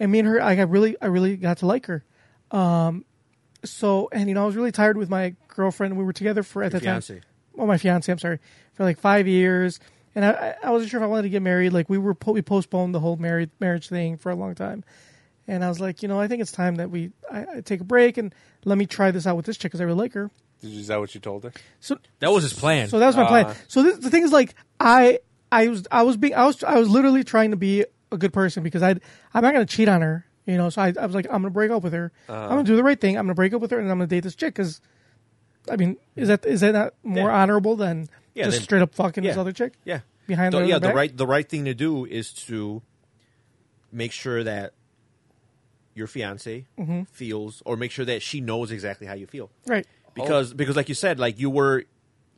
B: and me and her, I got really, I really got to like her. Um, so and you know, I was really tired with my girlfriend. We were together for at
D: Your
B: the time,
D: fiancé.
B: well, my fiance, I'm sorry, for like five years, and I, I- I wasn't sure if I wanted to get married. Like we were, po- we postponed the whole married marriage thing for a long time, and I was like, you know, I think it's time that we, I, I take a break and let me try this out with this chick because I really like her.
C: Is that what you told her?
B: So
D: That was his plan.
B: So that was my
D: Uh.
B: plan. So this, the thing is, like, I, I was, I was being, I was, I was literally trying to be a good person because I, I'm not gonna cheat on her, you know. So I, I was like, I'm gonna break up with her.
D: Uh.
B: I'm gonna do the right thing. I'm gonna break up with her, and I'm gonna date this chick. Because, I mean, is that is that not more honorable than
D: Yeah,
B: just
D: then-
B: straight up fucking this
D: yeah.
B: other chick?
D: Yeah.
B: Behind
D: the,
B: their
D: yeah, the
B: back?
D: right the right thing to do is to make sure that your fiance
B: Mm-hmm.
D: feels or make sure that she knows exactly how you feel.
B: right.
D: Because because like you said, like you were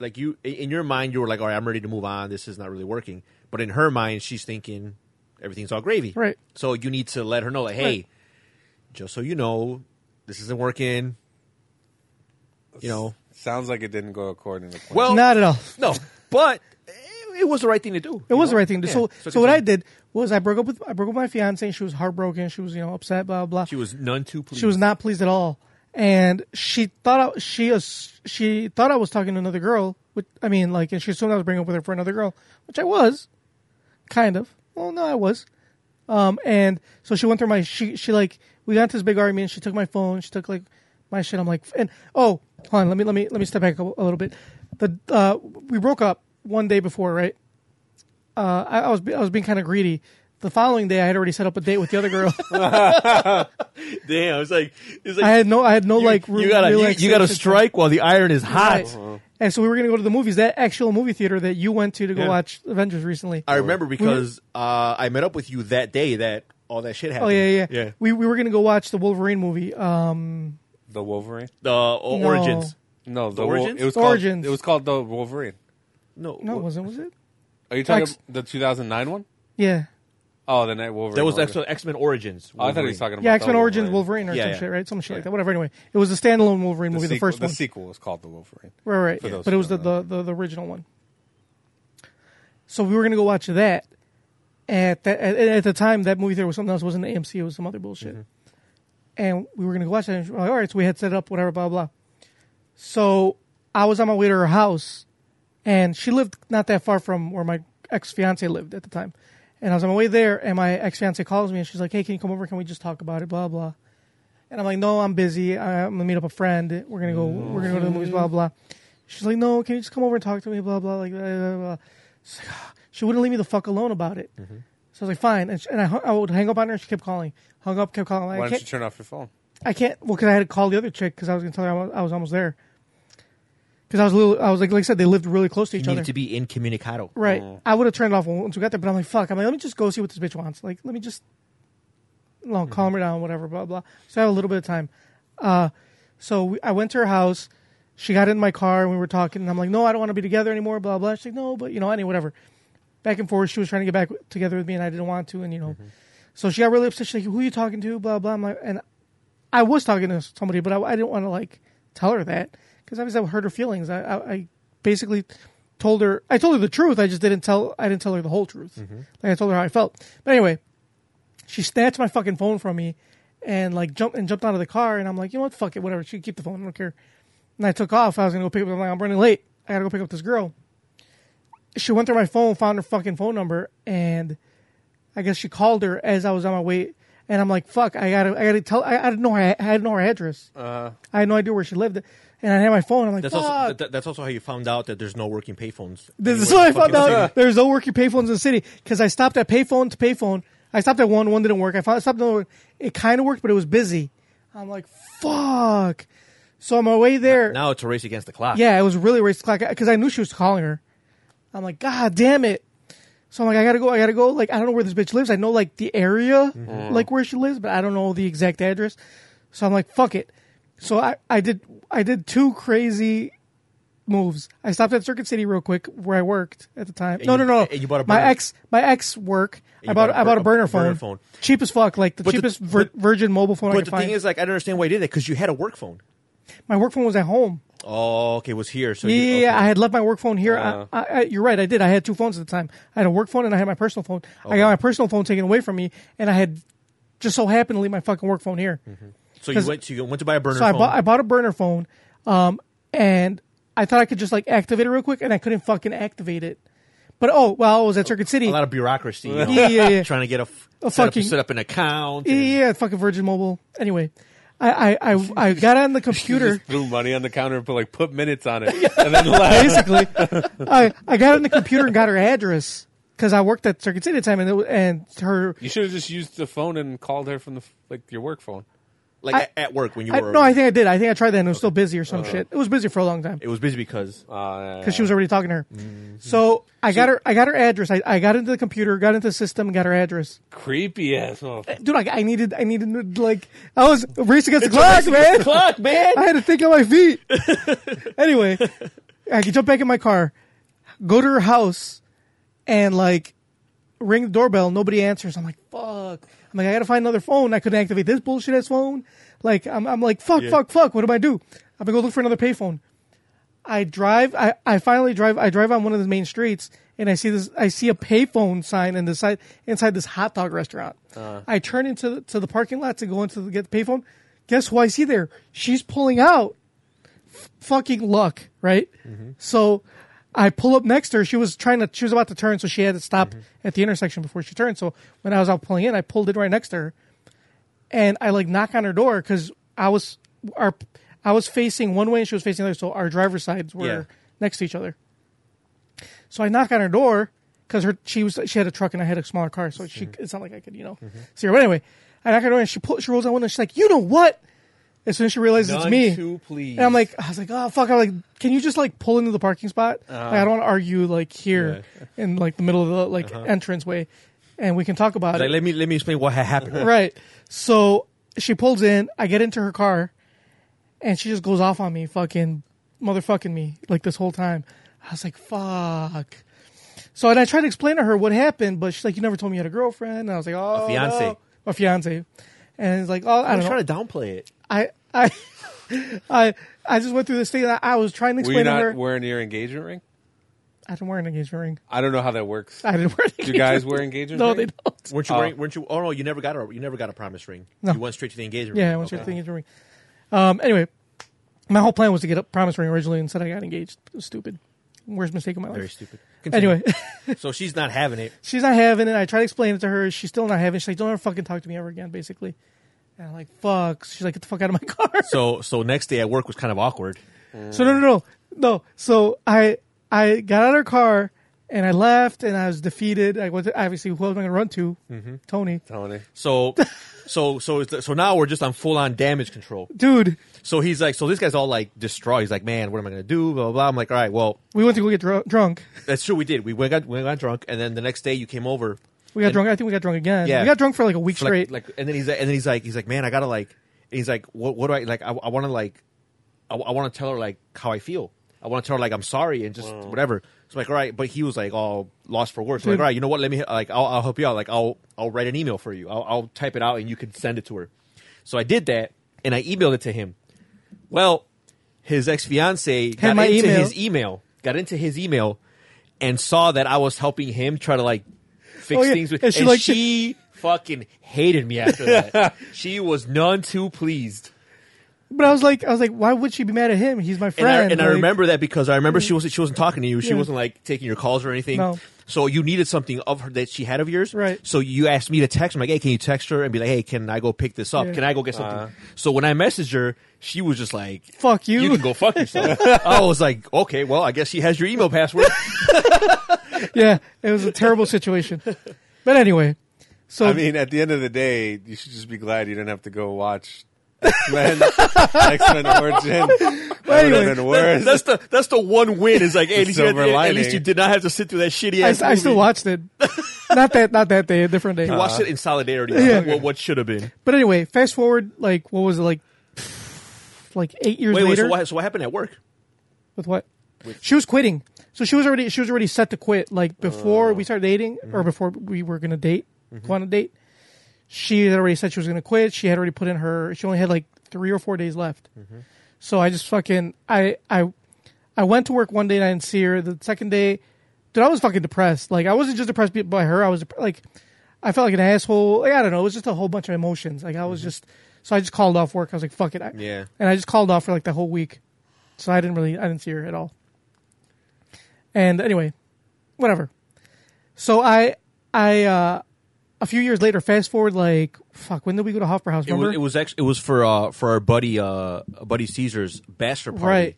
D: like you i- in your mind you were like, All right, I'm ready to move on, this is not really working. But in her mind she's thinking everything's all gravy.
B: Right.
D: So you need to let her know like, hey,
B: Right.
D: just so you know, this isn't working. You know.
C: Sounds like it didn't go according to plan.
D: Well
B: Not at all.
D: no. But it, it was the right thing to do.
B: It was the right thing to do.
D: Yeah.
B: So, so,
D: So
B: what
D: continue.
B: I did was I broke up with I broke up with my fiance. and She was heartbroken. She was you know upset. Blah blah.
D: She was none too pleased.
B: She was not pleased at all, and she thought I, she as- she thought I was talking to another girl. Which I mean, like, and she assumed I was bringing up with her for another girl, which I was, kind of. Well, no, I was. Um, and so she went through my she she like we got into this big argument. She took my phone. She took like my shit. I'm like, and oh, hold on, let me let me let me step back a, a little bit. The uh, we broke up one day before, right? Uh, I, I was be- I was being kind of greedy. The following day, I had already set up a date with the other girl.
D: Damn, it's like it's like
B: I had no I had no like re-
D: you gotta you, you gotta
B: relaxation.
D: strike while the iron is hot.
B: Right. And so we were going to go to the movies, that actual movie theater that you went to to go
D: Yeah.
B: watch Avengers recently.
D: I remember because uh, I met up with you that day that all that shit
B: oh
D: happened.
B: yeah, yeah,
D: yeah.
B: We we were going to go watch the Wolverine movie. Um,
C: the Wolverine?
D: The uh, origins.
C: No, the,
D: Origins?
C: Wo- it was called,
B: Origins.
C: It was called the Wolverine.
D: No,
B: no, it
D: was
B: wasn't was it?
C: Are you talking
B: Ex-
C: about the 2009 one?
B: Yeah,
C: Oh, the Night Wolverine.
D: that was
C: one.
D: actually X Men Origins.
C: Oh, I thought he was
D: Wolverine.
C: talking about
B: yeah,
C: the
B: X Men Origins Wolverine or
D: Yeah,
B: some
D: yeah.
B: shit, right? Some shit like
D: Yeah.
B: that. Whatever. Anyway, it was the standalone Wolverine movie, the,
C: sequel-
B: first one.
C: The sequel was called the Wolverine.
B: Right, right.
C: For
B: yeah.
C: those
B: But it
C: who
B: was the,
C: don't
B: the, the, the original one. So we were gonna go watch that. At that at, at the time, that movie theater was something else. It wasn't the AMC. It was some other bullshit.
C: Mm-hmm.
B: And we were gonna go watch it. And we were like, all right, so we had set it up, whatever, blah blah. So I was on my way to her house, and she lived not that far from where my ex fiance lived at the time. And I was on my way there, and my ex fiance calls me, and she's like, "Hey, can you come over? Can we just talk about it?" Blah blah. And I'm like, no, I'm busy. I- I'm gonna meet up a friend. We're gonna go. We're gonna go to the movies. Blah blah. She's like, no, can you just come over and talk to me? Blah blah. Like, blah, blah, blah. It's like, ah. she wouldn't leave me the fuck alone about it. So I was like, fine. And, she, and I, hu- I would hang up on her. and She kept calling. Hung up. Kept calling. I'm like,
C: Why
B: I
C: don't
B: can't.
C: you turn off your phone?
B: I can't. Well, because I had to call the other chick because I was gonna tell her I was, I was almost there. Because I was a little. I was like, like I said, they lived really close to each
D: You
B: other.
D: need to be incommunicado.
B: Right. I would have turned it off once we got there, but I'm like, fuck. I'm like, let me just go see what this bitch wants. Like, let me just no, calm her down, whatever, blah, blah. So I have a little bit of time. Uh, so we, I went to her house. She got in my car and we were talking, and I'm like, no, I don't want to be together anymore, blah, blah. She's like, no, but, you know, anyway, whatever. Back and forth. She was trying to get back together with me, and I didn't want to, and, you know. So she got really upset. She's like, who are you talking to, blah, blah. I'm like, and I was talking to somebody, but I, I didn't want to like tell her that because obviously I hurt her feelings. I, I, I basically told her I told her the truth. I just didn't tell I didn't tell her the whole truth. Like I told her how I felt. But anyway, she snatched my fucking phone from me and like jumped and jumped out of the car. And I'm like, you know what? Fuck it, whatever. She can keep the phone. I don't care. And I took off. I was gonna go pick up. I'm like, I'm running late. I gotta go pick up this girl. She went through my phone, found her fucking phone number, and I guess she called her as I was on my way, and I'm like, "Fuck, I gotta, I gotta tell, I, I didn't know, her, I didn't know her address. I had no idea where she lived, and I had my phone. I'm like,
D: Uh-huh. That's
B: "Fuck."
D: also that, that's also how you found out that there's no working payphones.
B: this is
D: anywhere
B: what I
D: in the
B: found
D: fucking
B: out.
D: city.
B: There's no working payphones in the city because I stopped at payphone to payphone. I stopped at one, one didn't work. I found stopped at another. It kind of worked, but it was busy. I'm like, "Fuck." So on my way there,
D: Now it's a race against the clock.
B: yeah, it was really race clock because I knew she was calling her. I'm like, God damn it. So I'm like, I gotta go, I gotta go. Like, I don't know where this bitch lives. I know like the area,
D: Mm-hmm.
B: like where she lives, but I don't know the exact address. So I'm like, fuck it. So I, I did I did two crazy moves. I stopped at Circuit City real quick where I worked at the time. no,
D: you-
B: no, no.
D: and you bought a
B: my
D: burner-
B: ex my ex work. I
D: you
B: bought,
D: bought a
B: I bought a
D: bur-
B: burner,
D: a burner
B: phone.
D: phone.
B: cheapest fuck, like the
D: But the-
B: cheapest vir-
D: but-
B: Virgin mobile phone I
D: But
B: could
D: the
B: find.
D: thing is, like, I don't understand why you did that because you had a work phone.
B: my work phone was at home.
D: Oh, okay, it was here. So
B: Yeah,
D: you,
B: yeah, yeah.
D: okay. Uh-huh.
B: I had left my work phone here. I, I, I, you're right. I did. I had two phones at the time. I had a work phone and I had my personal phone. I got my personal phone taken away from me, and I had just so happened to leave my fucking work phone here.
D: Mm-hmm. so
B: 'cause-
D: you went to you went to buy a burner
B: So I
D: phone.
B: bought I bought a burner phone, um, and I thought I could just like activate it real quick, and I couldn't fucking activate it. But oh well, I was at Circuit City.
D: a lot of bureaucracy. You know?
B: Yeah, yeah, yeah.
D: *laughs* Trying to get a, f-
B: A
D: set, up,
B: fucking-
D: set up an account.
B: yeah,
D: and-
B: yeah, fucking Virgin Mobile. Anyway, I
D: *laughs*
B: I, I, I got on the computer.
C: Threw money on the counter and put like put minutes on
B: *laughs*
C: it, and then left.
B: basically, I, I got on the computer and got her address because I worked at Circuit City at the time, and it, wa- and her.
C: You should have just used the phone and called her from the f- like your work phone.
D: Like
B: I-
D: at work when you
B: I,
D: were
B: no, I think I did. I think I tried that, and it was still busy or some shit. It was busy for a long time
D: it was busy because
C: Uh,
B: because she was already talking to her. So I got her. I got her address. I, I got into the computer, got into the system, and got her address.
C: creepy ass. motherfucker.
B: Dude, I, I needed. I needed like I was racing against the *laughs* clock, man.
C: Fuck, man.
B: I had to think on my feet. anyway, I can jump back in my car, go to her house, and like ring the doorbell. Nobody answers. I'm like, fuck. I'm like, I gotta find another phone. I couldn't activate this bullshit ass phone. Like, I'm, I'm like, fuck, fuck, fuck. What do I do? I'm gonna go look for another payphone. I drive. I, I finally drive. I drive on one of the main streets, and I see this. I see a payphone sign in the side inside this hot dog restaurant. I turn into the, to the parking lot to go into the, get the payphone. Guess who I see there? She's pulling out. F- fucking luck, right?
C: Mm-hmm.
B: So I pull up next to her. She was trying to. She was about to turn, so she had to stop
C: Mm-hmm.
B: at the intersection before she turned. So when I was out pulling in, I pulled it right next to her, and I like knock on her door because I was our I was facing one way and she was facing the other, so our driver's sides were
D: Yeah.
B: next to each other. So I knock on her door because her she was she had a truck and I had a smaller car, so she
C: Mm-hmm.
B: it's not like I could you know see her. But anyway, I knock on her door and she pull, she rolls down the window. And she's like, you know what? As soon as she realizes it's
C: None
B: me,
C: too pleased.
B: and I'm like, I was like, oh fuck! I'm like, can you just like pull into the parking spot?
D: Uh-huh.
B: like, I don't want to argue like here in like the middle of the like entrance way, and we can talk about it
D: Uh-huh. like let me let me explain what had happened.
B: right. So she pulls in. I get into her car, and she just goes off on me, fucking motherfucking me, like this whole time. I was like, fuck. So and I tried to explain to her what happened, but she's like, "You never told me you had a girlfriend." And I was like, "Oh,
D: fiancé.
B: no." a fiance." And it's like, "Oh, I
D: I
B: don't
D: was
B: know."
D: trying to downplay it.
B: I, I, *laughs* I, I just went through this thing. And I, I was trying to
C: Were you
B: explain to
C: not
B: her.
C: wearing your engagement ring?
B: I didn't wear an engagement ring.
C: I don't know how that works.
B: I didn't wear. An *laughs*
C: Do guys
B: engagement
C: wear
B: ring.
C: engagement
B: No,
C: ring?
B: they don't.
D: Weren't you? wearing, weren't you? Oh no, you never got a you never got a promise ring.
B: No.
D: You went straight to the engagement.
B: Yeah,
D: ring.
B: I went straight to
D: Okay.
B: the engagement ring. Um, anyway, my whole plan was to get a promise ring originally, and said I got engaged. It was stupid. Worst mistake of my life.
D: Very stupid. Continue.
B: Anyway,
D: so she's not having it.
B: *laughs* she's not having it. I try to explain it to her. She's still not having it. She's like, "Don't ever fucking talk to me ever again," basically. And I'm like, "Fuck." She's like, "Get the fuck out of my *laughs* car."
D: So so next day at work was kind of awkward.
B: So no, no, no, no. So I I got out of her car and I left and I was defeated. I went to, obviously who am I going to run to?
D: Mm-hmm.
B: Tony,
C: Tony.
B: *laughs*
D: So so so it's- so now we're just on full on damage control.
B: dude.
D: So he's like, so this guy's all like distraught. He's like, man, what am I gonna do? Blah blah. blah. I'm like, all right, well,
B: We went to go get dr- drunk.
D: that's true. We did. We went got we got drunk, and then the next day you came over.
B: We got
D: And-
B: drunk. I think we got drunk again.
D: Yeah.
B: we got drunk for like a week
D: for, like-
B: straight.
D: Like, and then he's and then he's like, he's like, man, I gotta like. And he's like, what what do I like? I, I want to like, I, I want to tell her like how I feel. I want to tell her like I'm sorry and just whatever. So I'm like, all right, but he was like all lost for words. So I'm like,
B: Dude.
D: all right, you know what? Let me like I'll, I'll help you out. Like I'll I'll write an email for you. I'll, I'll type it out and you can send it to her. So I did that and I emailed it to him. Well, his ex fiance got
B: my
D: into
B: email.
D: his email, got into his email, and saw that I was helping him try to like fix
B: Oh, yeah.
D: things with.
B: And she
D: and
B: liked it.
D: she fucking hated me
B: *laughs*
D: after that. she was none too pleased.
B: But I was like, I was like, why would she be mad at him? He's my
D: And,
B: friend.
D: I, and I
B: like- Mm.
D: remember that because I remember she wasn't she wasn't talking to you. She
B: Yeah.
D: wasn't like taking your calls or anything.
B: No.
D: So you needed something of her that she had of yours.
B: Right.
D: So you asked me to text. I'm like, hey, can you text her and be like, hey, can I go pick this up?
B: Yeah.
D: Can I go get something? so when I messaged her, she was just like,
B: Fuck you.
D: You can go fuck yourself. I was like, okay, well, I guess she has your
B: *laughs*
D: email password.
B: *laughs* yeah, it was a terrible situation. But anyway, so
C: I mean, at the end of the day, you should just be glad you didn't have to go watch X *laughs* Men, X Men Origin. That would
B: anyway,
C: have been worse.
D: that's the that's the one
B: *laughs*
D: win. Is like, hey, at least, you had-
C: Silver
D: at
C: lining.
D: least you did not have to sit through that shitty.
B: I,
D: Ass
B: I still
D: movie.
B: watched it. not that, not that day, a different day.
D: He watched it in solidarity.
B: Uh-huh. Yeah.
D: with What, what should have been.
B: But anyway, fast forward, like what was it like? Like eight years
D: Wait, wait.
B: later,
D: So what, so what happened at work?
B: with what? She was quitting, so she was already she was already set to quit. Like before we started dating, or before we were gonna date, go on a date. She had already said she was gonna quit. She had already put in her. She only had like three or four days left. So I just fucking I I I went to work one day and I didn't see her. The second day, dude, I was fucking depressed. Like I wasn't just depressed be- by her. I was dep- like, I felt like an asshole. Like, I don't know. It was just a whole bunch of emotions. Like I was just so I just called off work. I was like, fuck it. I,
D: Yeah.
B: And I just called off for like the whole week. So I didn't really I didn't see her at all. And anyway, whatever. So I I uh a few years later, fast forward like fuck. When did we go to Hofbrauhaus? House?
D: It
B: remember?
D: was, it was actually it was for uh, for our buddy uh, buddy Caesar's bachelor party.
B: right.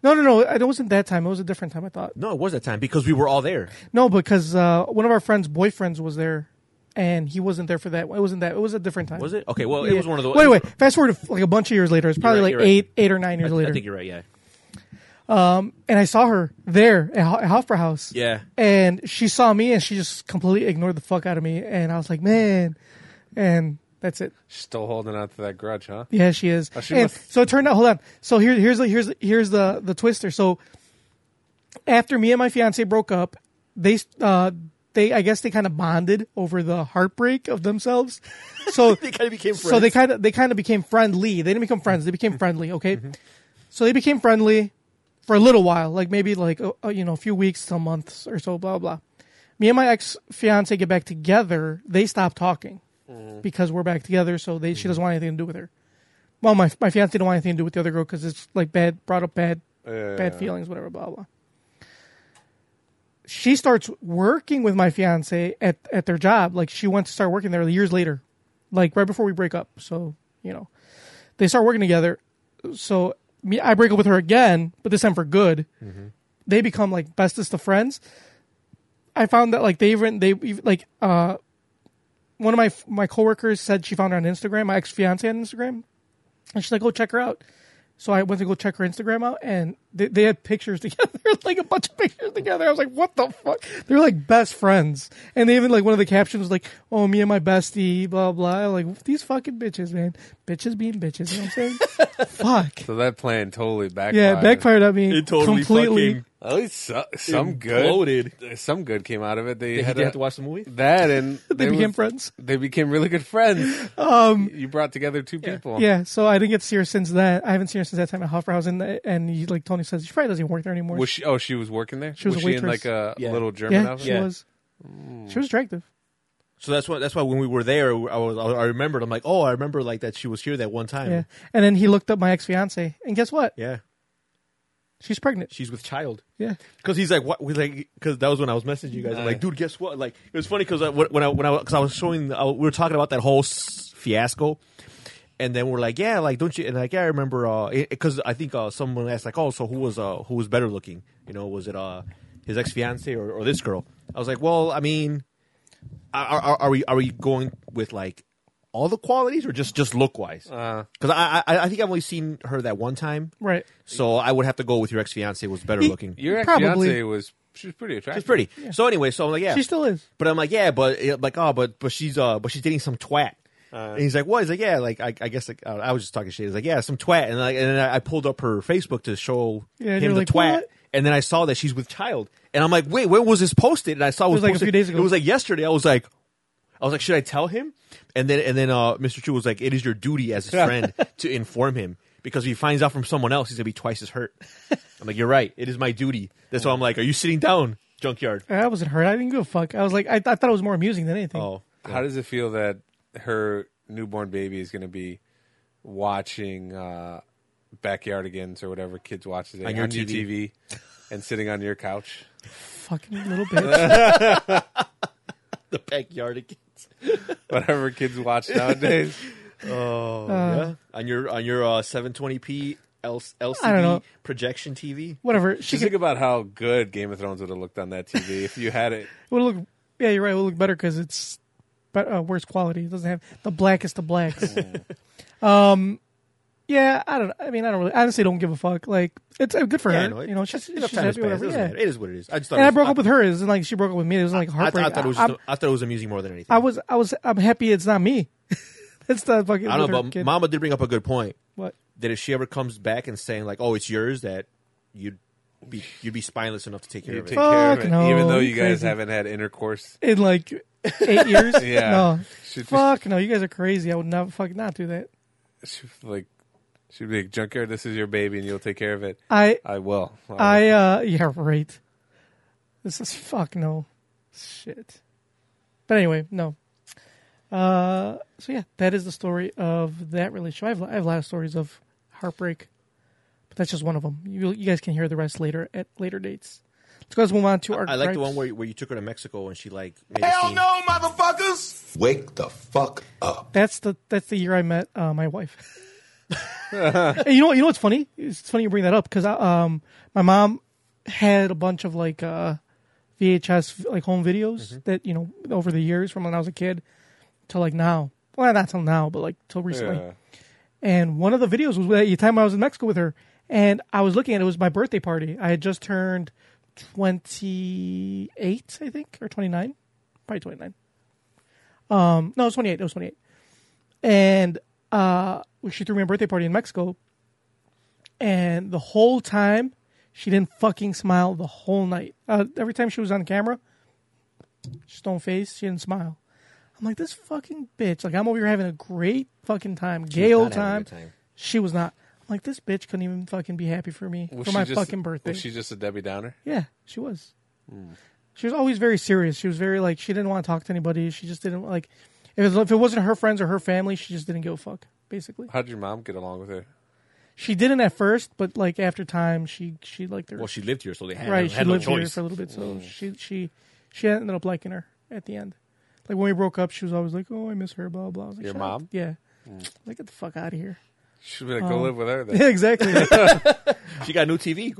B: No, no, no. It wasn't that time. It was a different time. I thought.
D: No, it was that time because we were all there.
B: No, because uh, one of our friends' boyfriends was there, and he wasn't there for that. It wasn't that. It was a different time.
D: Was it? Okay, well, it was one of the.
B: Wait, wait. Fast forward to, like a bunch of years later. It's probably
D: right,
B: like
D: you're right.
B: eight, eight or nine years
D: I
B: later.
D: think you're right. Yeah.
B: and I saw her there at, Ho- at Hofbrauhaus.
D: Yeah.
B: And she saw me, and she just completely ignored the fuck out of me. And I was like, man. And that's it.
C: Still holding on to that grudge, huh?
B: Yeah, she is.
D: Oh,
C: she
B: and
C: was-
B: so it turned out. Hold on. So here, here's the, here's the- here's the the twister. So after me and my fiance broke up, they uh they I guess they kind of bonded over the heartbreak of themselves. So
D: *laughs* They kinda became
B: So they
D: friends.
B: kind of they kind of became friendly. They didn't become friends. They became friendly. Okay. So they became friendly for a little while, like maybe like a, a, you know a few weeks to months or so. Blah blah. Me and my ex fiance get back together. They stop talking
D: Mm.
B: because we're back together. So they she doesn't want anything to do with her. Well, my my fiance didn't want anything to do with the other girl because it's like bad, brought up bad, bad feelings, whatever. Blah blah. She starts working with my fiance at at their job. Like she went to start working there years later, like right before we break up. So you know, they start working together. So me, I break up with her again, but this time for good. They become like bestest of friends. I found that like they even they even, like uh one of my my coworkers said she found her on Instagram, my ex fiance on Instagram, and she's like, "Go check her out." So I went to go check her Instagram out, and they, they had pictures *laughs* together, like a bunch of pictures together. I was like, "What the fuck?" They're like best friends, and they even like one of the captions was like, "Oh, me and my bestie, blah blah." I'm like these fucking bitches, man, bitches being bitches. You know what I'm saying? fuck.
C: So that plan totally backfired.
B: Yeah, backfired at me
D: It totally
B: completely.
D: fucking-
C: At least so, some
D: Imploded.
C: good, some good came out of it. They
D: Did
C: had
D: you
C: a-
D: have to watch the movie?
C: that, and
B: *laughs* they
C: were-
B: became friends.
C: They became really good friends. Um, you brought together two people.
B: Yeah, so I didn't get to see her since that. I haven't seen her since that time at Hofbrauhaus, and and you, like Tony says, she probably doesn't even work there anymore.
C: Was she? Oh, she was working there.
B: She was a
C: she in
B: waitress.
C: like a
D: Yeah.
C: little German
B: yeah,
C: outfit?
B: she
D: Yeah.
B: was. She was attractive.
D: So that's why that's why when we were there, I was I remembered. I'm like, oh, I remember like that she was here that one time.
B: Yeah, and then he looked up my ex fiance, and guess what?
D: Yeah.
B: She's pregnant.
D: She's with child.
B: Yeah,
D: Because he's like, what? We like, because that was when I was messaging you guys. I'm like, dude, guess what? Like, it was funny because when I when I because I was showing, I, we were talking about that whole s- fiasco, and then we're like, yeah, like, don't you? And like, yeah, I remember because I think uh, someone asked like, oh, so who was uh, who was better looking? You know, was it uh his ex fiance or, or this girl? I was like, well, I mean, are, are, are we are we going with like all the qualities or just just look wise? Because I, I I think I've only seen her that one time,
B: right.
D: so I would have to go with your ex fiance was better looking.
C: Your ex
B: Probably.
C: fiance was. She was pretty attractive.
D: She's pretty. So anyway, so I'm like, yeah,
B: She still is.
D: But I'm like, yeah, but it, like, oh, but but she's uh, but she's dating some twat. and he's like, what? He's like, yeah, like I, I guess like uh, I was just talking shit. He's like, yeah, some twat. And like, and then I, I pulled up her Facebook to show
B: Yeah, and
D: him
B: you're
D: the
B: like,
D: twat.
B: what?
D: And then I saw that she's with child. And I'm like, wait, when was this posted? And I saw it was,
B: was like a
D: posted-
B: few days ago.
D: It was like yesterday. I was like, I was like, should I tell him? And then and then uh, Mr. Chu was like, it is your duty as his
B: *laughs*
D: friend to inform him because if he finds out from someone else, he's gonna be twice as hurt. I'm like, you're right. It is my duty. That's why I'm like, are you sitting down,
B: *laughs*
D: junkyard?
B: I wasn't hurt. I didn't give a fuck. I was like, I, I thought it was more amusing than anything.
D: Oh,
C: How does it feel that her newborn baby is going to be watching uh, Backyardigans or whatever kids watch today
D: On your
C: TV and sitting on your couch?
B: Fucking little
D: *laughs*
B: bitch.
D: the backyard again.
C: Whatever kids watch *laughs* nowadays.
D: yeah, on your on your uh, 720p L-
B: I don't know.
D: LCD projection TV.
B: Whatever. She
C: Just
B: could,
C: think about how good Game of Thrones would have looked on that TV if you had it.
B: would look. Yeah, you're right. It would look better because it's but uh, worse quality. It doesn't have the blackest of
D: *laughs*
B: blacks. um, yeah, I don't. I mean, I don't really. Honestly, don't give a fuck. Like, it's uh, good for her. you know, she's, she's
D: enough time has
B: happy.
D: passed.
B: Whatever.
D: It doesn't
B: Yeah.
D: matter. It is what it is. I just thought
B: and
D: it
B: I
D: was-
B: broke up with her. It wasn't like she broke up with me. It was like
D: I, I,
B: heartbreak.
D: I thought it was
B: I'm-
D: just, I thought it was amusing more than anything.
B: I was I was I'm happy it's not me. *laughs* it's not fucking.
D: I don't
B: with
D: know,
B: her
D: but
B: kid.
D: Mama did bring up a good point
B: What?
D: that if she ever comes back and saying like, "Oh, it's yours," that you'd be you'd be spineless enough to take care
C: You
D: of
C: take
D: it.
C: care of
B: Fuck
C: it,
B: no,
C: even though
B: you
C: you guys
B: crazy.
C: haven't
B: *laughs*
C: had intercourse.
B: In like eight years?
D: *laughs*
C: Yeah.
B: No.
C: Should be-
B: Fuck no, you guys are crazy. I would not fuck not do that.
C: She was like, she'd be like, Junkyard, this is your baby and you'll take care of it.
B: I
C: I will. I'll-
B: I uh yeah right. This is fuck no, shit. But anyway, no. Uh, so yeah, that is the story of that relationship. I have I have a lot of stories of heartbreak, but that's just one of them. You you guys can hear the rest later at later dates. So let's move on to our.
D: I like
B: gripes.
D: the one where you, where you took her to Mexico and she like made a
A: Hell
D: scene.
A: no, Oh, motherfuckers! Wake the fuck up.
B: That's the that's the year I met uh, my wife. *laughs* and you know you know what's funny? It's funny you bring that up because um my mom had a bunch of like uh VHS like home videos that you know over the years from when I was a kid till like now. Well, not till now, but like till recently.
C: Yeah.
B: And one of the videos was at the time I was in Mexico with her, and I was looking at it. It was my birthday party. I had just turned twenty eight, I think, or twenty nine, probably twenty nine. Um, no, it was twenty eight. It was twenty eight, and uh, she threw me a birthday party in Mexico, and the whole time she didn't fucking smile the whole night. Uh, every time she was on camera, stone face, she didn't smile. I'm like this fucking bitch. Like I'm over here having a great fucking time, gay
D: was
B: old
D: not having
B: time.
D: a good time.
B: She was not. I'm like this bitch couldn't even fucking be happy for me
C: Was
B: for
C: she
B: my
C: just-
B: fucking birthday.
C: Was she just a Debbie Downer?
B: Yeah, she was.
D: Hmm.
B: She was always very serious. She was very like she didn't want to talk to anybody. She just didn't like if it, was, if it wasn't her friends or her family, she just didn't give a fuck. Basically,
C: How did your mom get along with her?
B: she didn't at first, but like after time, she she liked her.
D: Well, she lived here, so they had,
B: right,
D: had
B: she
D: no
B: lived here
D: choice. Hmm.
B: for a little bit, so she she she ended up liking her at the end. Like when we broke up, she was always like, "Oh, I miss her," blah blah. I was like,
C: Your
B: "Shut up."
C: mom?
B: Yeah.
D: Hmm.
B: Like get the fuck out of here. *laughs*
C: She'd be like,
B: Oh.
C: go live with her then.
B: Yeah, exactly.
D: She got a new TV.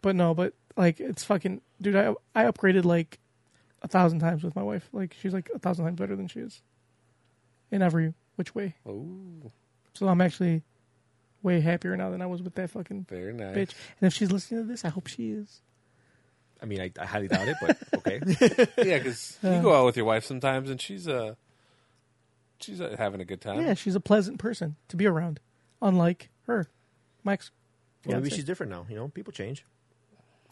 B: But no, but like it's fucking dude. I I upgraded like a thousand times with my wife. Like she's like a thousand times better than she is in every which way. Oh, so I'm actually way happier now than I was with that fucking
C: Very nice.
B: bitch. And if she's listening to this, I hope she is.
D: I mean, I, I highly doubt it, but
B: *laughs*
D: okay.
C: Yeah, because you go out with your wife sometimes, and she's uh, she's uh, having a good time.
B: Yeah, she's a pleasant person to be around, unlike her, Max.
D: Well, maybe
B: fiancé.
D: she's different now. You know, people change.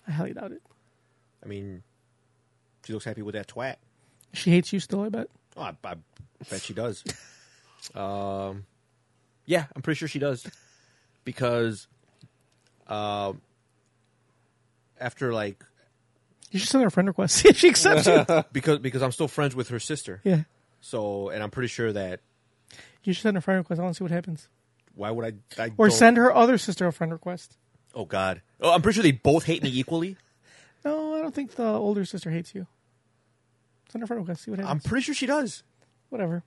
B: I highly doubt it.
D: I mean, she looks happy with that twat.
B: She hates you still. I bet.
D: Oh, I, I bet
B: *laughs*
D: she does. um, yeah, I'm pretty sure she does because um, after like
B: You should send her a friend request. *laughs* See if she accepts
D: *laughs*
B: it.
D: because because I'm still friends with her sister.
B: Yeah,
D: So and I'm pretty sure that
B: you should send her a friend request. I want to see what happens.
D: why would I? I
B: Or
D: don't-
B: send her other sister a friend request.
D: Oh God. Oh, I'm pretty sure they both hate me equally.
B: No, I don't think the older sister hates you. Send her friend request. See what
D: I'm
B: happens.
D: pretty sure she does.
B: Whatever.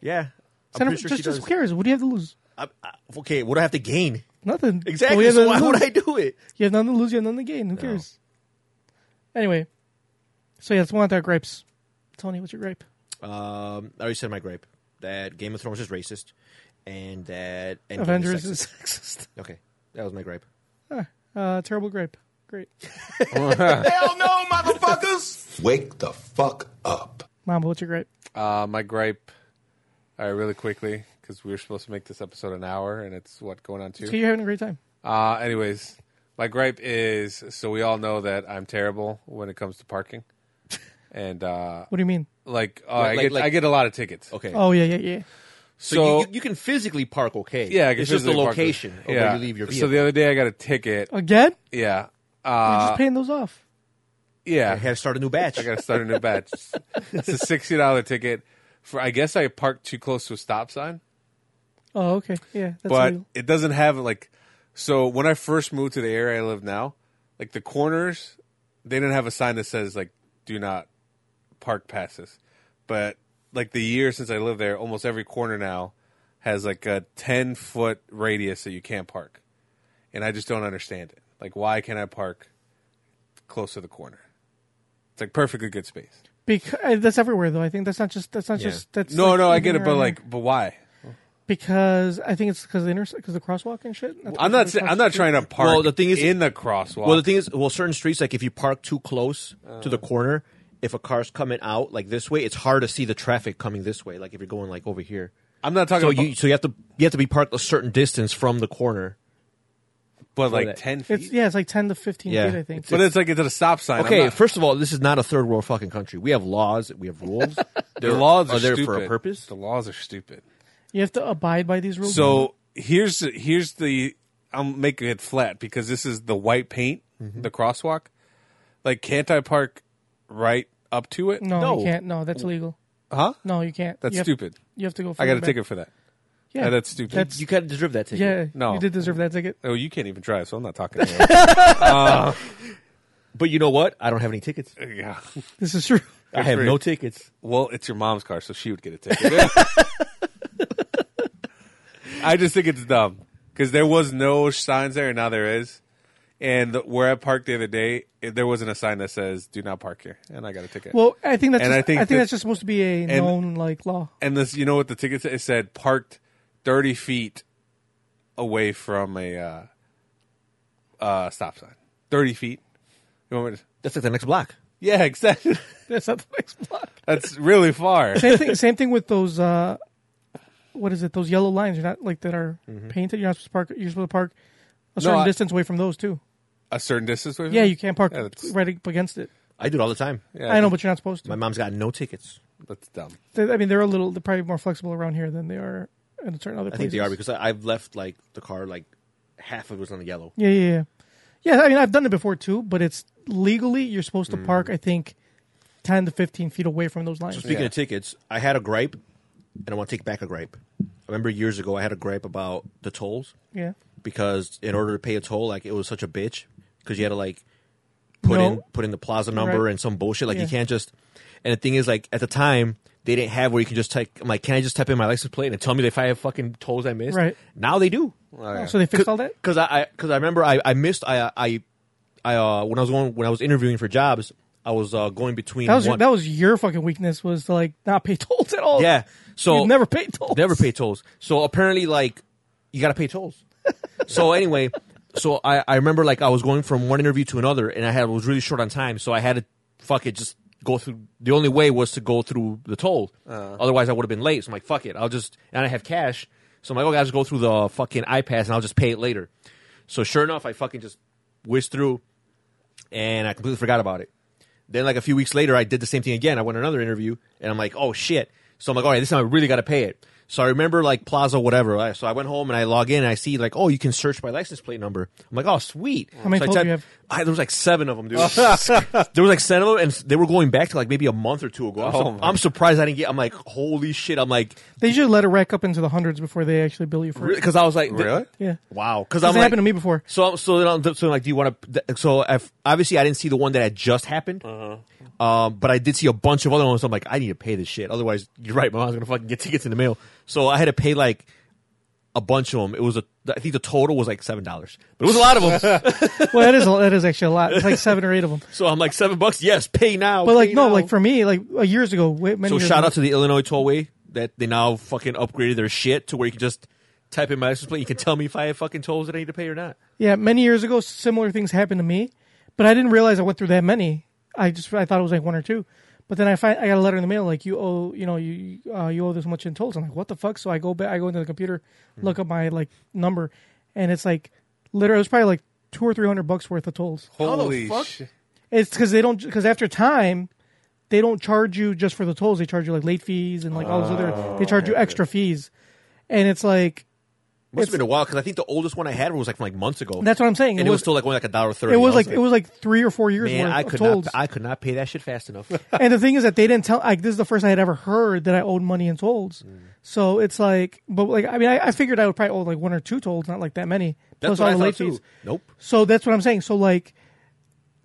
D: Yeah. I'm
B: Send her,
D: pretty sure
B: just,
D: she
B: just who
D: does.
B: cares? What do you have to lose?
D: I, I, okay, what do I have to gain?
B: Nothing. Well,
D: Exactly.
B: you have
D: so why
B: nothing to
D: would
B: lose.
D: I do it?
B: You have nothing to lose. You have nothing to gain. Who cares? Anyway. So yeah, let's one out our gripes. Tony, what's your gripe?
D: Um, I already said my gripe that Game of Thrones is racist, and that Endgame
B: Avengers
D: sexist.
B: is *laughs* sexist.
D: okay. That was my gripe.
B: Uh, terrible gripe. Great.
A: Hell no, motherfuckers! Wake the fuck up.
B: Mamba, what's your gripe?
C: Uh, my gripe, all right, really quickly, because we were supposed to make this episode an hour, and it's what going on
B: So
C: two.
B: you're having a great time.
C: Uh, anyways, my gripe is so we all know that I'm terrible when it comes to parking, and uh,
B: What do you mean?
C: like, uh, I
D: Like-
C: get
D: like-
C: I get a lot of tickets.
D: Okay.
B: Oh yeah, yeah, yeah.
D: so,
C: so-
D: you, you can physically park okay.
C: Yeah, I can
D: it's just the
C: physically park there.
D: location of
C: yeah.
D: where you leave your
C: So
D: vehicle. Oh.
C: the other day I got a ticket.
B: Again?
C: Yeah,
B: You're
C: uh,
B: just paying those off.
C: yeah.
D: I had to start a new batch.
C: I gotta start a new
D: *laughs*
C: batch. it's a sixty dollar ticket for. I guess I parked too close to a stop sign,
B: Oh, okay. Yeah. That's
C: but
B: illegal.
C: it doesn't have like. So when I first moved to the area I live now, like the corners, they didn't have a sign that says like "Do not park passes," but like the year since I lived there, almost every corner now has like a ten foot radius that you can't park, and I just don't understand it. Like, why can't I park close to the corner? It's like perfectly good space.
B: Because uh, that's everywhere though. I think that's not just that's not
D: Yeah.
B: just that's
C: No,
B: like,
C: no, I
B: even
C: get it, but
B: around-
C: like, but why?
B: because I think it's because the interse- because the crosswalk and shit. That's
C: I'm not. sa- I'm not trying to park.
D: Well, the thing is-
C: in the crosswalk.
D: well, the thing is, well, certain streets like if you park too close to
C: Oh.
D: the corner, if a car's coming out like this way, it's hard to see the traffic coming this way. Like if you're going like over here,
C: I'm not talking
D: so
C: about,
D: you so you have to you have to be parked a certain distance from the corner.
C: but like
D: that.
C: ten feet.
B: It's yeah, it's like ten to fifteen
D: Yeah.
B: feet. I think.
C: but it's like it's at a stop sign. I'm
D: Okay,
C: not-
D: first of all, this is not a third world fucking country. We have laws, we have
C: *laughs*
D: rules.
C: the laws are,
D: there
C: stupid.
D: oh, for a purpose.
C: The laws are stupid.
B: you have to abide by these rules.
C: So here's here's the. I'm making it flat because this is the white paint,
B: Mm-hmm.
C: the crosswalk. Like, can't I park right up to it?
B: no,
D: no.
B: you can't. No, that's illegal.
C: huh?
B: No, you can't.
C: That's
B: You have-
C: stupid.
B: You have to go.
C: I got a
B: further back.
C: ticket for that.
B: Yeah.
C: Uh, that's stupid.
B: That's-
D: You kind of deserve that ticket.
B: yeah.
C: No.
B: You did deserve that ticket. *laughs*
C: oh, you can't even drive, so I'm not talking. to you.
D: But you know what? I don't have any tickets.
C: yeah.
B: This is true.
D: I have
C: for
D: no
C: you.
D: tickets.
C: Well, it's your mom's car, so she would get a ticket. *laughs* I just think it's dumb because there was no signs there, and now there is. And the- where I parked the other day, it, there wasn't a sign that says "Do not park here," and I got a ticket.
B: Well, I think that's
C: And
B: just,
C: I think that-
B: that's just supposed to be a known like law. *laughs*
C: and this, you know what the ticket said? It said parked thirty feet away from a uh, uh, stop sign. Thirty feet. You want me to-
D: That's like the next block.
C: yeah, *laughs* exactly.
B: That's not the next block.
C: That's really far.
B: Same thing. Same thing with those. Uh, what is it? Those yellow lines. You're not like that are painted. You're not supposed to park. You're supposed to park a certain
C: Mm-hmm. I-
B: distance away from those too.
C: A certain distance away. from
B: Yeah,
C: it?
B: you can't park
C: Yeah, that's-
B: right up against it.
D: I do it all the time.
C: Yeah,
B: I know, but you're not supposed
D: My
B: to.
D: mom's got no tickets.
C: that's dumb.
B: They- I mean, they're a little. They're probably more flexible around here than they are in certain other
D: I
B: places.
D: think they are because I, I've left like the car like half of it was on the yellow.
B: Yeah, yeah, yeah. Yeah, I mean, I've done it before too, but it's legally you're supposed to park. I think ten to fifteen feet away from those lines.
D: Mm. Speaking
C: Yeah.
D: of tickets, I had a gripe, and I want to take back a gripe. I remember years ago I had a gripe about the tolls
B: Yeah.
D: because in order to pay a toll, like it was such a bitch because you had to like put
B: No.
D: in put in the plaza number
B: Right.
D: and some bullshit. Like
B: Yeah.
D: you can't just. And the thing is, like at the time they didn't have where you can just type. I'm like, can I just type in my license plate and tell me if I have fucking tolls I missed?
B: Right.
D: now they do.
C: Oh, yeah.
B: So they fixed all that.
D: Because I because I, remember I, I missed I I I uh, when I was going when I was interviewing for jobs I was uh, going between
B: That was
D: one,
B: that was your fucking weakness was to like not pay *laughs* tolls at all.
D: yeah so
B: You've never paid tolls.
D: never pay tolls so apparently like you gotta
B: *laughs*
D: pay tolls so anyway so I I remember like I was going from one interview to another and I had was really short on time so I had to fuck it just go through the only way was to go through the toll
B: Uh.
D: otherwise I would have been late so I'm like fuck it I'll just and I have cash so I'm like okay I'll just go through the fucking iPass and I'll just pay it later so sure enough I fucking just whizzed through and I completely forgot about it. Then, like a few weeks later, I did the same thing again. I went to another interview, and I'm like, "Oh shit!" So I'm like, "All right, this time I really got to pay it." So I remember like Plaza, whatever. I- So I went home and I log in, and I see like, "Oh, you can search by license plate number." I'm like, "Oh, sweet." How
B: many
D: so I
B: tolls
D: typed-
B: do you have?
D: I, there was like seven of
B: *laughs*
D: them, dude. *laughs* there was like seven of them, and they were going back to like maybe a month or two ago. I'm, su-
C: Oh, my.
D: I'm surprised I didn't get. I'm like, "Holy shit!" I'm like,
B: They should let it rack up into the hundreds before they actually bill you for it.
D: because I was like,
C: Really?
B: Yeah.
D: Wow, because
B: This
D: I'm like,
B: happened to me before.
D: So so then I'm, so I'm like, do you want to? So if, obviously I didn't see the one that had just happened, um, but I did see a bunch of other ones. I'm like, I need to pay this shit. Otherwise, you're right, my mom's gonna fucking get tickets in the mail. So I had to pay like a bunch of them. It was a, I think the total was like seven dollars, but it was a lot of them.
B: Well, that is a, that is actually a lot. It's like seven or eight
D: *laughs*
B: of them.
D: so I'm like, seven bucks, yes, pay now.
B: But like
D: pay
B: no,
D: now.
B: like for me, like uh, years ago, way, many
D: so
B: years
D: shout
B: ago,
D: out to the Illinois Tollway that they now fucking upgraded their shit to where you can just type in my license plate. You can tell me if I have fucking tolls that I need to pay or not.
B: yeah, many years ago, similar things happened to me, but I didn't realize I went through that many. I just I thought it was like one or two, but then I find I got a letter in the mail like you owe you know you uh, you owe this much in tolls. I'm like what the fuck? So I go back, I go into the computer,
D: Hmm.
B: look up my like number, and it's like literally it was probably like two or three hundred bucks worth of tolls.
C: Holy
D: fuck?
C: shit.
B: It's because they don't because after time, they don't charge you just for the tolls. They charge you like late fees and like all those other.
D: Oh,
B: They charge you extra fees, and it's like
D: Must have been a while because I think the oldest one I had was like from like months ago.
B: that's what I'm saying.
D: and it was still like only like a dollar thirty.
B: it was
D: I
B: like it was like three or four years
D: man,
B: worth
D: I
B: of
D: could
B: tolls.
D: not I could not pay that shit fast enough.
B: and the thing is *laughs* that they didn't tell. Like this is the first I had ever heard that I owed money in tolls.
D: Mm.
B: So it's like, but like I mean, I, I figured I would probably owe like one or two tolls, not like that many.
D: That's
B: plus all
D: what I
B: the
D: thought
B: late
D: too.
B: fees.
D: Nope.
B: So that's what I'm saying. So like,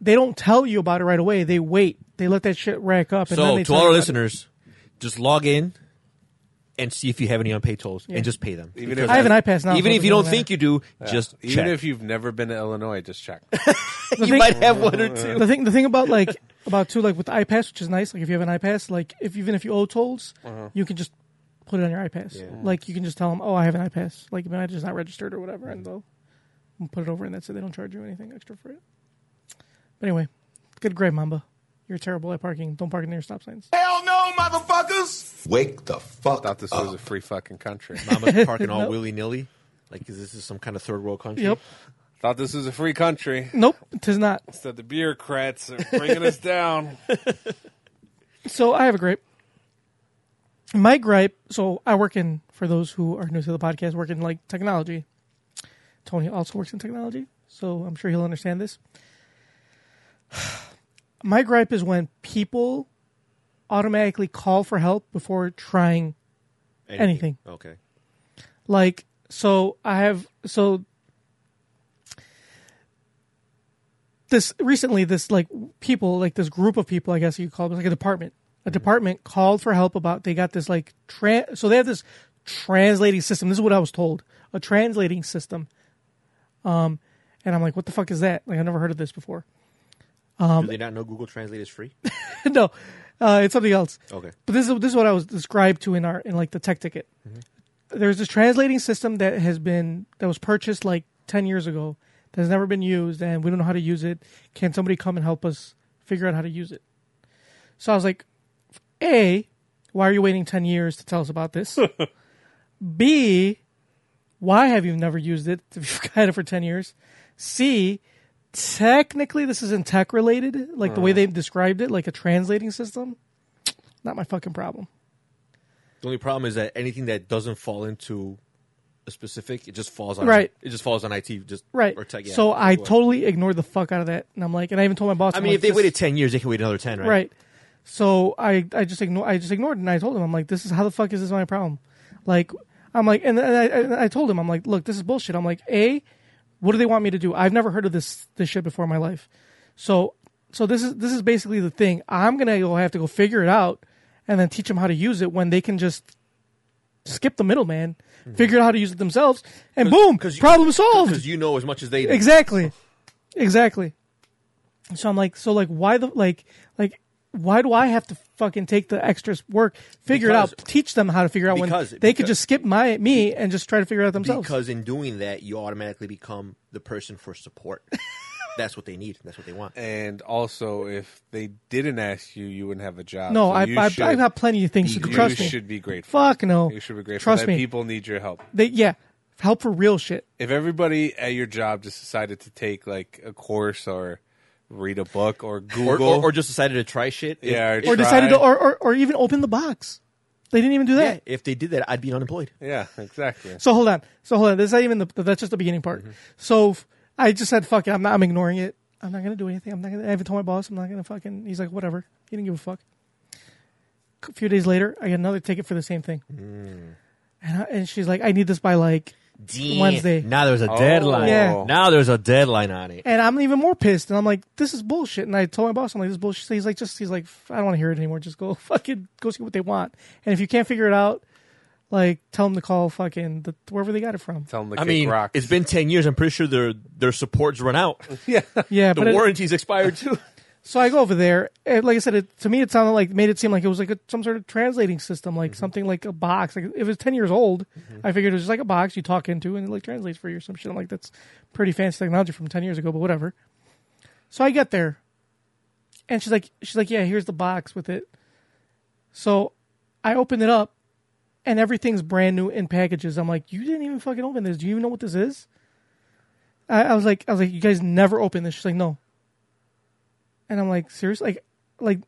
B: they don't tell you about it right away. They wait. They let that shit rack up. And then
D: So
B: they
D: to
B: tell
D: all
B: you
D: our
B: about it.
D: listeners, just log in and see if you have any unpaid tolls
B: Yeah.
D: and just pay them.
C: Even
D: Because
C: if-
B: I have an iPass now,
D: Even
B: so
D: if
B: it
D: you
B: doesn't
D: don't think you do, just
C: Even
D: check. *laughs*
C: if you've never been to Illinois, just check.
D: you might have one or two.
B: the thing the thing about like about too like with the iPass, which is nice. Like if you have an iPass, like if even if you owe tolls, you can just put it on your iPass. Like you can just tell them, oh, I have an iPass. Like my just not registered or whatever, and they'll and put it over, and that's it. They don't charge you anything extra for it. But anyway, good grade, Mamba. You're terrible at parking. Don't park near stop signs.
A: Hell no, motherfuckers! Wake the fuck
C: Thought this
A: up.
C: was a free fucking *laughs* country.
D: Mama's
B: *laughs*
D: parking all willy nilly. Like 'cause this is some kind of third world country.
B: Yep.
C: Thought this was a free country.
B: Nope, tis not.
C: Said the bureaucrats are bringing us down.
B: So I have a gripe. My gripe. So I work in for those who are new to the podcast, work in like technology. Tony also works in technology, so I'm sure he'll understand this. *sighs* My gripe is when people automatically call for help before trying anything.
D: Okay.
B: Like, so I have so this recently. This like people, like this group of people, I guess you could call it like a department. A department called for help about they got this like tran so they have this translating system. This is what I was told, a translating system. Um, and I'm like, what the fuck is that? Like, I never heard of this before. Um,
D: Do they not know Google Translate is free?
B: *laughs* no, uh, it's something else.
D: Okay.
B: But this is this is what I was described to in our in like the tech ticket. There's this translating system that has been that was purchased like ten years ago that has never been used, and we don't know how to use it. Can somebody come and help us figure out how to use it? So I was like, A, why are you waiting ten years to tell us about this? B, why have you never used it if you've *laughs* had it for 10 years? C, technically this isn't tech related, like the way they described it, like a translating system. Not my fucking problem.
D: The only problem is that anything that doesn't fall into a specific, it just falls on
B: Right.
D: It just falls on IT, just
B: Right.
D: Or tech, yeah,
B: so I
D: Well,
B: totally ignored the fuck out of that. And I'm like, and I even told my boss,
D: I
B: I'm
D: mean,
B: like,
D: if they
B: this-
D: waited ten years, they can wait another ten, right?
B: Right. So I, I just ignore, I just ignored it and I told him, I'm like, this is how the fuck is this my problem? Like, I'm like, and, and, I, and I told him, I'm like, look, this is bullshit. I'm like, a, what do they want me to do? I've never heard of this this shit before in my life. So, so this is this is basically the thing. I'm gonna go have to go figure it out, and then teach them how to use it when they can just skip the middleman, figure out how to use it themselves, and boom,
D: Mm-hmm. you-
B: problem solved.
D: Because you know as much as they do.
B: Exactly. Exactly. So I'm like, so like, why the like, like, why do I have to fucking take the extra work, figure it out,
D: Because-
B: teach them how to figure out
D: because-
B: when they could
D: because-
B: just skip my me and just try to figure it out themselves.
D: Because in doing that, you automatically become the person for support.
B: *laughs*
D: That's what they need. That's what they want.
C: And also, if they didn't ask you, you wouldn't have a job.
B: no,
C: So
B: I,
C: you
B: I,
C: should-
B: I've got plenty of things to do.
C: you
B: Trust me.
C: should be grateful.
B: Fuck no.
C: You should be grateful
B: Trust
C: that
B: me.
C: people need your help.
B: They, yeah, help for real shit.
C: If everybody at your job just decided to take like a course or read a book or
D: Or,
C: Google
D: or, or just decided to try shit.
C: Yeah,
D: If,
C: or
B: Or
C: Try.
B: decided to, or, or or even open the box. They didn't even do that.
D: yeah, if they did that, I'd be unemployed.
C: yeah, exactly.
B: So hold on. So hold on. This is not even the. That's just the beginning part. So f- I just said, "Fuck it." I'm not. I'm ignoring it. I'm not gonna do anything. I'm not gonna. I haven't told my boss. I'm not gonna fucking. He's like, whatever. He didn't give a fuck. A few days later, I get another ticket for the same thing. And, I, and she's like, "I need this by like." Wednesday.
D: Now there's a
C: deadline.
B: Yeah.
D: Now there's a deadline on it.
B: And I'm even more pissed. And I'm like, "This is bullshit." And I told my boss, "I'm like, this is bullshit." So he's like, "Just." He's like, "I don't want to hear it anymore. Just go *laughs* fucking go see what they want. And if you can't figure it out, like, tell them to call fucking the, wherever they got it from."
C: Tell them to
D: I
C: kick
D: mean,
C: rocks.
D: it's been ten years. I'm pretty sure their their support's run out.
B: *laughs* Yeah, but
D: the
B: it-
D: warranty's expired too.
B: So I go over there. And like I said, it, to me, it sounded like made it seem like it was like a, some sort of translating system, like something like a box. Like if it was ten years old, I figured it was just like a box you talk into and it like translates for you or some shit. I'm like, that's pretty fancy technology from ten years ago, but whatever. So I get there, and she's like, she's like, yeah, here's the box with it. So I open it up, and everything's brand new in packages. I'm like, you didn't even fucking open this. Do you even know what this is? I, I was like, I was like, you guys never open this. She's like, no. And I'm like, seriously, like, like,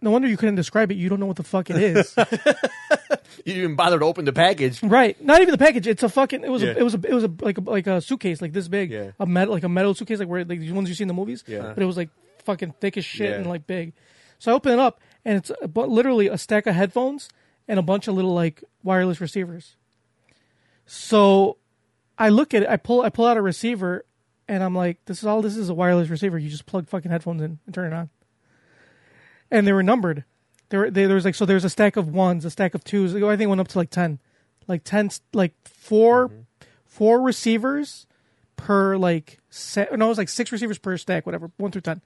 B: no wonder you couldn't describe it. You don't know what the fuck it
D: *laughs*
B: is,
D: You didn't even bother to open the package.
B: right? Not even the package. It's a fucking. It was.
D: Yeah.
B: A, it was. A, it was a, like a, like a suitcase, like this big.
D: Yeah.
B: A metal, like a metal suitcase, like where like the ones you see in the movies.
D: Yeah.
B: But it was like fucking thick as shit
D: Yeah.
B: and like big. So I open it up, and it's a, bu- literally a stack of headphones and a bunch of little like wireless receivers. So I look at it, I pull I pull out a receiver and I'm like, this is all this is a wireless receiver. You just plug fucking headphones in and turn it on. And they were numbered. There were they, there was like so there's a stack of ones, a stack of twos. I think it went up to like ten. Like ten like 4 four receivers per like set no, it was like six receivers per stack, whatever, one through ten.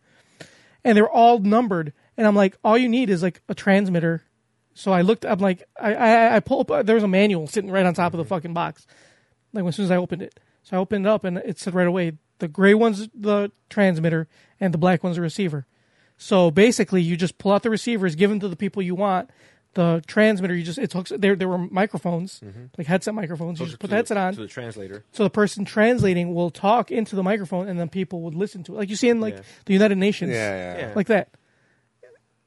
B: And they were all numbered. And I'm like, all you need is like a transmitter. So I looked, I'm like, I, I, I pull up, there was a manual sitting right on top of the
D: Mm-hmm.
B: fucking box like as soon as I opened it. So I opened it up and it said right away the gray one's the transmitter and the black one's the receiver. So basically, you just pull out the receivers, give them to the people you want. The transmitter, you just it hooks. There, there were microphones, like headset microphones. You just put the headset on,
D: Mm-hmm. to the translator.
B: so the person translating will talk into the microphone, and then people would listen to it, like you see in like
D: Yeah.
B: the United Nations,
C: Yeah, yeah, yeah.
B: like that.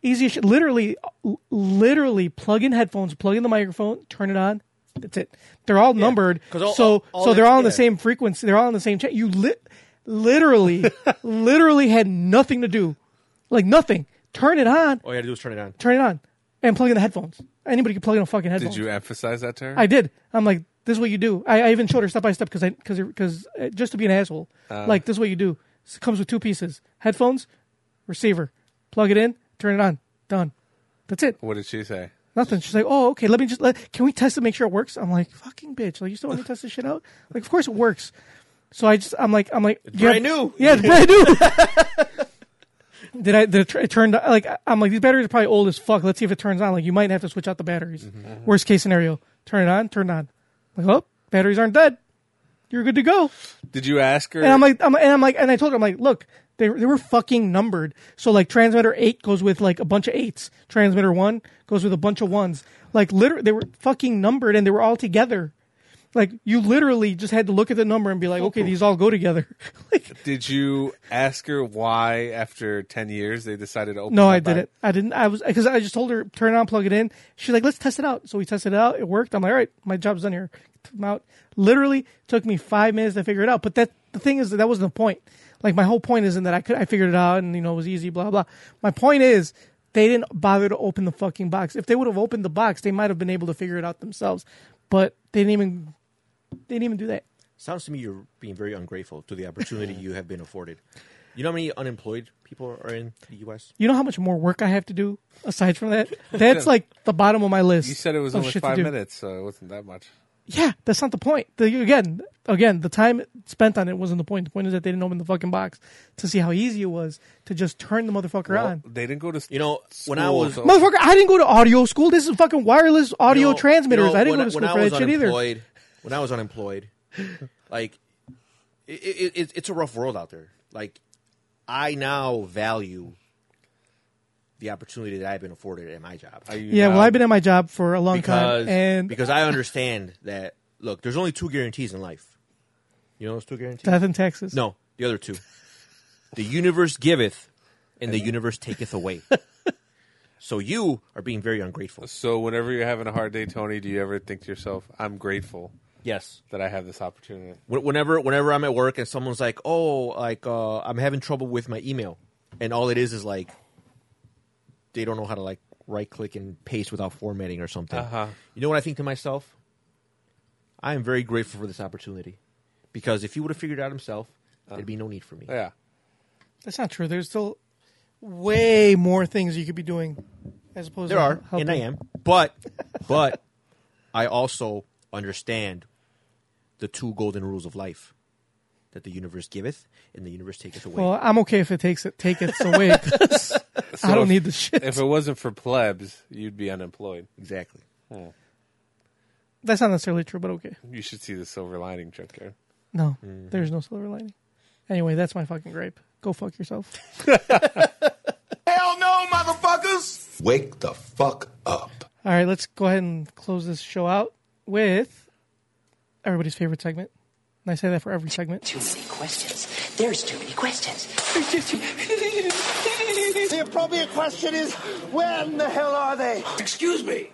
B: Easy, as shit. literally, l- literally plug in headphones, plug in the microphone, turn it on. That's it. They're all numbered,
D: 'cause all-
B: so
D: all- all
B: so
D: that-
B: they're all on the
D: yeah.
B: same frequency. They're all on the same chat. You lit,
C: *laughs*
B: literally, literally had nothing to do, like nothing. Turn it on,
D: All you had to do was turn it on.
B: turn it on, and plug in the headphones. Anybody can plug in a fucking headphone.
C: Did you emphasize that to her?
B: I did. I'm like, this is what you do. I, I even showed her step by step because I because because uh, just to be an asshole. like this is what you do. It comes with two pieces: headphones, receiver. Plug it in, turn it on, done. That's it.
C: What did she say?
B: Nothing. She's like, oh, okay. Let me just let. Can we test to make sure it works? I'm like, fucking bitch. Like you still want me to test this shit out? Like, of course it works. So I just, I'm like, I'm like, yeah,
D: brand new.
B: Yeah, it's brand new. *laughs* did I? Did it, tr- it turned like I'm like these batteries are probably old as fuck. Let's see if it turns on. Like you might have to switch out the batteries.
D: Mm-hmm.
B: Worst case scenario, turn it on, turn it on. Like, oh, batteries aren't dead. You're good to go.
C: Did you ask her?
B: And I'm like, I'm, and I'm like, and I told her, I'm like, look, they, they were fucking numbered. So like transmitter eight goes with like a bunch of eights. Transmitter one goes with a bunch of ones. Like literally, they were fucking numbered and they were all together. Like you literally just had to look at the number and be like, okay, these all go together. *laughs* like,
C: Did you ask her why after ten years they decided to open?
B: no,
C: up
B: I
C: by-
B: didn't. I didn't. I was because I just told her turn it on, plug it in. She's like, let's test it out. So we tested it out. It worked. I'm like, all right, my job's done here. Took 'em out. Literally took me five minutes to figure it out. But that the thing is that that wasn't the point. Like my whole point isn't that I could I figured it out and you know it was easy. Blah blah. My point is they didn't bother to open the fucking box. If they would have opened the box, they might have been able to figure it out themselves. But they didn't even they didn't even do that.
D: Sounds to me you're being very ungrateful to the
B: *laughs*
D: opportunity you have been afforded. You know how many unemployed people are in the U.S.
B: You know how much more work I have to do aside from
C: *laughs*
B: that. That's like the bottom of my list.
C: You said it was
B: of
C: only
B: Oh, shit to
C: five
B: do.
C: minutes, so it wasn't that much.
B: Yeah, that's not the point. The, again, again, the time spent on it wasn't the point. The point is that they didn't open the fucking box to see how easy it was to just turn the motherfucker on.
C: Well, they didn't go to s-
D: You know, when I
C: school,
D: was-
C: so-
B: Motherfucker, I didn't go to audio school. This is fucking wireless audio
D: You know-
B: transmitters.
D: you know,
B: I didn't go
D: when
B: to school
D: when I
B: for
D: was
B: that shit either.
D: unemployed- When I
B: *laughs*
D: was unemployed, like it, it, it, it's a rough world out there. Like I now value the opportunity that I've been afforded at my job.
C: Are you
B: Yeah, well,
C: now-
B: I've been at my job for a long
D: because
B: time, and
D: because I understand that look, there's only two guarantees in life. You know those two guarantees?
B: death in Texas.
D: No, the other two. The universe giveth and the universe taketh away. So you are being very ungrateful.
C: So whenever you're having a hard day, Tony, do you ever think to yourself, "I'm grateful
D: Yes.
C: that I have this opportunity"?
D: Wh- whenever whenever I'm at work and someone's like, "Oh, like uh, I'm having trouble with my email," and all it is is like they don't know how to like right click and paste without formatting or something.
C: Uh-huh.
D: You know what I think to myself? I am very grateful for this opportunity because if he would have figured it out himself, there'd be no need for me.
C: Yeah.
B: that's not true. There's still way more things you could be doing as opposed
D: There
B: to
D: are,
B: helping.
D: and I am, but but I also understand the two golden rules of life that the universe giveth and the universe taketh away.
B: Well, I'm okay if it takes it take it away.
D: *laughs*
B: 'cause I
C: So
B: don't
C: if-
B: need the shit.
C: If it wasn't for plebs, you'd be unemployed.
D: exactly.
B: that's not necessarily true, but okay.
C: You should see the silver lining, junkyard.
B: No, there's no silver lining. Anyway, that's my fucking gripe. Go fuck yourself. *laughs*
A: Hell no, motherfuckers! Wake the fuck up.
B: All right, let's go ahead and close this show out with everybody's favorite segment. And I say that for every segment.
F: Too many questions. There's too many questions.
A: The appropriate question is when the hell are they?
G: Excuse me.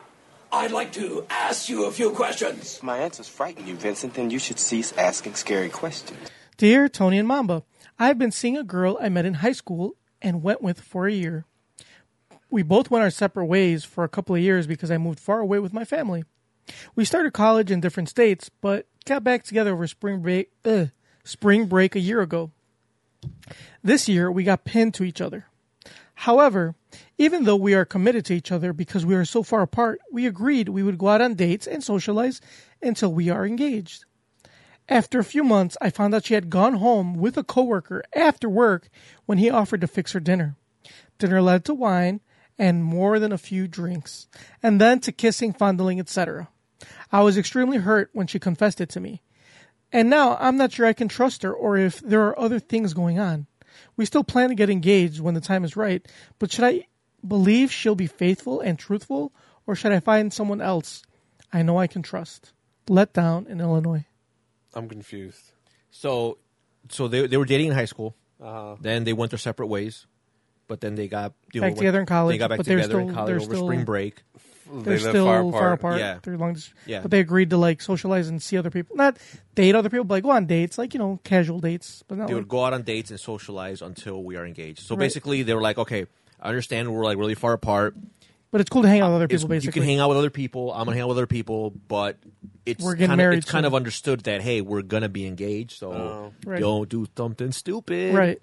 G: I'd like to ask you a few questions.
H: If my answers frighten you, Vincent, then you should cease asking scary questions.
B: Dear Tony and Mamba, I've been seeing a girl I met in high school and went with for a year. We both went our separate ways for a couple of years because I moved far away with my family. We started college in different states, but got back together over spring break, ugh, spring break a year ago. This year, we got pinned to each other. However, even though we are committed to each other because we are so far apart, we agreed we would go out on dates and socialize until we are engaged. After a few months, I found out she had gone home with a coworker after work when he offered to fix her dinner. Dinner led to wine and more than a few drinks, and then to kissing, fondling, etc. I was extremely hurt when she confessed it to me. And now I'm not sure I can trust her or if there are other things going on. We still plan to get engaged when the time is right, but should I believe she'll be faithful and truthful or should I find someone else I know I can trust? Let down in Illinois.
C: I'm confused.
D: So, so they they were dating in high school. Then they went their separate ways, but then they got you
B: Back
D: went-
B: together in college,
D: They got back
B: but they're
D: together in
B: still-
D: college
B: they're
D: over
B: still-
D: spring break.
B: They're
C: live
B: still
C: far apart.
D: Yeah.
B: They're long dis-
D: Yeah.
B: But they agreed to like socialize and see other people, not date other people, but like go on dates, like you know, casual dates, but not
D: They
B: like,
D: would go out on dates and socialize until we are engaged. So
B: Right.
D: basically, they were like, okay, I understand we're like really far apart.
B: But it's cool to hang out with other
D: It's-
B: people.
D: you
B: Basically,
D: can hang out with other people. I'm gonna hang out with other people, but it's
B: We're getting
D: kind of
B: married
D: it's kind
B: soon. Oh.
D: of understood that hey, we're gonna be engaged, so
B: Right.
D: don't do something stupid.
B: right?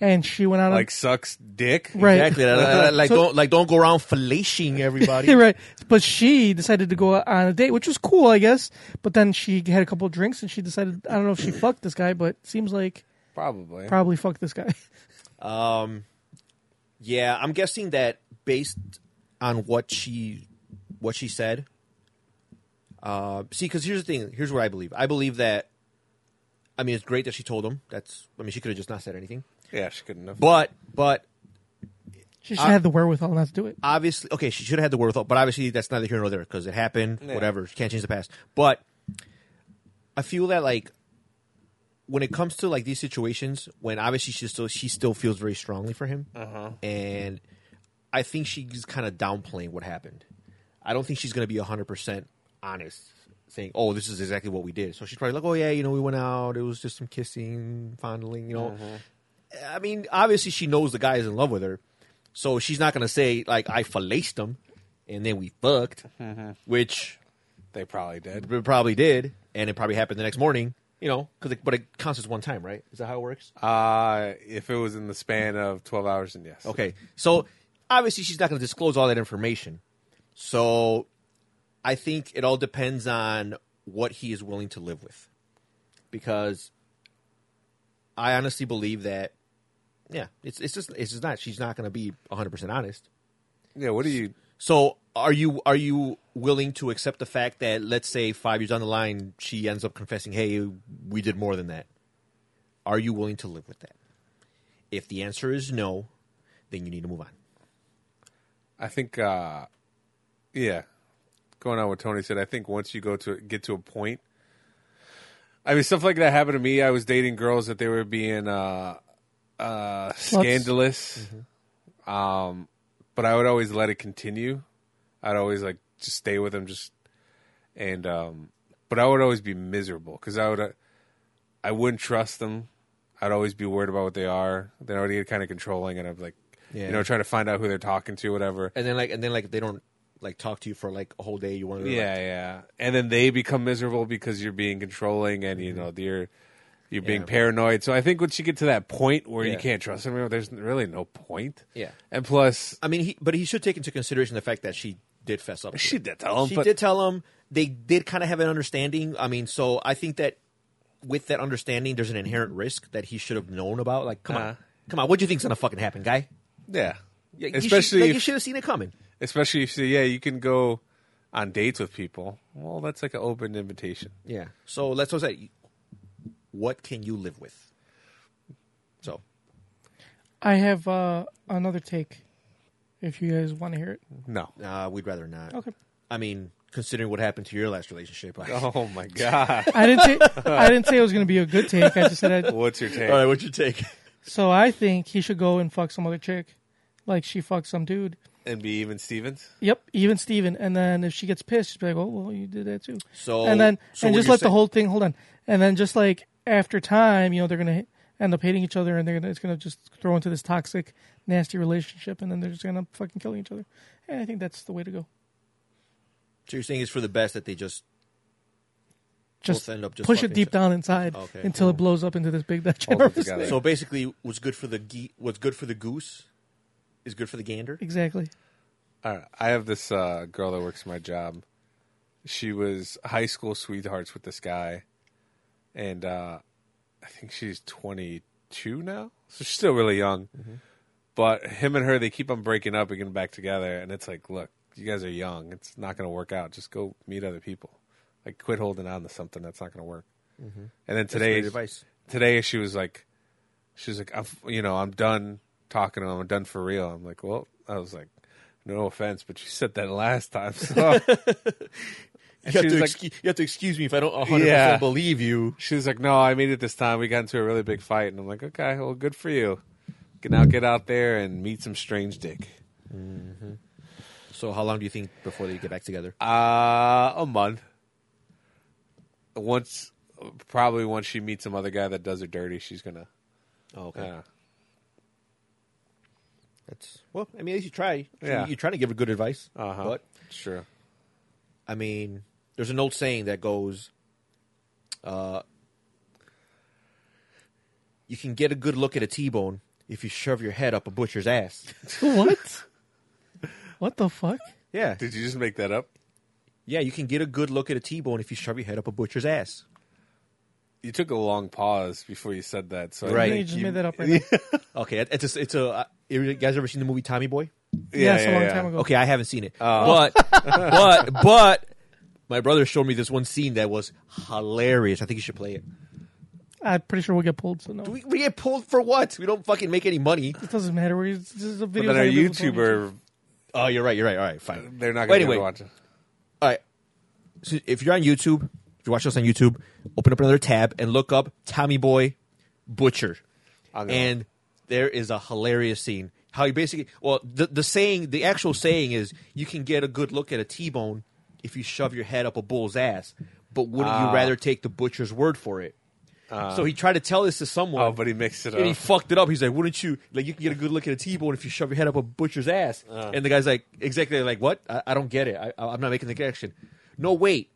B: And she went out on
C: Like sucks dick.
B: right,
D: Exactly. like like,
B: So-
D: don't like don't go around fellation everybody.
B: *laughs* *laughs* right. But she decided to go on a date, which was cool, I guess. But then she had a couple of drinks and she decided I don't know if she fucked this guy, but seems like
C: Probably.
B: probably fucked this guy. *laughs*
D: Yeah, I'm guessing that based on what she what she said. Uh, see, because here's the thing. Here's what I believe. I believe that. I mean, it's great that she told him. That's. I mean, she could have just not said anything.
C: Yeah, she couldn't have.
D: But but
B: She just had the wherewithal not to do it.
D: obviously, okay, she should have had the wherewithal, but obviously that's neither here nor there because it happened.
C: Yeah.
D: Whatever, she can't change the past. But I feel that like when it comes to like these situations, when obviously she still she still feels very strongly for him, and I think she's kind of downplaying what happened. I don't think she's going to be hundred percent honest, saying, "Oh, this is exactly what we did." So she's probably like, "Oh yeah, you know, we went out. It was just some kissing, fondling, you know." I mean, obviously she knows the guy is in love with her, so she's not gonna say like I fellaced him and then we fucked, which
C: They probably did.
D: we probably did, and it probably happened the next morning. You know, because but it counts as one time, right? Is that how it works?
C: Uh, if it was in the span of 12 hours, then yes.
D: Okay, so obviously she's not gonna disclose all that information. So I think it all depends on what he is willing to live with, because I honestly believe that. Yeah, it's it's just it's just not. She's not going to be 100% honest.
C: Yeah, what do you.
D: So are you are you willing to accept the fact that let's say five years down the line she ends up confessing, hey, we did more than that? Are you willing to live with that? If the answer is no, then you need to move on.
C: I think, uh, yeah, going on what Tony said, I think once you go to get to a point, I mean, stuff like that happened to me. I was dating girls that they were being uh, uh, scandalous, um, but I would always let it continue. I'd always like just stay with them, just and um, but I would always be miserable because I would uh, I wouldn't trust them. I'd always be worried about what they are. Then I would get kind of controlling, and I'm like,
D: Yeah.
C: you know, trying to find out who they're talking to, whatever.
D: And then like and then like they don't like talk to you for like a whole day. You want to
C: Yeah, yeah. And then they become miserable because you're being controlling and you know you're you're being
D: Yeah.
C: paranoid. So I think once you get to that point where
D: Yeah.
C: you can't trust them anymore, there's really no point.
D: Yeah.
C: And plus,
D: I mean, he, but he should take into consideration the fact that she did fess up. to
C: She
D: it.
C: did tell him,
D: She
C: but-
D: did tell him. They did kind of have an understanding. I mean, so I think that with that understanding, there's an inherent risk that he should have known about. Like, come on,
C: Uh-huh.
D: come on, what do you think's gonna fucking happen, guy?
C: yeah,
D: Yeah, you should-
C: especially
D: like,
C: if,
D: you should have seen it coming.
C: especially if you say, yeah, you can go on dates with people. Well, that's like an open invitation.
D: Yeah. So let's just say, what can you live with? So
B: I have uh, another take. If you guys want to hear it,
C: No.
D: uh, we'd rather not.
B: Okay.
D: I mean, considering what happened to your last relationship. I, *laughs*
C: Oh my god.
B: I didn't. Say, I didn't say it was going to be a good take. I just
D: *laughs*
B: said. I,
C: What's your take?
D: All right, what's your take?
B: so I think he should go and fuck some other chick, like she fucked some dude.
C: And be E even Stevens.
B: Yep, even Steven. And then if she gets pissed, she's like, "Oh, well, you did that too."
D: So-
B: and then
D: so
B: and
D: what
B: just
D: you're
B: let the
D: saying-
B: whole thing hold on. And then just like after time, you know, they're gonna end up hating each other, and they're gonna it's gonna just throw into this toxic, nasty relationship, and then they're just gonna fucking kill each other. And I think that's the way to go.
D: So you're saying it's for the best that they just
B: Just,
D: end up just
B: push
D: fucking
B: it deep
D: each-
B: down inside
D: Okay.
B: until it blows up into this big Dutch
C: Hold it together.
D: So basically, what's good for the ge- what's good for the goose is good for the gander.
B: Exactly. *laughs*
C: All right. I have this uh, girl that works at my job. She was high school sweethearts with this guy, and uh, I think she's 22 now, so she's still really young.
D: Mm-hmm.
C: But him and her, they keep on breaking up and getting back together, and it's like, look, you guys are young. It's not going to work out. Just go meet other people. Like, quit holding on to something that's not going to work. And then today,
D: Mm-hmm. great advice.
C: today she was like, she was like, I'm, you know, I'm done talking to him. I'm done for real. I'm like, well, I was like, no offense, but you said that last time.
D: *laughs*
C: So
D: You
C: she
D: have,
C: was
D: to
C: like-
D: excu- you have to excuse me if I don't 100
C: Yeah.
D: believe you.
C: she was like, no, I made it this time. We got into a really big fight. And I'm like, okay, well, good for you. Can now get out there and meet some strange dick.
D: So how long do you think before they get back together?
C: Uh, a month. Once, probably once she meets uh, some other guy that does her dirty, she's going to,
D: Oh, okay,
C: uh,
D: That's well. I mean, at least you try.
C: Yeah.
D: You- you're trying to give her good advice.
C: Uh-huh.
D: But
C: Sure.
D: I mean, there's an old saying that goes, uh, "You can get a good look at a T-bone if you shove your head up a butcher's ass." *laughs*
B: what? What the fuck?
D: yeah,
C: Did you just make that up?
D: yeah, you can get a good look at a T-bone if you shove your head up a butcher's ass.
C: You took a long pause before you said that. So I
D: Right.
B: You
C: think
B: just
C: you-
B: made that up *laughs* right now.
D: Okay, it- it's a, it's a. uh, You guys ever seen the movie Tommy Boy?
B: Yeah, it's a long time ago.
D: Okay, I haven't seen it, but but but my brother showed me this one scene that was hilarious. I think you should play it.
B: I'm pretty sure we'll get pulled, so no.
D: We, we get pulled for what? We don't fucking make any money.
B: it doesn't matter. We're, this is a video.
C: But then our YouTuber,
D: Oh, you're right. You're right. All right, fine.
C: they're not
D: But
C: going to
D: anyway,
C: watch it.
D: All right. So if you're on YouTube, if you watch us on YouTube, open up another tab and look up Tommy Boy Butcher.
C: I'll go.
D: And there is a hilarious scene. How you basically, well, the, the saying, the actual saying is you can get a good look at a T bone if you shove your head up a bull's ass, but wouldn't
C: Ah.
D: you rather take the butcher's word for it? so he tried to tell this to someone.
C: Oh, but he mixed it
D: And he
C: up.
D: fucked it up. He's like, "Wouldn't you like you can get a good look at a T-bone if you shove your head up a butcher's ass?" And the guy's like, "Exactly." Like, what? I, I don't get it. I, I'm not making the connection. No, wait.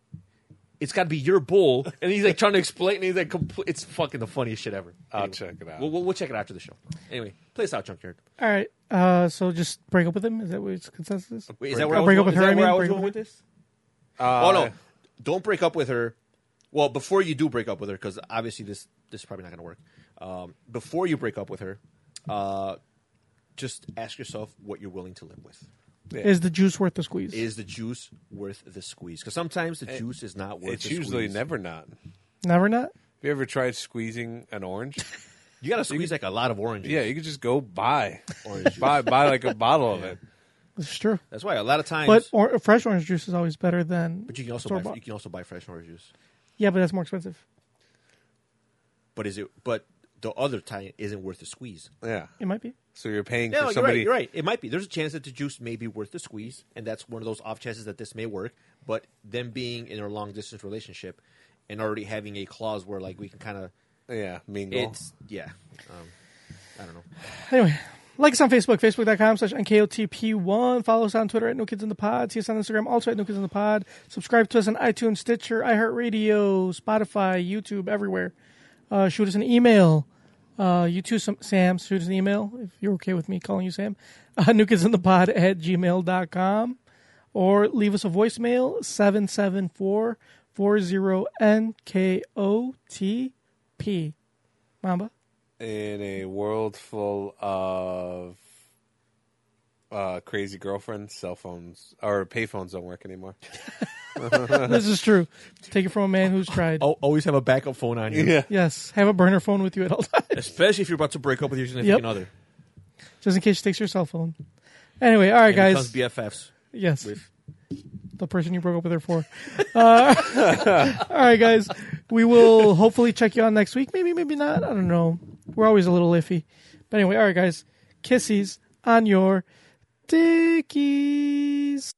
D: It's got to be
C: *laughs*
D: your bull. And he's like trying to explain. And he's like, compl- "It's fucking the funniest shit ever."
C: I'll check it out.
D: We'll, we'll, we'll check it out after the show. Anyway, play us out, Junkyard.
B: All right. Uh, so just break up with him. Is that what his consensus? is?
D: Wait, is that where
B: I'll
D: I was
B: break
D: going,
B: up with
D: is
B: her,
D: that
B: I mean,
D: where I was
B: break
D: going
B: up
D: with
B: with
D: this? oh no! Don't break up with her. Well, before you do break up with her, because obviously this this is probably not going to work. Um, before you break up with her, uh, just ask yourself what you're willing to live with.
B: Is the juice worth the squeeze?
D: Is the juice worth the squeeze? Because sometimes the juice is not worth.
C: It's
D: the
C: usually
D: squeeze.
C: never not.
B: Never not.
C: Have you ever tried squeezing an
D: *laughs*
C: orange?
D: You got to squeeze like a lot of oranges.
C: yeah, you could just go buy orange. buy buy like a bottle of it.
B: It's true.
D: that's why a lot of times.
B: But or, fresh orange juice is always better than.
D: but you can also buy,
B: store-bought.
D: you can also buy fresh orange juice.
B: Yeah, but that's more expensive.
D: But is it? But the other time isn't worth the squeeze.
C: Yeah.
B: It might be.
C: So you're paying
D: No,
C: for
D: you're right.
C: somebody.
D: You're right. It might be. There's a chance that the juice may be worth the squeeze, and that's one of those off chances that this may work. But them being in a long distance relationship and already having a clause where like we can kind of
C: Yeah, mingle.
D: it's yeah. Um, I don't know.
B: Anyway, like us on Facebook, facebook.com slash NKOTP1. Follow us on Twitter at No Kids in the Pod. See us on Instagram, also at No Kids in the Pod. Subscribe to us on iTunes, Stitcher, iHeartRadio, Spotify, YouTube, everywhere. Uh, shoot us an email. Uh, you too, Sam- Sam. Shoot us an email if you're okay with me calling you Sam. *laughs* Uh, New Kids in the Pod at gmail.com. Or leave us a voicemail, 774 NKOTP. Mamba?
C: in a world full of uh, crazy girlfriends, cell phones or payphones don't work anymore. *laughs*
B: this is true. Take it from a man who's tried.
D: Oh, always have a backup phone *laughs* on you,
B: Yes, have a burner phone with you at all *laughs* times,
D: especially if you're about to break up with your significant
B: Yep.
D: other.
B: just in case she takes your cell phone. Anyway, all right,
D: And
B: guys.
D: becomes BFFs.
B: yes,
D: with-
B: the person you broke up with her for. Uh, *laughs* all right, guys. We will hopefully check you out next week. Maybe, maybe not. I don't know. We're always a little iffy. But anyway, all right, guys. Kisses on your dickies.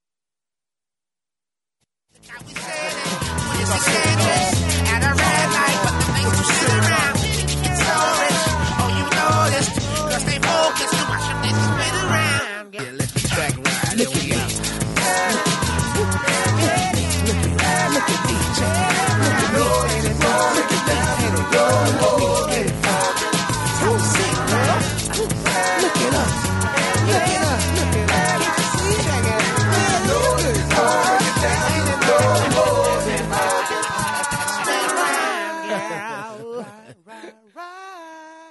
A: Right.